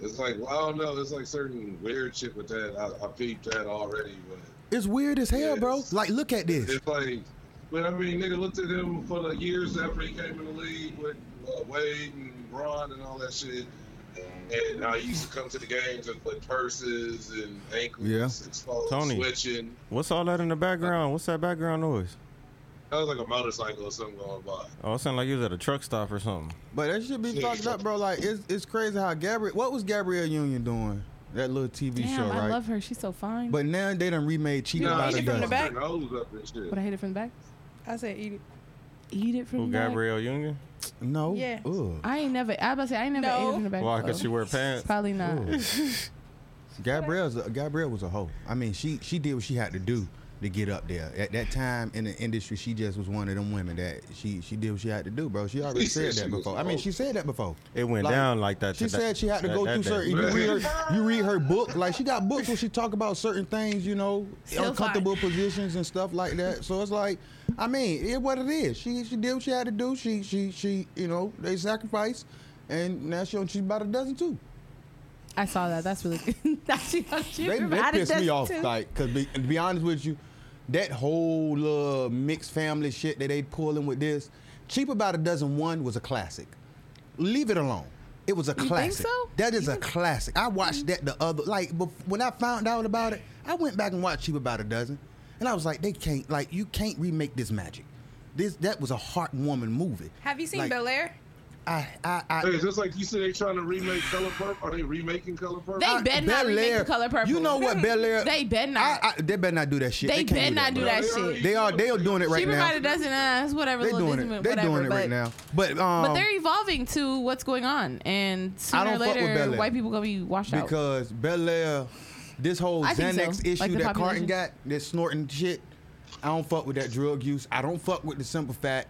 [SPEAKER 3] it's like well, I don't know. It's like certain weird shit with that. I, I peeped that already, but
[SPEAKER 5] It's weird as hell, bro.
[SPEAKER 3] Yes.
[SPEAKER 5] Like, look at this.
[SPEAKER 3] it's like, but I mean, nigga looked at him for the years after he came in the league with uh, Wade and Ron and all that shit. And now he used to come to the games and put purses and ankles
[SPEAKER 5] Yeah.
[SPEAKER 3] exposed,
[SPEAKER 2] Tony.
[SPEAKER 3] switching.
[SPEAKER 2] What's all that in the background? What's that background noise?
[SPEAKER 3] That was like a motorcycle or something going by.
[SPEAKER 2] Oh, it sounded like you was at a truck stop or something.
[SPEAKER 5] But that should be fucked up, bro. Like, it's it's crazy how Gabrielle. What was Gabrielle Union doing? That little TV
[SPEAKER 7] Damn,
[SPEAKER 5] show,
[SPEAKER 7] I
[SPEAKER 5] right?
[SPEAKER 7] love her. She's so fine. But,
[SPEAKER 5] But now they done remade Cheating
[SPEAKER 3] No,
[SPEAKER 5] by
[SPEAKER 4] eat
[SPEAKER 5] the
[SPEAKER 4] it from
[SPEAKER 5] Dozen.
[SPEAKER 4] the back.
[SPEAKER 3] Turn nose up and shit.
[SPEAKER 7] I hate it from the back.
[SPEAKER 4] I said eat it.
[SPEAKER 7] Eat it from
[SPEAKER 2] Who,
[SPEAKER 7] the back.
[SPEAKER 2] Gabrielle Union?
[SPEAKER 5] No.
[SPEAKER 4] Yes.
[SPEAKER 5] Ugh.
[SPEAKER 7] I ain't never. I was about to say I ain't never
[SPEAKER 4] No.
[SPEAKER 7] ate it from the back.
[SPEAKER 2] Why?
[SPEAKER 7] though.
[SPEAKER 2] Because she wear pants.
[SPEAKER 7] Probably not.
[SPEAKER 5] Ugh. Gabrielle's a, Gabrielle was a hoe. I mean, she she did what she had to do to get up there. At that time in the industry, she just was one of them women that she she did what she had to do, bro. She already
[SPEAKER 3] She said
[SPEAKER 5] said that
[SPEAKER 3] she was
[SPEAKER 5] before.
[SPEAKER 3] a
[SPEAKER 5] I mean,
[SPEAKER 3] hoe.
[SPEAKER 5] she said that before.
[SPEAKER 2] It went
[SPEAKER 5] Like,
[SPEAKER 2] down like that.
[SPEAKER 5] She
[SPEAKER 2] today-
[SPEAKER 5] said she had to
[SPEAKER 2] that-
[SPEAKER 5] go
[SPEAKER 2] that
[SPEAKER 5] through
[SPEAKER 2] day.
[SPEAKER 5] certain. You read, her, you read her book, like she got books where she talk about certain things, you know,
[SPEAKER 7] Still
[SPEAKER 5] uncomfortable positions and stuff like that. So it's like, I mean, it what it is. She she did what she had to do. She she she, you know, they sacrificed, and now she on she's about a dozen too.
[SPEAKER 7] I saw that. That's really good. That's- she
[SPEAKER 5] They, they
[SPEAKER 7] provided
[SPEAKER 5] pissed me
[SPEAKER 7] that
[SPEAKER 5] off,
[SPEAKER 7] too.
[SPEAKER 5] like, cause be, to be honest with you, that whole little mixed family shit that they pulling with this, cheap about a dozen one was a classic. Leave it alone. It was a classic.
[SPEAKER 7] so?
[SPEAKER 5] That is a classic. I watched that the other like bef- when I found out about it, I went back and watched Cheap About a Dozen, and I was like, they can't like you can't remake this magic. This that was a heartwarming movie.
[SPEAKER 4] Have you seen
[SPEAKER 5] Like-
[SPEAKER 4] Bel Air?
[SPEAKER 5] I I, I
[SPEAKER 3] Hey, just like you said, they trying to remake Color Purple. Are they remaking Color Purple?
[SPEAKER 7] They
[SPEAKER 5] I-
[SPEAKER 7] better not remake The Color Purple.
[SPEAKER 5] You know what Bel Air?
[SPEAKER 7] They better not.
[SPEAKER 5] uh, I, I, they better not do that shit.
[SPEAKER 7] They
[SPEAKER 5] can't
[SPEAKER 7] better not do
[SPEAKER 5] bro.
[SPEAKER 7] that shit.
[SPEAKER 5] They are they are doing it right
[SPEAKER 7] she
[SPEAKER 5] now.
[SPEAKER 7] provided dozen eyes, whatever.
[SPEAKER 5] They
[SPEAKER 7] little
[SPEAKER 5] doing
[SPEAKER 7] Disney,
[SPEAKER 5] it. They
[SPEAKER 7] whatever,
[SPEAKER 5] doing it right
[SPEAKER 7] but-
[SPEAKER 5] now. But um,
[SPEAKER 7] But they're evolving to what's going on, and
[SPEAKER 5] I
[SPEAKER 7] sooner
[SPEAKER 5] don't
[SPEAKER 7] or
[SPEAKER 5] fuck with
[SPEAKER 7] later,
[SPEAKER 5] Bel Air.
[SPEAKER 7] white people gonna be washed out.
[SPEAKER 5] because Bel Air, this whole
[SPEAKER 7] I think
[SPEAKER 5] Xanax
[SPEAKER 7] so.
[SPEAKER 5] issue
[SPEAKER 7] Like the
[SPEAKER 5] that Carton
[SPEAKER 7] population.
[SPEAKER 5] got, this snorting shit, I don't fuck with that drug use. I don't fuck with the simple fact,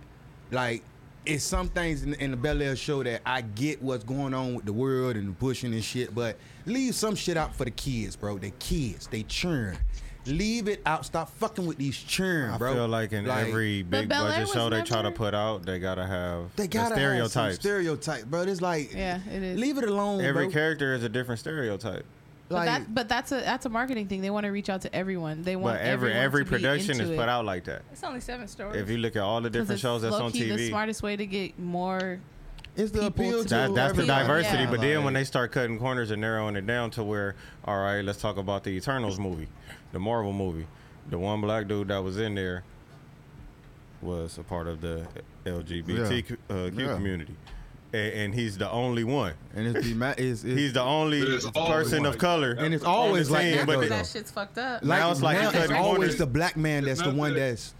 [SPEAKER 5] like. It's some things in, in the Bel Air show that I get what's going on with the world and the pushing and shit, but leave some shit out for the kids, bro. The kids, they churn. Leave it out. Stop fucking with these churn,
[SPEAKER 2] I
[SPEAKER 5] bro.
[SPEAKER 2] feel like in every
[SPEAKER 7] But
[SPEAKER 2] big
[SPEAKER 7] Bel Air
[SPEAKER 2] budget
[SPEAKER 7] was
[SPEAKER 2] show they try to
[SPEAKER 7] never-
[SPEAKER 2] put out, they gotta have
[SPEAKER 5] they
[SPEAKER 2] the
[SPEAKER 5] gotta have some
[SPEAKER 2] stereotypes.
[SPEAKER 5] stereotype, bro. It's like
[SPEAKER 7] Yeah, it is.
[SPEAKER 5] Leave it alone,
[SPEAKER 2] Every
[SPEAKER 5] bro.
[SPEAKER 2] character is a different stereotype.
[SPEAKER 7] But,
[SPEAKER 5] like,
[SPEAKER 7] that, but that's a that's a marketing thing. They want to reach out to everyone. They want
[SPEAKER 2] But every every
[SPEAKER 7] everyone to be
[SPEAKER 2] production
[SPEAKER 7] into
[SPEAKER 2] is
[SPEAKER 7] it.
[SPEAKER 2] put out like that.
[SPEAKER 4] It's only seven stories.
[SPEAKER 2] If you look at all the
[SPEAKER 7] 'Cause
[SPEAKER 2] different
[SPEAKER 7] it's
[SPEAKER 2] shows that's on
[SPEAKER 7] low-key The
[SPEAKER 2] TV,
[SPEAKER 7] smartest way to get more.
[SPEAKER 5] It's the
[SPEAKER 7] people
[SPEAKER 5] appeal to
[SPEAKER 7] to-
[SPEAKER 2] That, that's the
[SPEAKER 7] everybody.
[SPEAKER 2] diversity.
[SPEAKER 7] Yeah.
[SPEAKER 2] But then when they start cutting corners and narrowing it down to where, all right, let's talk about the Eternals movie, the Marvel movie. the one black dude that was in there was a part of the LGBTQ uh, Q
[SPEAKER 5] Yeah.
[SPEAKER 2] community, and, and he's the only one.
[SPEAKER 5] And it's the ma- is
[SPEAKER 2] He's the only
[SPEAKER 3] There's always
[SPEAKER 2] person of
[SPEAKER 3] one.
[SPEAKER 2] color.
[SPEAKER 5] and it's always like
[SPEAKER 2] team,
[SPEAKER 5] that.
[SPEAKER 2] but
[SPEAKER 5] though,
[SPEAKER 2] they-
[SPEAKER 5] though.
[SPEAKER 7] That shit's fucked up.
[SPEAKER 5] Like,
[SPEAKER 2] Now it's like
[SPEAKER 5] now
[SPEAKER 2] you
[SPEAKER 5] it's
[SPEAKER 2] couldn't
[SPEAKER 5] always
[SPEAKER 2] notice.
[SPEAKER 5] the black man that's the
[SPEAKER 3] not
[SPEAKER 5] one
[SPEAKER 3] that-
[SPEAKER 5] that's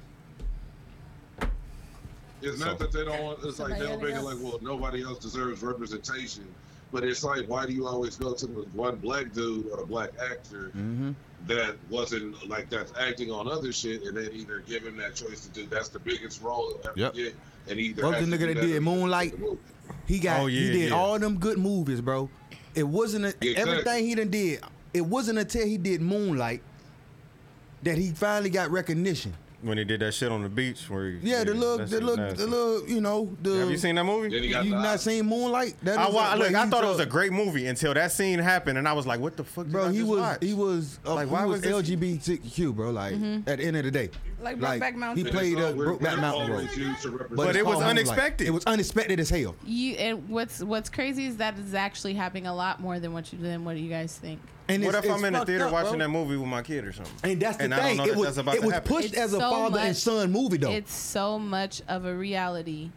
[SPEAKER 3] It's not that they don't want. It's like they'll make it like, well, nobody else deserves representation. But it's like, why do you always go to the one black dude or a black actor
[SPEAKER 5] Mm-hmm.
[SPEAKER 3] that wasn't like that's acting on other shit, and then either give him that choice to do that's the biggest role he'll ever
[SPEAKER 5] Yep.
[SPEAKER 3] get, and either
[SPEAKER 5] What was
[SPEAKER 3] has
[SPEAKER 5] the
[SPEAKER 3] to do
[SPEAKER 5] nigga that did
[SPEAKER 3] or-
[SPEAKER 5] Moonlight? He got
[SPEAKER 2] Oh,
[SPEAKER 5] he
[SPEAKER 2] yeah,
[SPEAKER 5] did
[SPEAKER 2] yeah.
[SPEAKER 5] all them good movies, bro. It wasn't a,
[SPEAKER 3] Exactly.
[SPEAKER 5] everything he done did. It wasn't until he did Moonlight that he finally got recognition.
[SPEAKER 2] when he did that shit on the beach, where he,
[SPEAKER 5] Yeah, the little,
[SPEAKER 2] that
[SPEAKER 5] the
[SPEAKER 2] shit
[SPEAKER 5] little,
[SPEAKER 2] nasty.
[SPEAKER 5] the little, you know, the.
[SPEAKER 2] Have you seen that movie?
[SPEAKER 3] Then he got
[SPEAKER 5] You
[SPEAKER 3] the
[SPEAKER 5] not
[SPEAKER 3] Oscar.
[SPEAKER 5] seen Moonlight? That
[SPEAKER 2] I
[SPEAKER 5] is
[SPEAKER 2] wa-
[SPEAKER 5] a-
[SPEAKER 2] look,
[SPEAKER 5] bro,
[SPEAKER 2] I
[SPEAKER 5] he
[SPEAKER 2] thought it was a
[SPEAKER 5] took-
[SPEAKER 2] great movie until that scene happened, and I was like, "What the fuck?" Did
[SPEAKER 5] Bro,
[SPEAKER 2] I
[SPEAKER 5] he
[SPEAKER 2] just
[SPEAKER 5] was
[SPEAKER 2] watch?
[SPEAKER 5] he was uh,
[SPEAKER 2] Like,
[SPEAKER 5] like
[SPEAKER 2] why
[SPEAKER 5] why
[SPEAKER 2] was
[SPEAKER 5] was,
[SPEAKER 2] this- Mm-hmm.
[SPEAKER 5] LGBTQ, bro? Like at the end of the day,
[SPEAKER 4] Like Brokeback Mountain.
[SPEAKER 5] He played uh,
[SPEAKER 3] It's always-
[SPEAKER 5] Brokeback
[SPEAKER 3] it's
[SPEAKER 5] Mountain, bro.
[SPEAKER 3] always used to represent-
[SPEAKER 2] But
[SPEAKER 5] it's
[SPEAKER 2] it was
[SPEAKER 5] called Moonlight.
[SPEAKER 2] unexpected.
[SPEAKER 5] It was unexpected as hell.
[SPEAKER 7] You and what's what's crazy is that is actually happening a lot more than what you than what you guys think.
[SPEAKER 5] And
[SPEAKER 2] What
[SPEAKER 5] it's-
[SPEAKER 2] if
[SPEAKER 5] it's
[SPEAKER 2] I'm in the
[SPEAKER 5] fucked
[SPEAKER 2] theater
[SPEAKER 5] up,
[SPEAKER 2] watching
[SPEAKER 5] bro.
[SPEAKER 2] that movie with my kid or something?
[SPEAKER 5] And that's the
[SPEAKER 2] And I don't
[SPEAKER 5] thing.
[SPEAKER 2] know
[SPEAKER 5] It
[SPEAKER 2] that
[SPEAKER 5] was
[SPEAKER 2] that's about
[SPEAKER 5] it
[SPEAKER 2] to
[SPEAKER 5] was
[SPEAKER 2] happen.
[SPEAKER 5] pushed
[SPEAKER 7] It's
[SPEAKER 5] as a
[SPEAKER 7] so
[SPEAKER 5] father and
[SPEAKER 7] much-
[SPEAKER 5] son movie though.
[SPEAKER 7] It's so much of a reality.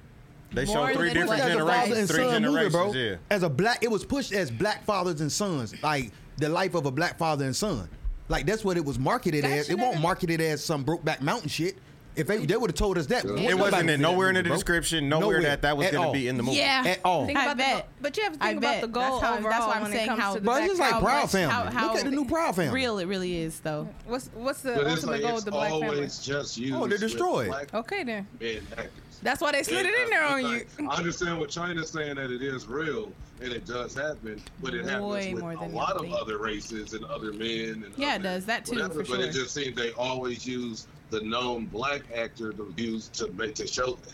[SPEAKER 2] They show
[SPEAKER 7] More
[SPEAKER 2] three
[SPEAKER 7] than
[SPEAKER 2] different
[SPEAKER 7] what-
[SPEAKER 5] Pushed as a father
[SPEAKER 2] generations,
[SPEAKER 5] and
[SPEAKER 2] three
[SPEAKER 5] son movie,
[SPEAKER 2] generations.
[SPEAKER 5] bro.
[SPEAKER 2] Yeah,
[SPEAKER 5] As a black, it was pushed as black fathers and sons, like the life of a black father and son. Like that's what it was marketed
[SPEAKER 4] That
[SPEAKER 5] as. It
[SPEAKER 4] should
[SPEAKER 5] won't
[SPEAKER 4] have-
[SPEAKER 5] market it as some Brokeback Mountain shit. If they, they would have told us that,
[SPEAKER 2] it wasn't in nowhere in the description, nowhere, that that was
[SPEAKER 5] going to
[SPEAKER 2] be in the movie.
[SPEAKER 7] Yeah.
[SPEAKER 5] at all.
[SPEAKER 4] Think
[SPEAKER 7] I
[SPEAKER 4] about the
[SPEAKER 7] bet.
[SPEAKER 4] goal- but you have to
[SPEAKER 7] I
[SPEAKER 4] think about
[SPEAKER 7] bet.
[SPEAKER 4] the goal
[SPEAKER 7] That's how- that's
[SPEAKER 4] overall
[SPEAKER 7] why I'm
[SPEAKER 4] when
[SPEAKER 7] saying
[SPEAKER 4] it comes
[SPEAKER 7] how-
[SPEAKER 4] to the
[SPEAKER 5] Bro, it's
[SPEAKER 4] black
[SPEAKER 5] just like
[SPEAKER 4] how
[SPEAKER 5] Proud
[SPEAKER 4] much-
[SPEAKER 5] Family. Look at the new Proud Family.
[SPEAKER 7] Real, it really is though.
[SPEAKER 4] What's what's the
[SPEAKER 3] But it's
[SPEAKER 4] ultimate
[SPEAKER 3] like
[SPEAKER 4] goal
[SPEAKER 3] it's
[SPEAKER 4] with the black
[SPEAKER 3] always
[SPEAKER 4] family?
[SPEAKER 3] just used.
[SPEAKER 5] Oh, they're
[SPEAKER 3] with
[SPEAKER 5] destroyed.
[SPEAKER 3] black
[SPEAKER 4] Okay then.
[SPEAKER 3] men actors.
[SPEAKER 4] That's why they slid it in there on you.
[SPEAKER 3] I understand what China's saying that it is real and it does happen, but it happens
[SPEAKER 7] Way
[SPEAKER 3] with
[SPEAKER 7] more
[SPEAKER 3] a
[SPEAKER 7] than you
[SPEAKER 3] lot of
[SPEAKER 7] think.
[SPEAKER 3] other races and other men. And
[SPEAKER 7] Yeah, it
[SPEAKER 3] other
[SPEAKER 7] does. That too,
[SPEAKER 3] whatever,
[SPEAKER 7] for
[SPEAKER 3] But it
[SPEAKER 7] sure.
[SPEAKER 3] just seems they always use the known black actor to use to make to show that,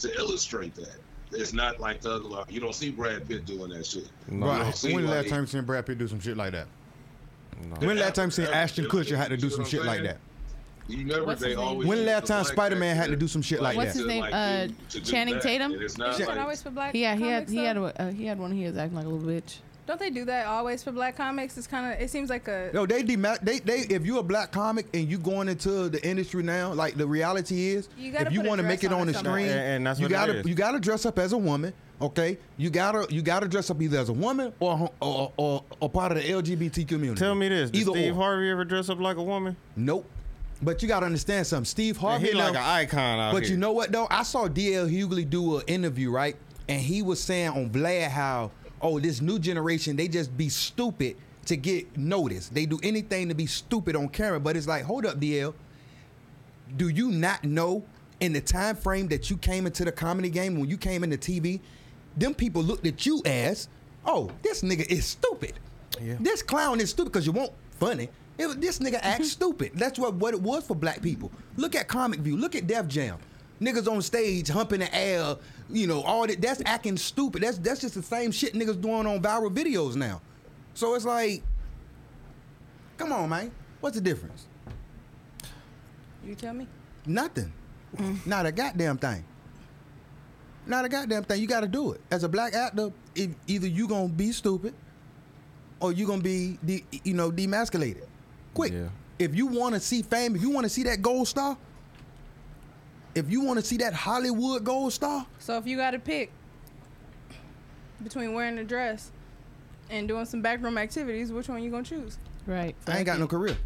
[SPEAKER 3] to illustrate that. It's not like the other. Like, you don't see Brad Pitt doing that shit.
[SPEAKER 2] Right.
[SPEAKER 3] You don't see,
[SPEAKER 5] When the last
[SPEAKER 3] like-
[SPEAKER 5] time you seen Brad Pitt do some shit like that? When the last time you seen Ashton Kutcher had to do
[SPEAKER 3] You know
[SPEAKER 5] some
[SPEAKER 3] what
[SPEAKER 5] shit
[SPEAKER 3] I'm
[SPEAKER 5] like
[SPEAKER 3] saying?
[SPEAKER 5] that?
[SPEAKER 3] You never,
[SPEAKER 7] What's
[SPEAKER 3] they
[SPEAKER 7] his name?
[SPEAKER 3] always
[SPEAKER 5] When
[SPEAKER 3] use
[SPEAKER 5] last
[SPEAKER 3] the
[SPEAKER 5] time
[SPEAKER 3] black
[SPEAKER 5] Spider-Man had to
[SPEAKER 3] actor
[SPEAKER 5] do some shit like
[SPEAKER 7] What's
[SPEAKER 5] that?
[SPEAKER 7] his name?
[SPEAKER 3] like,
[SPEAKER 7] Uh,
[SPEAKER 3] to- to do
[SPEAKER 7] Channing
[SPEAKER 3] that.
[SPEAKER 7] Tatum?
[SPEAKER 3] And it's not
[SPEAKER 4] Shit.
[SPEAKER 3] like-
[SPEAKER 4] always for black.
[SPEAKER 7] Yeah, he had
[SPEAKER 4] comics,
[SPEAKER 7] he
[SPEAKER 4] though?
[SPEAKER 7] had a, uh, he had one. He was acting like a little bitch.
[SPEAKER 4] Don't they do that always for black comics? It's kind of it seems like a
[SPEAKER 5] No, they dema- they they if you're a black comic and you going into the industry now, like the reality is,
[SPEAKER 4] You gotta
[SPEAKER 5] if you
[SPEAKER 4] put a
[SPEAKER 5] want to make
[SPEAKER 4] dress
[SPEAKER 5] it
[SPEAKER 4] on
[SPEAKER 5] on
[SPEAKER 4] or
[SPEAKER 5] the
[SPEAKER 4] something.
[SPEAKER 5] screen,
[SPEAKER 2] And- and that's
[SPEAKER 5] you
[SPEAKER 2] what it
[SPEAKER 5] gotta
[SPEAKER 2] is.
[SPEAKER 5] you gotta dress up as a woman, okay? You gotta you gotta dress up either as a woman or a hom- or, or, or part of the LGBT community.
[SPEAKER 2] Tell me this: Did
[SPEAKER 5] either
[SPEAKER 2] Steve
[SPEAKER 5] or.
[SPEAKER 2] Harvey ever dress up like a woman?
[SPEAKER 5] Nope. But you gotta understand something. Steve
[SPEAKER 2] And
[SPEAKER 5] Harvey,
[SPEAKER 2] he like an
[SPEAKER 5] now-
[SPEAKER 2] icon out
[SPEAKER 5] but
[SPEAKER 2] here.
[SPEAKER 5] you know what though? I saw DL Hughley do an interview, right? And he was saying on Vlad how, oh, this new generation, they just be stupid to get noticed. They do anything to be stupid on camera. But it's like, hold up, DL. Do you not know in the time frame that you came into the comedy game, when you came into TV, them people looked at you as, oh, this nigga is stupid.
[SPEAKER 2] Yeah.
[SPEAKER 5] This clown is stupid because you won't funny. It, was- this nigga acts stupid. That's what, what it was for black people. Look at Comic View. Look at Def Jam. Niggas on stage humping the air, you know, all that. That's acting stupid. That's that's just the same shit niggas doing on viral videos now. So it's like, come on, man. What's the difference?
[SPEAKER 4] you tell me.
[SPEAKER 5] Nothing. Not a goddamn thing. Not a goddamn thing. You got to do it. As a black actor, if, either you gonna be stupid, or you gonna be, de- you know, demasculated. Quick.
[SPEAKER 2] Yeah.
[SPEAKER 5] If you want to see fame, if you want to see that gold star, if you want to see that Hollywood gold star,
[SPEAKER 4] So if you got to pick between wearing a dress and doing some backroom activities, which one you gonna choose?
[SPEAKER 7] Right.
[SPEAKER 5] I ain't got no career.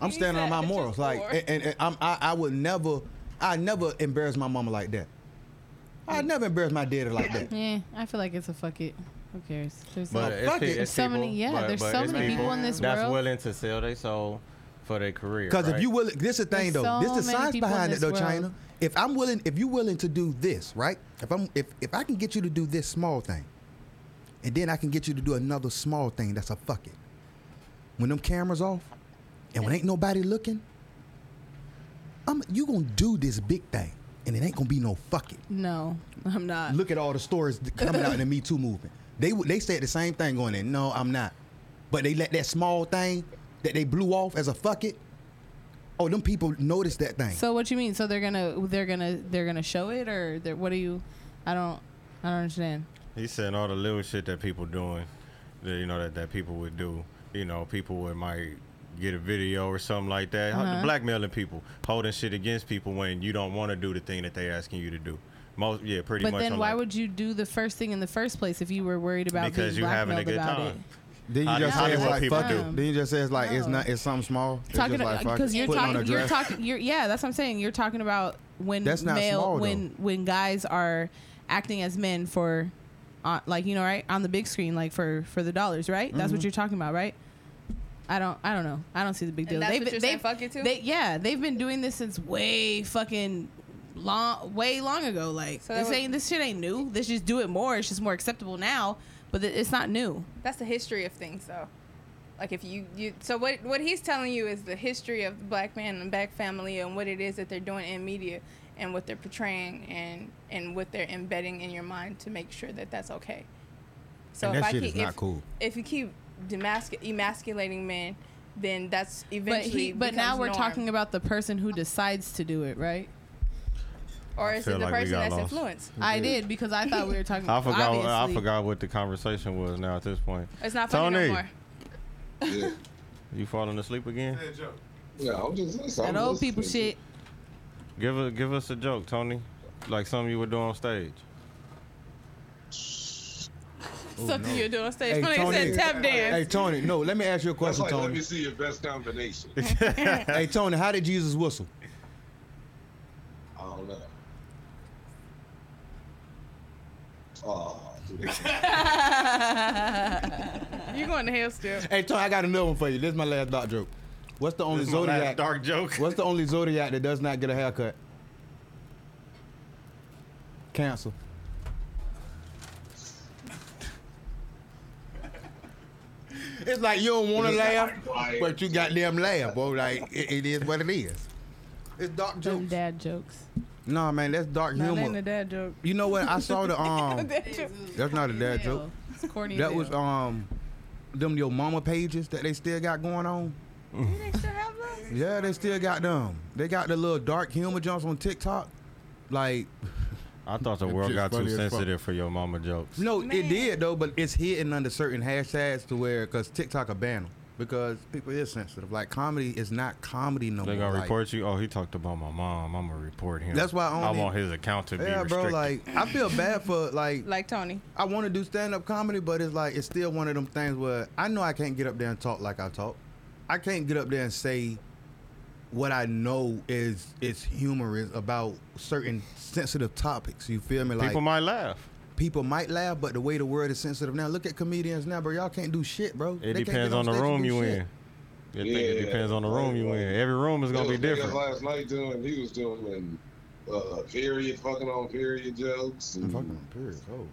[SPEAKER 5] I'm standing on my
[SPEAKER 4] said
[SPEAKER 5] morals, like,
[SPEAKER 4] four.
[SPEAKER 5] and, and, and I'm, I, I would never, I never embarrass my mama like that. I never embarrass my daddy like that.
[SPEAKER 7] Yeah, I feel like it's a fuck it. Who cares? There's
[SPEAKER 2] But
[SPEAKER 7] a-
[SPEAKER 2] it's,
[SPEAKER 5] fuck
[SPEAKER 2] pe-
[SPEAKER 5] it.
[SPEAKER 2] it's
[SPEAKER 7] So
[SPEAKER 2] people,
[SPEAKER 7] many- yeah,
[SPEAKER 2] but-
[SPEAKER 7] there's
[SPEAKER 2] but
[SPEAKER 7] so
[SPEAKER 2] it's
[SPEAKER 7] many people in this
[SPEAKER 2] that's
[SPEAKER 7] world.
[SPEAKER 2] willing to sell their soul for their career.
[SPEAKER 5] Because
[SPEAKER 2] right?
[SPEAKER 5] if you willing, this is the thing
[SPEAKER 7] There's
[SPEAKER 5] though. This
[SPEAKER 7] so
[SPEAKER 5] is
[SPEAKER 7] many
[SPEAKER 5] science
[SPEAKER 7] people in
[SPEAKER 5] behind it
[SPEAKER 7] this
[SPEAKER 5] though,
[SPEAKER 7] world.
[SPEAKER 5] China. If I'm willing, if you willing to do this, right? If I'm, if if I can get you to do this small thing, and then I can get you to do another small thing. That's a fuck it. When them cameras off, and when ain't nobody looking, I'm you gonna do this big thing, and it ain't gonna be no fuck it.
[SPEAKER 7] no, I'm not.
[SPEAKER 5] Look at all the stories th- coming out in the Me Too movement. They w- they said the same thing on it. No, I'm not. But they let that small thing that they blew off as a fuck it. Oh, them people noticed that thing.
[SPEAKER 7] So what you mean? So they're gonna they're gonna they're gonna show it or they're, what do you? I don't I don't understand.
[SPEAKER 2] He's saying all the little shit that people doing, that you know that, that people would do. You know, people would might get a video or something like that. How-
[SPEAKER 7] Uh-huh.
[SPEAKER 2] Blackmailing people, holding shit against people when you don't want to do the thing that they asking you to do. Most, yeah, pretty
[SPEAKER 7] But
[SPEAKER 2] much.
[SPEAKER 7] then
[SPEAKER 2] I'm
[SPEAKER 7] why
[SPEAKER 2] like,
[SPEAKER 7] would you do the first thing in the first place if you were worried about
[SPEAKER 2] because
[SPEAKER 7] being
[SPEAKER 2] you having a
[SPEAKER 7] blackmailed
[SPEAKER 2] good
[SPEAKER 7] about it?
[SPEAKER 2] time.
[SPEAKER 5] Then
[SPEAKER 2] How
[SPEAKER 5] you
[SPEAKER 2] do-
[SPEAKER 5] just
[SPEAKER 2] how
[SPEAKER 5] say
[SPEAKER 2] do
[SPEAKER 5] it's
[SPEAKER 2] what
[SPEAKER 5] like
[SPEAKER 2] people
[SPEAKER 5] fuck
[SPEAKER 2] do?
[SPEAKER 5] it. Then you just say it's like it's
[SPEAKER 7] No.
[SPEAKER 5] not it's something small. It's
[SPEAKER 7] talking
[SPEAKER 5] just like fuck
[SPEAKER 7] because
[SPEAKER 5] it.
[SPEAKER 7] you're
[SPEAKER 5] Putting on a
[SPEAKER 7] talking you're
[SPEAKER 5] dress.
[SPEAKER 7] talking you're yeah that's what i'm saying you're talking about when
[SPEAKER 5] That's not
[SPEAKER 7] male
[SPEAKER 5] small, though.
[SPEAKER 7] when when guys are acting as men for uh, like you know right on the big screen like for for the dollars right that's
[SPEAKER 5] Mm-hmm.
[SPEAKER 7] what you're talking about right I don't. I don't know. I don't see the big deal.
[SPEAKER 4] that's
[SPEAKER 7] they've
[SPEAKER 4] what
[SPEAKER 7] been,
[SPEAKER 4] you're
[SPEAKER 7] they
[SPEAKER 4] saying fuck it to?
[SPEAKER 7] They, yeah, they've been doing this since way fucking long, way long ago. Like
[SPEAKER 4] So that
[SPEAKER 7] this
[SPEAKER 4] would-
[SPEAKER 7] ain't this shit ain't new. They just do it more. It's just more acceptable now, but it- it's not new.
[SPEAKER 4] That's the history of things, though. Like if you, you so what what he's telling you is the history of the black man and black family and what it is that they're doing in media and what they're portraying and and what they're embedding in your mind to make sure that that's okay. So
[SPEAKER 5] And
[SPEAKER 4] if
[SPEAKER 5] that
[SPEAKER 4] I
[SPEAKER 5] shit
[SPEAKER 4] keep,
[SPEAKER 5] is not
[SPEAKER 4] if,
[SPEAKER 5] cool.
[SPEAKER 4] If you keep demascu- emasculating men, then that's
[SPEAKER 7] But
[SPEAKER 4] eventually.
[SPEAKER 7] he. But now
[SPEAKER 4] becomes
[SPEAKER 7] we're
[SPEAKER 4] norm.
[SPEAKER 7] talking about the person who decides to do it, right?
[SPEAKER 4] or is
[SPEAKER 2] feel
[SPEAKER 4] it the
[SPEAKER 2] like we
[SPEAKER 4] person
[SPEAKER 2] got
[SPEAKER 4] that's
[SPEAKER 2] lost.
[SPEAKER 4] influenced?
[SPEAKER 7] I did because I thought we were talking.
[SPEAKER 2] I forgot. I
[SPEAKER 7] obviously.
[SPEAKER 2] forgot what the conversation was now at this point.
[SPEAKER 4] It's not funny
[SPEAKER 2] Tony.
[SPEAKER 4] no more.
[SPEAKER 3] Yeah,
[SPEAKER 2] You falling asleep again?
[SPEAKER 1] Hey, Joe.
[SPEAKER 3] yeah. I'm just listening.
[SPEAKER 7] That
[SPEAKER 3] I'm
[SPEAKER 7] old people
[SPEAKER 3] listening.
[SPEAKER 7] shit.
[SPEAKER 2] Give us give us a joke, Tony. Like something you would do on stage.
[SPEAKER 4] Something you do on stage.
[SPEAKER 5] Oh, Hey,
[SPEAKER 4] Somebody
[SPEAKER 5] Tony.
[SPEAKER 4] said tap dance.
[SPEAKER 5] Hey Tony, no, let me ask you a
[SPEAKER 3] That's
[SPEAKER 5] question,
[SPEAKER 3] like, let me
[SPEAKER 5] Tony.
[SPEAKER 3] see your best combination.
[SPEAKER 5] Hey Tony, how did Jesus whistle?
[SPEAKER 3] I don't know. Oh, dude.
[SPEAKER 4] You going to hell still?
[SPEAKER 5] Hey Tony, I got another one for you. This is my last dark joke. What's the only
[SPEAKER 2] This is my last
[SPEAKER 5] zodiac?
[SPEAKER 2] dark joke.
[SPEAKER 5] What's the only zodiac that does not get a haircut? Cancel. It's like you don't want to laugh, but you goddamn laugh, bro. Like it, it is what it is. It's dark
[SPEAKER 7] Them
[SPEAKER 5] jokes.
[SPEAKER 7] dad jokes.
[SPEAKER 5] No man, that's dark
[SPEAKER 4] That ain't a
[SPEAKER 5] humor.
[SPEAKER 4] dad joke.
[SPEAKER 5] You know what? I saw the um. That's not a dad joke.
[SPEAKER 7] It's corny.
[SPEAKER 5] That was um, them your mama pages that they still got going on. Yeah, they still got them. They got the little dark humor jumps on TikTok. Like,
[SPEAKER 2] I thought the
[SPEAKER 5] That
[SPEAKER 2] world
[SPEAKER 5] shit's
[SPEAKER 2] got too
[SPEAKER 5] funny as fuck.
[SPEAKER 2] sensitive for your mama jokes.
[SPEAKER 5] no, it did though, but it's hidden under certain hashtags to where because TikTok will ban them because people is sensitive. Like comedy is not comedy no
[SPEAKER 2] They
[SPEAKER 5] more.
[SPEAKER 2] gonna
[SPEAKER 5] like,
[SPEAKER 2] report you. Oh, he talked about my mom. I'm gonna report him.
[SPEAKER 5] That's why I
[SPEAKER 2] I
[SPEAKER 5] only-
[SPEAKER 2] want his account to be
[SPEAKER 5] Yeah,
[SPEAKER 2] restricted.
[SPEAKER 5] bro. Like, I feel bad for like.
[SPEAKER 4] Like Tony.
[SPEAKER 5] I want to do stand up comedy, but it's like it's still one of them things where I know I can't get up there and talk like I talk. I can't get up there and say what I know is is humorous about certain sensitive topics. You feel me? Like
[SPEAKER 2] people might laugh.
[SPEAKER 5] people might laugh, but the way the world is sensitive now. Look at comedians now, bro. Y'all can't do shit, bro.
[SPEAKER 2] It
[SPEAKER 5] They can't
[SPEAKER 2] depends
[SPEAKER 5] get
[SPEAKER 2] on the
[SPEAKER 5] stage and
[SPEAKER 2] room
[SPEAKER 5] do
[SPEAKER 2] you
[SPEAKER 5] shit.
[SPEAKER 2] in. I think it
[SPEAKER 3] Yeah.
[SPEAKER 2] depends on the room you in. Every room is gonna be
[SPEAKER 3] Those niggas
[SPEAKER 2] different.
[SPEAKER 3] Last night doing, he was doing uh, period, fucking on period jokes. and
[SPEAKER 5] Fucking period. Oh.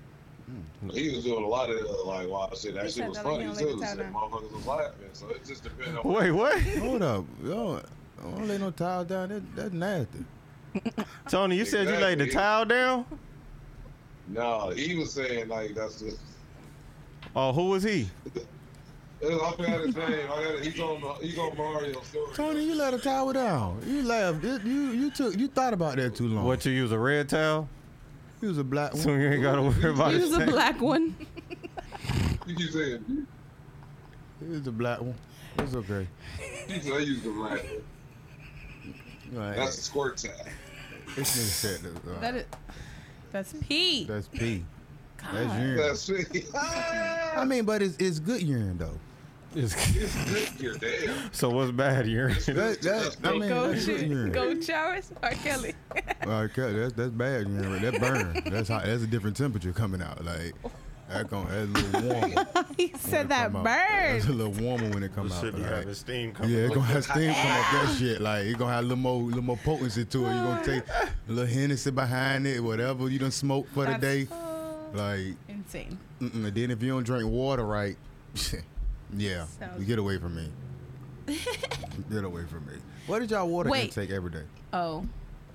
[SPEAKER 3] He was doing a lot of uh, like, wow, shit, that
[SPEAKER 4] He
[SPEAKER 3] shit
[SPEAKER 4] said
[SPEAKER 3] was
[SPEAKER 4] that like
[SPEAKER 3] funny
[SPEAKER 4] he don't
[SPEAKER 3] too.
[SPEAKER 4] like
[SPEAKER 3] So
[SPEAKER 4] the time
[SPEAKER 3] motherfuckers was laughing. So it just depends on.
[SPEAKER 2] Wait, what?
[SPEAKER 5] Hold up, yo. I don't lay no towel down. That, that's nasty.
[SPEAKER 2] Tony, you said you laid the
[SPEAKER 3] Exactly.
[SPEAKER 2] towel down.
[SPEAKER 3] No, he was saying like that's just.
[SPEAKER 2] Oh, who was he?
[SPEAKER 3] uh, I forgot his name. I got, he's on. He's on Mario. Story.
[SPEAKER 5] Tony, you let a towel down. You laughed. It- you you took you thought about that too long.
[SPEAKER 2] What you use a red towel?
[SPEAKER 5] He was a black
[SPEAKER 2] So you ain't gotta worry about
[SPEAKER 7] He was a
[SPEAKER 2] it.
[SPEAKER 7] black one.
[SPEAKER 3] You keep saying.
[SPEAKER 5] It was a black one. It's okay.
[SPEAKER 3] You say I used the black.
[SPEAKER 5] Like,
[SPEAKER 3] That's the squirt tag.
[SPEAKER 5] this nigga said that, uh,
[SPEAKER 7] That is. That's P.
[SPEAKER 5] that's P. That's urine.
[SPEAKER 3] That's it.
[SPEAKER 4] Oh,
[SPEAKER 5] I mean, but it's, it's good urine though.
[SPEAKER 3] it's good. You're damn.
[SPEAKER 2] so what's bad here?
[SPEAKER 5] That, that, I mean,
[SPEAKER 4] Go
[SPEAKER 5] that's good
[SPEAKER 4] shit.
[SPEAKER 5] urine.
[SPEAKER 4] Go showers or Kelly.
[SPEAKER 5] All right, cut. that's that's bad urine. right? That burn. That's how. That's a different temperature coming out. Like that going. That's a little warmer.
[SPEAKER 7] He said that
[SPEAKER 5] Come out. That's a
[SPEAKER 7] bird.
[SPEAKER 5] little warmer when it comes out.
[SPEAKER 2] Should be
[SPEAKER 5] all right?
[SPEAKER 2] having steam coming.
[SPEAKER 5] Yeah, it's gonna have steam come off that shit. Like it's gonna have a little more, little more potency to it. You're gonna take a little Hennessy behind it, whatever you done smoke for the day. Like,
[SPEAKER 7] Insane.
[SPEAKER 5] mm-mm. and then if you don't drink water right, yeah,
[SPEAKER 4] Sounds-
[SPEAKER 5] get away from me. get away from me. What did y'all water
[SPEAKER 7] Wait.
[SPEAKER 5] intake every day?
[SPEAKER 7] Oh,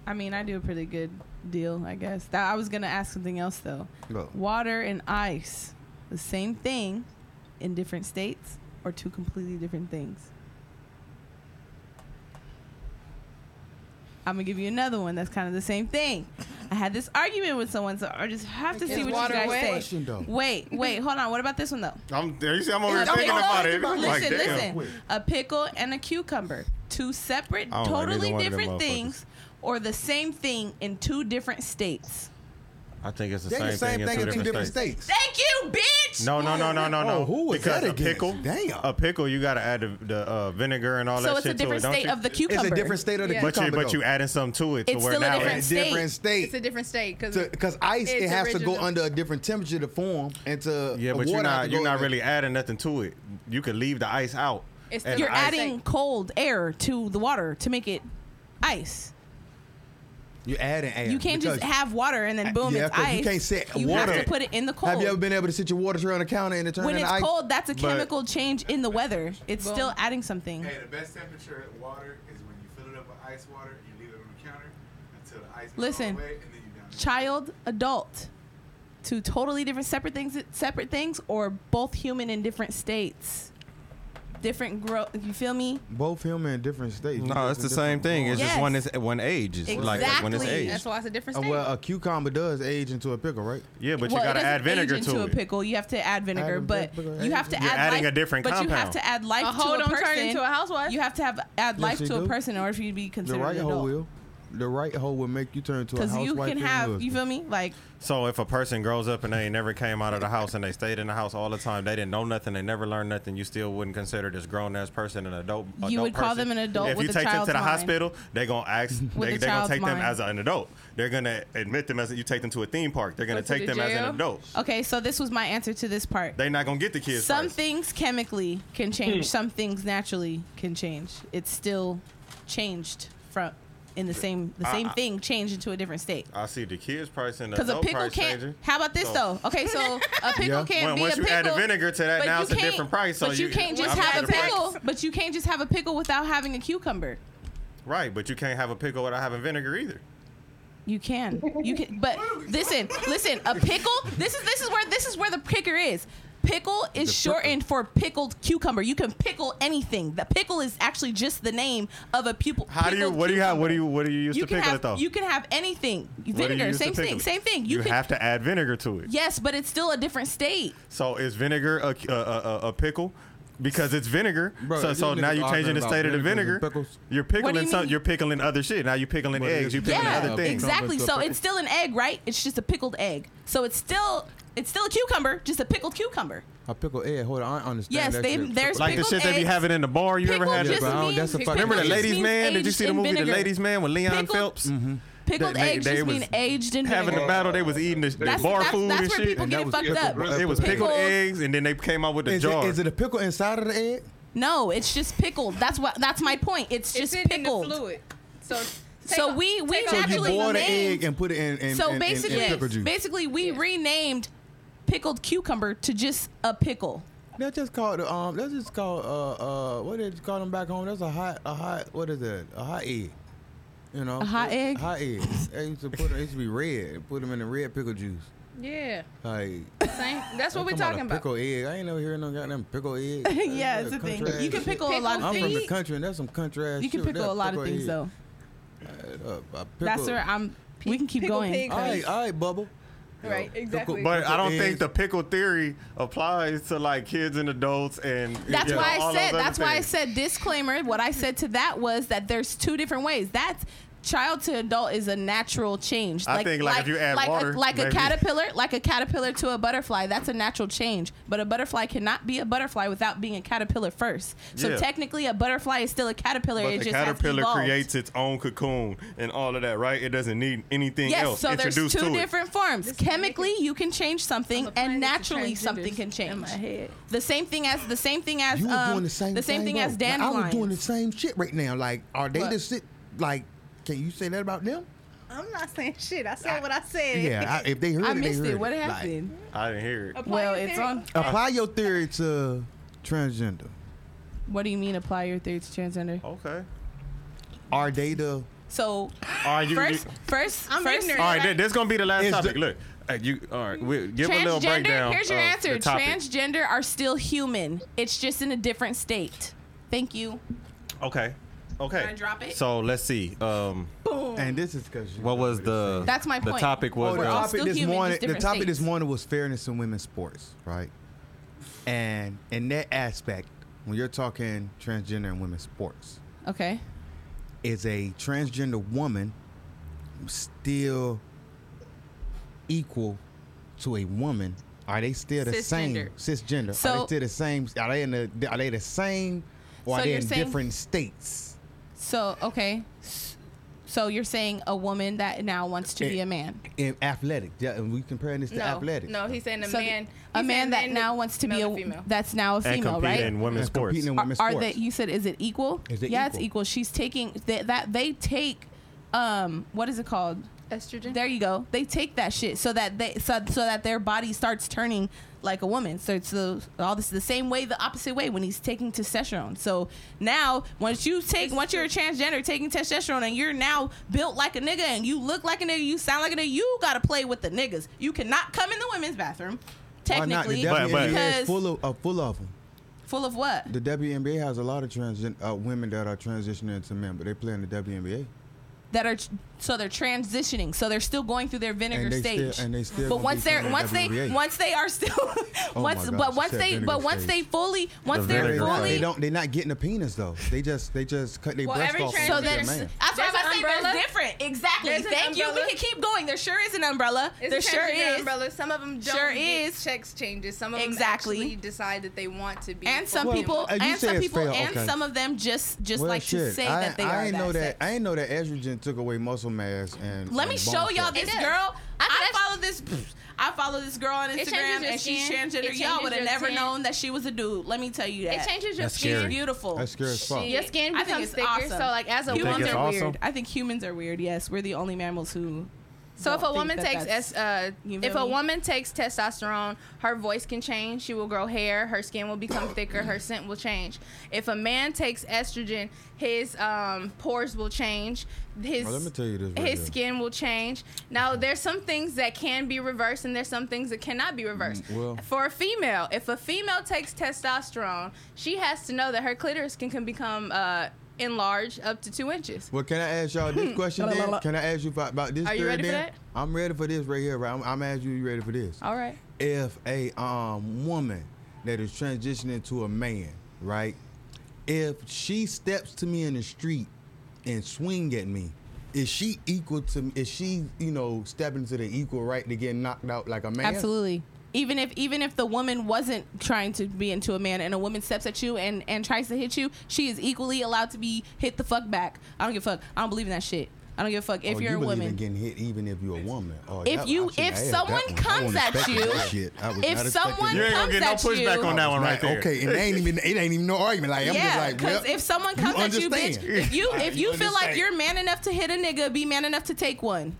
[SPEAKER 7] I mean, I do a pretty good deal, I guess. That I was gonna ask something else though.
[SPEAKER 5] Go.
[SPEAKER 7] Water and ice, the same thing, in different states, or two completely different things. I'm gonna give you another one that's kind of the same thing. I had this argument with someone, so I just have to
[SPEAKER 5] It's
[SPEAKER 7] see what you
[SPEAKER 5] water
[SPEAKER 7] guys
[SPEAKER 5] wet?
[SPEAKER 7] say.
[SPEAKER 5] Question, though.
[SPEAKER 7] Wait, wait, hold on. What about this one though?
[SPEAKER 9] I'm, you see, I'm over here
[SPEAKER 7] A
[SPEAKER 9] thinking
[SPEAKER 7] pickle-
[SPEAKER 9] about it.
[SPEAKER 7] Listen,
[SPEAKER 9] like, damn.
[SPEAKER 7] listen. A pickle and a cucumber, two separate,
[SPEAKER 9] I don't like
[SPEAKER 2] neither
[SPEAKER 7] totally
[SPEAKER 2] one of them
[SPEAKER 7] different
[SPEAKER 2] motherfuckers.
[SPEAKER 7] things, or the same thing in two different states.
[SPEAKER 2] I think it's the
[SPEAKER 5] They're
[SPEAKER 2] same,
[SPEAKER 5] the same thing in two different states.
[SPEAKER 7] Thank you, bitch.
[SPEAKER 2] No, no, no, no, no, no.
[SPEAKER 5] Oh, who was
[SPEAKER 2] because
[SPEAKER 5] that
[SPEAKER 2] a
[SPEAKER 5] against?
[SPEAKER 2] pickle,
[SPEAKER 5] Damn.
[SPEAKER 2] a pickle, you gotta add the, the uh, vinegar and all
[SPEAKER 7] So
[SPEAKER 2] that
[SPEAKER 7] it's a
[SPEAKER 2] shit
[SPEAKER 7] different
[SPEAKER 2] to it. don't
[SPEAKER 7] state
[SPEAKER 2] you?
[SPEAKER 7] of the cucumber.
[SPEAKER 5] It's a different state of the
[SPEAKER 4] Yeah.
[SPEAKER 2] But you,
[SPEAKER 5] cucumber,
[SPEAKER 2] but you
[SPEAKER 5] though.
[SPEAKER 2] adding something to it to
[SPEAKER 7] It's
[SPEAKER 2] where
[SPEAKER 7] still a
[SPEAKER 2] now
[SPEAKER 7] different
[SPEAKER 2] it's
[SPEAKER 7] state.
[SPEAKER 5] different state.
[SPEAKER 4] It's a different state because
[SPEAKER 5] because ice it
[SPEAKER 4] It's
[SPEAKER 5] has to go
[SPEAKER 4] original.
[SPEAKER 5] under a different temperature to form and to
[SPEAKER 2] yeah,
[SPEAKER 5] the
[SPEAKER 2] but you're
[SPEAKER 5] water has
[SPEAKER 2] not
[SPEAKER 5] to
[SPEAKER 2] you're
[SPEAKER 5] go
[SPEAKER 2] not
[SPEAKER 5] in.
[SPEAKER 2] really adding nothing to it. You could leave the ice out.
[SPEAKER 4] It's
[SPEAKER 2] and
[SPEAKER 4] still-
[SPEAKER 7] You're
[SPEAKER 2] the ice-
[SPEAKER 7] adding cold air to the water to make it ice.
[SPEAKER 5] you adding air.
[SPEAKER 7] You can't just
[SPEAKER 5] because-
[SPEAKER 7] have water and then boom,
[SPEAKER 5] Yeah,
[SPEAKER 7] it's
[SPEAKER 5] 'cause
[SPEAKER 7] ice.
[SPEAKER 5] you can't set
[SPEAKER 7] You
[SPEAKER 5] water-
[SPEAKER 7] have to put it in the cold.
[SPEAKER 5] Have you ever been able to sit your water tray on the counter and it turn
[SPEAKER 7] when
[SPEAKER 5] into
[SPEAKER 7] it's
[SPEAKER 5] ice?
[SPEAKER 7] cold, that's a
[SPEAKER 2] But-
[SPEAKER 7] chemical change in the weather. It's still adding something.
[SPEAKER 10] Hey, the best temperature of water is when you fill it up with ice water, you leave it on the counter until the ice melts
[SPEAKER 7] Listen,
[SPEAKER 10] away, and then you down there.
[SPEAKER 7] Child, adult, two totally different separate things. Separate things, or both human in different states, different growth. You feel me?
[SPEAKER 5] Both him in different states.
[SPEAKER 2] No, it's the same thing. It's just
[SPEAKER 7] Yes.
[SPEAKER 2] one is one age. It's like, like when it's
[SPEAKER 7] Exactly.
[SPEAKER 2] aged.
[SPEAKER 4] that's why it's a different
[SPEAKER 5] Uh,
[SPEAKER 4] state.
[SPEAKER 5] well, a cucumber does age into a pickle, right?
[SPEAKER 2] Yeah, but
[SPEAKER 7] Well,
[SPEAKER 2] you
[SPEAKER 7] it
[SPEAKER 2] gotta
[SPEAKER 7] doesn't
[SPEAKER 2] add vinegar
[SPEAKER 7] age
[SPEAKER 2] to
[SPEAKER 7] into a
[SPEAKER 2] it.
[SPEAKER 7] pickle. You have to add vinegar,
[SPEAKER 5] Add
[SPEAKER 7] but
[SPEAKER 5] vinegar,
[SPEAKER 7] you have to
[SPEAKER 5] You're
[SPEAKER 7] add
[SPEAKER 2] adding
[SPEAKER 7] life-
[SPEAKER 2] a different
[SPEAKER 7] But you have
[SPEAKER 2] compound.
[SPEAKER 7] to add life
[SPEAKER 4] a hoe
[SPEAKER 7] to a
[SPEAKER 4] don't
[SPEAKER 7] person.
[SPEAKER 4] turn into a housewife.
[SPEAKER 7] you have to have add life
[SPEAKER 5] they
[SPEAKER 7] to a
[SPEAKER 5] do.
[SPEAKER 7] person in order for you to be
[SPEAKER 5] The
[SPEAKER 7] considered
[SPEAKER 5] right
[SPEAKER 7] an
[SPEAKER 5] hole
[SPEAKER 7] adult.
[SPEAKER 5] will. The right hole will make you turn into a
[SPEAKER 7] Because
[SPEAKER 5] housewife.
[SPEAKER 7] you can
[SPEAKER 5] and a
[SPEAKER 7] have, you
[SPEAKER 5] husband.
[SPEAKER 7] feel me? Like
[SPEAKER 2] So if a person grows up and they never came out of the house and they stayed in the house all the time, they didn't know nothing, they never learned nothing, you still wouldn't consider this grown ass person an adult.
[SPEAKER 7] You
[SPEAKER 2] adult
[SPEAKER 7] would call
[SPEAKER 2] person.
[SPEAKER 7] them an adult
[SPEAKER 2] If
[SPEAKER 7] with
[SPEAKER 2] you
[SPEAKER 7] a
[SPEAKER 2] take them to
[SPEAKER 7] child's
[SPEAKER 2] the
[SPEAKER 7] mind.
[SPEAKER 2] hospital, they're gonna ask.
[SPEAKER 7] With
[SPEAKER 2] they, they're
[SPEAKER 7] a
[SPEAKER 2] gonna
[SPEAKER 7] child's
[SPEAKER 2] take them
[SPEAKER 7] mind.
[SPEAKER 2] as an adult. They're gonna admit them as you take them to a theme park. They're gonna
[SPEAKER 4] Go to
[SPEAKER 2] take
[SPEAKER 4] the
[SPEAKER 2] them as
[SPEAKER 4] jail.
[SPEAKER 2] an adult.
[SPEAKER 7] Okay, so this was my answer to this part.
[SPEAKER 2] They're not gonna get the kids.
[SPEAKER 7] some
[SPEAKER 2] first.
[SPEAKER 7] things chemically can
[SPEAKER 4] Hmm.
[SPEAKER 7] change. Some things naturally can change. It's still changed from in the same the same thing changed into a different state.
[SPEAKER 2] I see the kids price and the
[SPEAKER 7] Because a
[SPEAKER 2] adult
[SPEAKER 7] pickle
[SPEAKER 2] price
[SPEAKER 7] can't.
[SPEAKER 2] changing.
[SPEAKER 7] How about this
[SPEAKER 2] So-
[SPEAKER 7] though? Okay, so a pickle
[SPEAKER 5] Yeah.
[SPEAKER 7] can't
[SPEAKER 2] When-
[SPEAKER 7] be
[SPEAKER 2] once
[SPEAKER 7] a
[SPEAKER 2] you
[SPEAKER 7] pickle.
[SPEAKER 2] add the vinegar to that,
[SPEAKER 7] but
[SPEAKER 2] now
[SPEAKER 7] you
[SPEAKER 2] it's a
[SPEAKER 7] can't-
[SPEAKER 2] different price. So
[SPEAKER 7] but you, can't just
[SPEAKER 2] I'm
[SPEAKER 7] have a
[SPEAKER 2] looking at the price.
[SPEAKER 7] pickle. But you can't just have a pickle without having a cucumber.
[SPEAKER 2] Right, but you can't have a pickle without having vinegar either.
[SPEAKER 7] You can. You can but listen, listen, a pickle, this is this is where this is where the kicker is. Pickle is shortened for pickled cucumber. You can pickle anything. The pickle is actually just the name of a pupil.
[SPEAKER 2] How do you?
[SPEAKER 7] pickled
[SPEAKER 2] What do you have? What do
[SPEAKER 7] cucumber.
[SPEAKER 2] you? What do you use
[SPEAKER 7] You
[SPEAKER 2] to
[SPEAKER 7] can
[SPEAKER 2] pickle
[SPEAKER 7] have
[SPEAKER 2] it though?
[SPEAKER 7] you can have anything.
[SPEAKER 2] What do you
[SPEAKER 7] Vinegar,
[SPEAKER 2] use to
[SPEAKER 7] same
[SPEAKER 2] pickle
[SPEAKER 7] thing,
[SPEAKER 2] it?
[SPEAKER 7] same thing.
[SPEAKER 2] You,
[SPEAKER 7] You, can
[SPEAKER 2] have to add vinegar to it.
[SPEAKER 7] Yes, but it's still a different state.
[SPEAKER 2] So is vinegar a a, a, a pickle? Because it's vinegar,
[SPEAKER 5] Bro,
[SPEAKER 2] so
[SPEAKER 5] these
[SPEAKER 2] so now
[SPEAKER 5] niggas
[SPEAKER 2] you're
[SPEAKER 5] arguing
[SPEAKER 2] changing the
[SPEAKER 5] about
[SPEAKER 2] state of the
[SPEAKER 5] vinegars and
[SPEAKER 2] vinegar.
[SPEAKER 5] pickles.
[SPEAKER 2] You're
[SPEAKER 7] What do
[SPEAKER 2] pickling
[SPEAKER 7] you
[SPEAKER 2] some.
[SPEAKER 7] mean?
[SPEAKER 2] You're pickling other shit. Now you're pickling
[SPEAKER 5] But it
[SPEAKER 2] eggs.
[SPEAKER 5] is
[SPEAKER 2] You're pickling
[SPEAKER 5] vinegar.
[SPEAKER 7] Yeah,
[SPEAKER 2] other things.
[SPEAKER 5] Cucumber to
[SPEAKER 7] exactly.
[SPEAKER 5] a
[SPEAKER 7] So
[SPEAKER 5] pickle.
[SPEAKER 7] it's still an egg, right? It's just a pickled egg. So it's still it's still a cucumber, just a pickled cucuber.
[SPEAKER 5] A pickle egg. Hold on, I understand.
[SPEAKER 7] Yes,
[SPEAKER 5] that
[SPEAKER 7] they-
[SPEAKER 5] shit.
[SPEAKER 7] there's
[SPEAKER 2] Like the
[SPEAKER 7] Pickled
[SPEAKER 2] shit they be
[SPEAKER 7] eggs.
[SPEAKER 2] having in the bar. You ever
[SPEAKER 7] Pickled
[SPEAKER 2] had?
[SPEAKER 7] just
[SPEAKER 5] but I don't-
[SPEAKER 7] means,
[SPEAKER 5] that's a fucking-
[SPEAKER 2] Remember the
[SPEAKER 5] Pickled
[SPEAKER 2] Ladies
[SPEAKER 7] means
[SPEAKER 2] Man? Did you
[SPEAKER 7] aged
[SPEAKER 2] see the
[SPEAKER 7] in
[SPEAKER 2] movie The
[SPEAKER 7] vinegar.
[SPEAKER 2] Ladies Man with Leon
[SPEAKER 7] Pickled-
[SPEAKER 2] Phelps?
[SPEAKER 7] Pickled
[SPEAKER 2] They- they-
[SPEAKER 7] eggs
[SPEAKER 2] they
[SPEAKER 7] just
[SPEAKER 2] was
[SPEAKER 7] mean aged in
[SPEAKER 2] Having
[SPEAKER 7] vinegar.
[SPEAKER 2] the battle, they was eating the, the
[SPEAKER 7] that's
[SPEAKER 2] bar
[SPEAKER 7] that's,
[SPEAKER 2] food
[SPEAKER 7] that's
[SPEAKER 2] and
[SPEAKER 7] where
[SPEAKER 2] shit.
[SPEAKER 7] people
[SPEAKER 5] And
[SPEAKER 7] get
[SPEAKER 5] that
[SPEAKER 7] it
[SPEAKER 5] was
[SPEAKER 7] fucked
[SPEAKER 5] pickled
[SPEAKER 7] up.
[SPEAKER 5] rice.
[SPEAKER 2] It was pickled
[SPEAKER 7] Pickles.
[SPEAKER 2] eggs, and then they came out with the
[SPEAKER 5] Is
[SPEAKER 2] jar.
[SPEAKER 5] it, is it a pickle inside of the egg?
[SPEAKER 7] No, it's just pickled. That's what. That's my point. It's
[SPEAKER 4] it's
[SPEAKER 7] just
[SPEAKER 4] in the
[SPEAKER 7] pickled.
[SPEAKER 4] fluid. So take
[SPEAKER 7] So
[SPEAKER 4] a-
[SPEAKER 7] we- we
[SPEAKER 4] take a-
[SPEAKER 5] So you
[SPEAKER 7] Actually,
[SPEAKER 5] boil the
[SPEAKER 7] named-
[SPEAKER 5] egg and put it in. in
[SPEAKER 7] so
[SPEAKER 5] in- in- in
[SPEAKER 7] basically,
[SPEAKER 5] pickle juice.
[SPEAKER 7] basically, we
[SPEAKER 4] Yes.
[SPEAKER 7] renamed pickled cucumber to just a pickle.
[SPEAKER 5] That's just called um. That's just called uh uh. What did you call them back home? That's a hot a hot. What is that? A hot egg. You know.
[SPEAKER 7] A hot egg?
[SPEAKER 5] Hot egg. They used to put. They used to be red. Put them in the red pickle juice.
[SPEAKER 4] yeah,
[SPEAKER 5] Like.
[SPEAKER 4] same. That's
[SPEAKER 2] Oh,
[SPEAKER 4] what
[SPEAKER 5] I'm
[SPEAKER 4] we're talking about.
[SPEAKER 5] Pickle egg. I ain't never hearing no goddamn pickle egg.
[SPEAKER 7] yeah, it's a
[SPEAKER 5] Country
[SPEAKER 7] thing.
[SPEAKER 5] ass
[SPEAKER 7] You can
[SPEAKER 5] shit.
[SPEAKER 7] pickle a lot of
[SPEAKER 5] I'm from the
[SPEAKER 7] things.
[SPEAKER 5] country, and that's some country ass.
[SPEAKER 7] You can
[SPEAKER 5] shit.
[SPEAKER 7] pickle a
[SPEAKER 5] That
[SPEAKER 7] lot of things
[SPEAKER 5] egg.
[SPEAKER 7] though.
[SPEAKER 5] Uh, a pickle.
[SPEAKER 7] That's where I'm. We can keep
[SPEAKER 4] Pickle
[SPEAKER 7] going.
[SPEAKER 4] pig.
[SPEAKER 5] All right, all right, bubble.
[SPEAKER 4] Right, exactly.
[SPEAKER 2] But I don't
[SPEAKER 5] Pickle
[SPEAKER 2] think
[SPEAKER 5] is-
[SPEAKER 2] the pickle theory applies to like kids and adults and.
[SPEAKER 7] That's
[SPEAKER 2] you know,
[SPEAKER 7] why I
[SPEAKER 2] all
[SPEAKER 7] said.
[SPEAKER 2] those other
[SPEAKER 7] That's why I
[SPEAKER 2] things.
[SPEAKER 7] said disclaimer. What I said to that was that there's two different ways. That's child to adult is a natural change.
[SPEAKER 2] I think, like, if you add
[SPEAKER 7] like
[SPEAKER 2] water,
[SPEAKER 7] a, like a
[SPEAKER 2] maybe.
[SPEAKER 7] caterpillar, like a caterpillar to a butterfly, that's a natural change. But a butterfly cannot be a butterfly without being a caterpillar first. So
[SPEAKER 2] Yeah.
[SPEAKER 7] technically, a butterfly is still a caterpillar.
[SPEAKER 2] But
[SPEAKER 7] it
[SPEAKER 2] the
[SPEAKER 7] just has
[SPEAKER 2] caterpillar
[SPEAKER 7] evolved.
[SPEAKER 2] creates its own cocoon and all of that, right? It doesn't need anything
[SPEAKER 7] Yes,
[SPEAKER 2] else.
[SPEAKER 7] so there's two
[SPEAKER 2] introduced to it.
[SPEAKER 7] different forms.
[SPEAKER 4] This is
[SPEAKER 7] Chemically, you can change something,
[SPEAKER 4] I'm applying
[SPEAKER 7] and
[SPEAKER 4] it to
[SPEAKER 7] naturally,
[SPEAKER 4] transgenders
[SPEAKER 7] something can
[SPEAKER 4] in
[SPEAKER 7] change.
[SPEAKER 4] my head.
[SPEAKER 7] The same thing as the same thing as
[SPEAKER 5] You were
[SPEAKER 7] um,
[SPEAKER 5] doing the same.
[SPEAKER 7] same thing, as
[SPEAKER 5] though. Like, I
[SPEAKER 7] dandelions.
[SPEAKER 5] was doing the same shit right now. Like, are they
[SPEAKER 7] What?
[SPEAKER 5] just sit? Like, can you say that about them?
[SPEAKER 4] I'm not saying shit. I
[SPEAKER 2] Ah,
[SPEAKER 4] said what I said.
[SPEAKER 5] Yeah. I, if they heard
[SPEAKER 7] I
[SPEAKER 5] it, they
[SPEAKER 7] missed
[SPEAKER 5] heard
[SPEAKER 7] it. What
[SPEAKER 5] Like,
[SPEAKER 7] happened?
[SPEAKER 2] I didn't hear it.
[SPEAKER 4] Apply
[SPEAKER 7] well,
[SPEAKER 4] your
[SPEAKER 7] it's
[SPEAKER 4] theory.
[SPEAKER 7] on.
[SPEAKER 5] apply your theory to transgender.
[SPEAKER 7] What do you mean apply your theory to transgender?
[SPEAKER 2] Okay.
[SPEAKER 5] Are they the?
[SPEAKER 7] So
[SPEAKER 2] All right, you,
[SPEAKER 7] first,
[SPEAKER 2] you-
[SPEAKER 7] first,
[SPEAKER 4] I'm
[SPEAKER 7] first,
[SPEAKER 4] ignorant.
[SPEAKER 2] all right.
[SPEAKER 4] like-
[SPEAKER 2] th- this is gonna be the last
[SPEAKER 5] Is the-
[SPEAKER 2] topic. Look, uh, you all right? We, give a little
[SPEAKER 7] transgender.
[SPEAKER 2] breakdown.
[SPEAKER 7] Here's your
[SPEAKER 2] of
[SPEAKER 7] answer.
[SPEAKER 2] the topic.
[SPEAKER 7] Transgender are still human. It's just in a different state. Thank you.
[SPEAKER 2] Okay. Okay.
[SPEAKER 7] Gonna drop it?
[SPEAKER 2] So let's see. Um,
[SPEAKER 5] And this is because
[SPEAKER 2] what was the?
[SPEAKER 7] That's my
[SPEAKER 2] The
[SPEAKER 7] point.
[SPEAKER 2] topic was.
[SPEAKER 5] Oh, the
[SPEAKER 7] We're all
[SPEAKER 2] uh,
[SPEAKER 5] topic
[SPEAKER 7] still
[SPEAKER 5] this
[SPEAKER 7] human,
[SPEAKER 5] morning.
[SPEAKER 7] just
[SPEAKER 5] The
[SPEAKER 7] different
[SPEAKER 5] topic this
[SPEAKER 7] states.
[SPEAKER 5] morning was fairness in women's sports, right? And in that aspect, when you're talking transgender and women's sports,
[SPEAKER 7] Okay.
[SPEAKER 5] is a transgender woman still equal to a woman? Are they still the same cisgender? are
[SPEAKER 7] So-
[SPEAKER 5] they still the same? Are they in the? Are they the same? Or
[SPEAKER 7] So
[SPEAKER 5] are they
[SPEAKER 7] you're
[SPEAKER 5] in
[SPEAKER 7] saying-
[SPEAKER 5] different states?
[SPEAKER 7] So okay. S- So you're saying a woman that now wants to be a man.
[SPEAKER 5] In athletic, yeah, and we comparing this to
[SPEAKER 4] No,
[SPEAKER 5] athletics.
[SPEAKER 4] no, he's saying a
[SPEAKER 7] So the-
[SPEAKER 4] man,
[SPEAKER 7] a
[SPEAKER 4] he's
[SPEAKER 7] man
[SPEAKER 4] saying
[SPEAKER 7] that now wants to be a
[SPEAKER 4] male female.
[SPEAKER 7] that's now a
[SPEAKER 2] and
[SPEAKER 7] female,
[SPEAKER 2] compete
[SPEAKER 7] right?
[SPEAKER 2] in women's
[SPEAKER 5] And competing
[SPEAKER 2] sports.
[SPEAKER 5] in
[SPEAKER 7] are,
[SPEAKER 5] women's
[SPEAKER 7] are
[SPEAKER 5] sports.
[SPEAKER 7] they you said is it equal
[SPEAKER 5] Is it
[SPEAKER 7] yeah
[SPEAKER 5] equal?
[SPEAKER 7] it's equal she's taking that, that they take um what is it called
[SPEAKER 4] estrogen.
[SPEAKER 7] there you go they take that shit so that they so, so that their body starts turning like a woman so it's the, all this the same way the opposite way when he's taking testosterone so now once you take once you're a transgender taking testosterone and you're now built like a nigga and you look like a nigga you sound like a nigga you gotta play with the niggas you cannot come in the women's bathroom
[SPEAKER 5] Why not? The
[SPEAKER 7] technically
[SPEAKER 5] WNBA
[SPEAKER 2] But-
[SPEAKER 5] is
[SPEAKER 7] because
[SPEAKER 5] full of uh, full of them.
[SPEAKER 7] full of what
[SPEAKER 5] The WNBA has a lot of transgen- uh, women that are transitioning into men, but they play in the WNBA.
[SPEAKER 7] that are so they're transitioning so they're still going through their vinegar
[SPEAKER 5] And they still-
[SPEAKER 7] stage
[SPEAKER 5] and they still
[SPEAKER 7] but
[SPEAKER 5] gonna
[SPEAKER 7] once
[SPEAKER 5] be
[SPEAKER 7] they're
[SPEAKER 5] playing
[SPEAKER 7] once they
[SPEAKER 5] WNBA.
[SPEAKER 7] once they are still
[SPEAKER 5] Oh my
[SPEAKER 7] once
[SPEAKER 5] God,
[SPEAKER 7] but
[SPEAKER 5] she
[SPEAKER 7] once
[SPEAKER 5] said
[SPEAKER 7] they
[SPEAKER 5] vinegar
[SPEAKER 7] but once they
[SPEAKER 5] stage.
[SPEAKER 7] fully once
[SPEAKER 2] The
[SPEAKER 7] they're
[SPEAKER 5] They
[SPEAKER 2] vinegar
[SPEAKER 5] don't-
[SPEAKER 7] fully
[SPEAKER 5] They don't. They're not getting a penis though. They just. They just cut their
[SPEAKER 4] Well,
[SPEAKER 5] breast
[SPEAKER 4] every
[SPEAKER 5] off.
[SPEAKER 4] trans-
[SPEAKER 5] So
[SPEAKER 7] so
[SPEAKER 4] There's
[SPEAKER 5] that's
[SPEAKER 7] there's
[SPEAKER 5] man.
[SPEAKER 7] that's why
[SPEAKER 4] There's an
[SPEAKER 7] I say there's
[SPEAKER 4] umbrella.
[SPEAKER 7] different exactly
[SPEAKER 4] There's an
[SPEAKER 7] thank you we
[SPEAKER 4] umbrella.
[SPEAKER 7] can keep going there sure is an umbrella
[SPEAKER 4] It's
[SPEAKER 7] there
[SPEAKER 4] a
[SPEAKER 7] sure
[SPEAKER 4] transgender
[SPEAKER 7] is
[SPEAKER 4] Umbrella. Some of them don't
[SPEAKER 7] Sure
[SPEAKER 4] get
[SPEAKER 7] is.
[SPEAKER 4] sex changes. Some of
[SPEAKER 7] Exactly.
[SPEAKER 4] them actually decide that they want to be.
[SPEAKER 7] and some
[SPEAKER 5] Well,
[SPEAKER 7] people
[SPEAKER 5] uh, you
[SPEAKER 7] and
[SPEAKER 5] say
[SPEAKER 7] some
[SPEAKER 5] it's
[SPEAKER 7] people
[SPEAKER 5] fair,
[SPEAKER 7] and
[SPEAKER 5] okay.
[SPEAKER 7] some of them just just
[SPEAKER 5] Well,
[SPEAKER 7] like to
[SPEAKER 5] shit,
[SPEAKER 7] say
[SPEAKER 5] I,
[SPEAKER 7] that they
[SPEAKER 5] I
[SPEAKER 7] are
[SPEAKER 5] ain't know that.
[SPEAKER 7] sex.
[SPEAKER 5] I ain't know that estrogen took away muscle mass and.
[SPEAKER 7] Let me
[SPEAKER 5] and
[SPEAKER 7] show
[SPEAKER 5] bone
[SPEAKER 7] y'all
[SPEAKER 5] structure.
[SPEAKER 7] this
[SPEAKER 4] does.
[SPEAKER 7] girl. I,
[SPEAKER 4] that's-
[SPEAKER 7] follow this. I follow this girl on
[SPEAKER 4] changes
[SPEAKER 7] Instagram,
[SPEAKER 4] your
[SPEAKER 7] and she's
[SPEAKER 4] skin. It
[SPEAKER 7] transgender.
[SPEAKER 4] changes
[SPEAKER 7] Y'all would have
[SPEAKER 4] your
[SPEAKER 7] never
[SPEAKER 4] tint.
[SPEAKER 7] known that she was a dude. Let me tell you that.
[SPEAKER 4] It changes your
[SPEAKER 2] That's
[SPEAKER 4] skin.
[SPEAKER 7] She's
[SPEAKER 2] scary.
[SPEAKER 7] beautiful.
[SPEAKER 5] That's scary as fuck.
[SPEAKER 4] Your skin
[SPEAKER 7] I think
[SPEAKER 4] becomes
[SPEAKER 7] it's
[SPEAKER 4] thicker.
[SPEAKER 7] awesome.
[SPEAKER 4] So like as a
[SPEAKER 2] You think
[SPEAKER 7] Humans
[SPEAKER 4] woman,
[SPEAKER 2] it's
[SPEAKER 7] are
[SPEAKER 2] awesome?
[SPEAKER 7] weird. I think humans are weird. Yes, we're the only mammals who.
[SPEAKER 4] So if
[SPEAKER 7] don't
[SPEAKER 4] a
[SPEAKER 7] think
[SPEAKER 4] woman
[SPEAKER 7] that
[SPEAKER 4] takes
[SPEAKER 7] that's-
[SPEAKER 4] es- uh,
[SPEAKER 7] You
[SPEAKER 4] if
[SPEAKER 7] feel
[SPEAKER 4] a
[SPEAKER 7] me?
[SPEAKER 4] woman takes testosterone, her voice can change. She will grow hair. Her skin will become thicker. Her scent will change. If a man takes estrogen, his um, pores will change. His
[SPEAKER 5] Well, let me tell you this right
[SPEAKER 4] his
[SPEAKER 5] here.
[SPEAKER 4] skin will change. Now there's some things that can be reversed, and there's some things that cannot be reversed.
[SPEAKER 5] Mm, well-
[SPEAKER 4] For a female, if a female takes testosterone, she has to know that her clitoris can, can become uh, enlarged up to two inches.
[SPEAKER 5] Well, can I ask y'all this question then? Can I ask you about, about this?
[SPEAKER 4] Are you
[SPEAKER 5] theory
[SPEAKER 4] ready for
[SPEAKER 5] then?
[SPEAKER 4] that?
[SPEAKER 5] I'm ready for this right here. Right, I'm, I'm asking you. You ready for this?
[SPEAKER 4] All right.
[SPEAKER 5] if a um woman that is transitioning to a man, right? If she steps to me in the street and swing at me, is she equal to me? Is she, you know, stepping to the equal right to get knocked out like a man?
[SPEAKER 7] Absolutely. Even if even if the woman wasn't trying to be into a man and a woman steps at you and and tries to hit you, she is equally allowed to be hit the fuck back. I don't give a fuck. I don't believe in that shit. I don't give a fuck if
[SPEAKER 5] Oh,
[SPEAKER 7] you're
[SPEAKER 5] you
[SPEAKER 7] a
[SPEAKER 5] believe
[SPEAKER 7] woman.
[SPEAKER 5] in getting hit even if you're a woman. Oh,
[SPEAKER 7] If
[SPEAKER 5] that-
[SPEAKER 7] you-
[SPEAKER 5] I shouldn't
[SPEAKER 7] if
[SPEAKER 5] have asked
[SPEAKER 7] someone
[SPEAKER 5] that one. I
[SPEAKER 7] comes
[SPEAKER 5] wasn't
[SPEAKER 7] at
[SPEAKER 5] expecting
[SPEAKER 7] you-
[SPEAKER 5] that shit. I was
[SPEAKER 7] if
[SPEAKER 5] not expecting
[SPEAKER 7] someone
[SPEAKER 5] that.
[SPEAKER 2] You ain't gonna
[SPEAKER 7] comes
[SPEAKER 2] get no
[SPEAKER 7] at
[SPEAKER 2] pushback
[SPEAKER 7] you-
[SPEAKER 2] on that one
[SPEAKER 5] Not-
[SPEAKER 2] right there.
[SPEAKER 5] Okay, and they ain't even it ain't even no argument. Like I'm
[SPEAKER 7] yeah,
[SPEAKER 5] just like, well,
[SPEAKER 7] because if someone comes at you, bitch,
[SPEAKER 5] understand.
[SPEAKER 7] if you if you,
[SPEAKER 5] You
[SPEAKER 7] feel like
[SPEAKER 5] understand.
[SPEAKER 7] you're man enough to hit a nigga, be man enough to take one.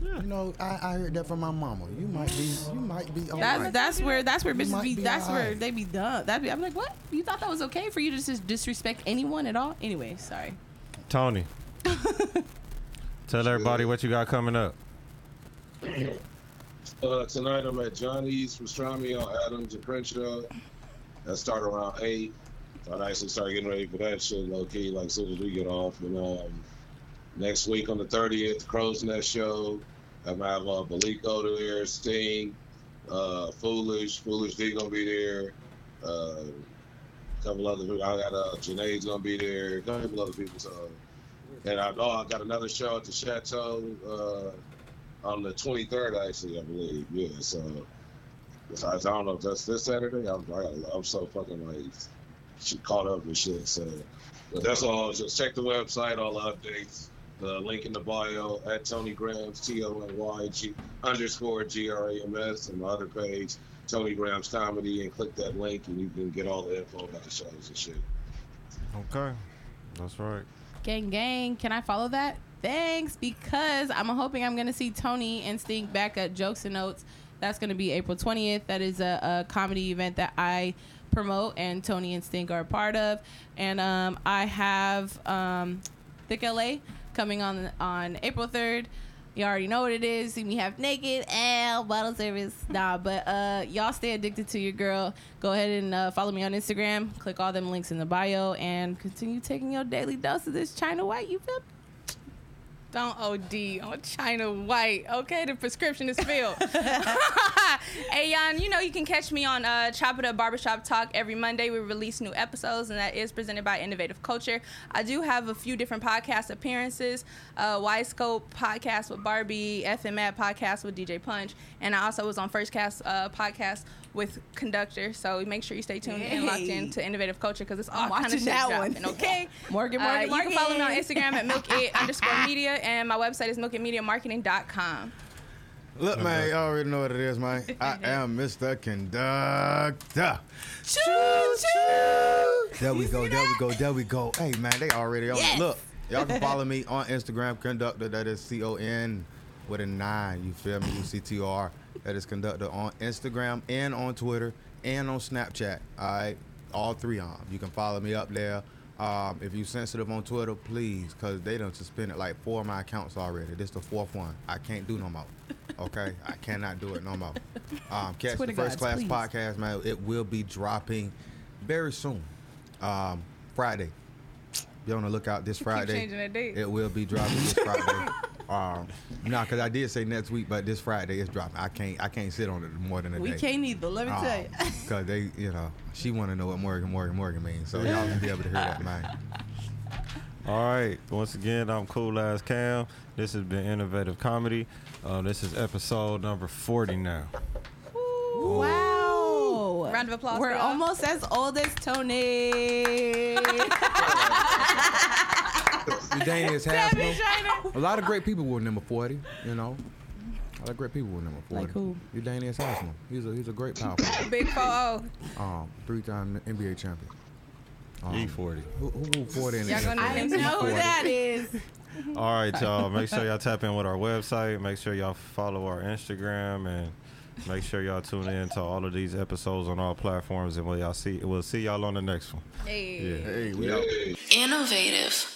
[SPEAKER 5] you know, I, I heard that from my mama. You might be, you might be. all
[SPEAKER 7] That's
[SPEAKER 5] right.
[SPEAKER 7] that's where that's where bitches
[SPEAKER 5] might
[SPEAKER 7] be.
[SPEAKER 5] be
[SPEAKER 7] That's where
[SPEAKER 5] alright.
[SPEAKER 7] they be done. That be I'm like, what? You thought that was okay for you to just disrespect anyone at all? Anyway, sorry.
[SPEAKER 2] Tony, tell everybody what you got coming up.
[SPEAKER 3] Uh, tonight I'm at Johnny's Pastrami on Adams and Crenshaw. That start around eight. I'd actually start getting ready for that shit low key, like soon as we get off. And um, next week on the 30th, Crow's Nest show. I'm gonna have uh, Baliko there, Sting, uh, Foolish, Foolish D gonna be there. Uh, a couple other people. I got uh, Janae's gonna be there. A couple other people. So, and I know I got another show at the Chateau. Uh, on the 23rd, actually, I believe. Yeah, so so I, I don't know if that's this Saturday. I'm, I, I'm so fucking like she caught up with shit. So but that's all. Just check the website, all the updates. The link in the bio at Tony Grams T O N Y G underscore G R A M S and my other page Tony Grams Comedy and click that link and you can get all the info about the shows and shit.
[SPEAKER 2] Okay, that's right.
[SPEAKER 7] Gang gang, can I follow that? Thanks, because I'm hoping I'm gonna see Tony and Stink back at Jokes and Notes. That's gonna be April 20th. That is a, a comedy event that I promote and Tony and Stink are a part of. And um, I have um, Thick LA coming on on April 3rd. You already know what it is. See me half naked. Eh, bottle service. Nah, but uh, y'all stay addicted to your girl. Go ahead and uh, follow me on Instagram. Click all them links in the bio and continue taking your daily dose of this China White. You feel? me?
[SPEAKER 4] Don't OD on China White. Okay, the prescription is filled. hey, y'all, you know you can catch me on uh, Chop It Up Barbershop Talk every Monday. We release new episodes, and that is presented by Innovative Culture. I do have a few different podcast appearances. Uh, Wide Scope podcast with Barbie, FM Mad podcast with DJ Punch, and I also was on First Cast uh, podcast with Conductor. So make sure you stay tuned and locked
[SPEAKER 6] Hey.
[SPEAKER 4] in to Innovative Culture because it's all kind of
[SPEAKER 6] watching
[SPEAKER 4] shit
[SPEAKER 6] that one.
[SPEAKER 4] dropping, Okay.
[SPEAKER 7] Morgan,
[SPEAKER 4] Uh,
[SPEAKER 7] Morgan,
[SPEAKER 4] you can
[SPEAKER 7] Morgan.
[SPEAKER 4] follow me on Instagram at milkit underscore media, and my website is milkitmediamarketing.com.
[SPEAKER 5] Look, man, y'all already know what it is, man. I am Mr. Conductor. Choo choo. There we go. There we go. There we go. Hey, man, they already on. it.
[SPEAKER 7] Yes.
[SPEAKER 5] Look, y'all can follow me on Instagram, Conductor. That is C O N with a nine. You feel me? U C T O R. That is Conductor on Instagram and on Twitter and on Snapchat. All right, all three on. You can follow me up there. Um, if you sensitive on Twitter, please, cause they done suspended like four of my accounts already. This the fourth one. I can't do no more. Okay, I cannot do it no more. Um, catch
[SPEAKER 7] Twitter
[SPEAKER 5] the first class
[SPEAKER 7] gods, please.
[SPEAKER 5] podcast, man. It will be dropping very soon, um, Friday. Be on the lookout this Friday.
[SPEAKER 4] changing that date.
[SPEAKER 5] It will be dropping this Friday. Um, nah, cause I did say next week, but this Friday it's dropping. I can't, I can't sit on it more than a
[SPEAKER 6] We
[SPEAKER 5] day.
[SPEAKER 6] can't either. Let me tell you.
[SPEAKER 5] Um, Cause they, you know, she want to know what Morgan, Morgan, Morgan means, so y'all can be able to hear that, man.
[SPEAKER 2] All right. Once again, I'm Cool Ass Cam. This has been Innovative Comedy. Uh, this is episode number 40 now.
[SPEAKER 7] Wow.
[SPEAKER 4] Round of applause.
[SPEAKER 7] We're
[SPEAKER 4] for y'all.
[SPEAKER 7] almost as old as Tony.
[SPEAKER 5] Daniel is half. A lot of great people were number forty, you know. A lot of great people were number forty.
[SPEAKER 7] Like who?
[SPEAKER 5] Udanius Haslam. He's a he's a great power forward.
[SPEAKER 4] big 4
[SPEAKER 5] Um, three time NBA champion. Um,
[SPEAKER 2] E40.
[SPEAKER 5] Who, who won forty in the
[SPEAKER 4] Y'all
[SPEAKER 5] NFL?
[SPEAKER 4] gonna
[SPEAKER 7] I
[SPEAKER 4] I
[SPEAKER 7] know who that is.
[SPEAKER 2] All right, y'all. Make sure y'all tap in with our website. Make sure y'all follow our Instagram and make sure y'all tune in to all of these episodes on all platforms. And we'll y'all see we'll see y'all on the next one.
[SPEAKER 4] Hey.
[SPEAKER 2] Yeah.
[SPEAKER 5] Hey, we out.
[SPEAKER 3] Yeah.
[SPEAKER 11] Innovative.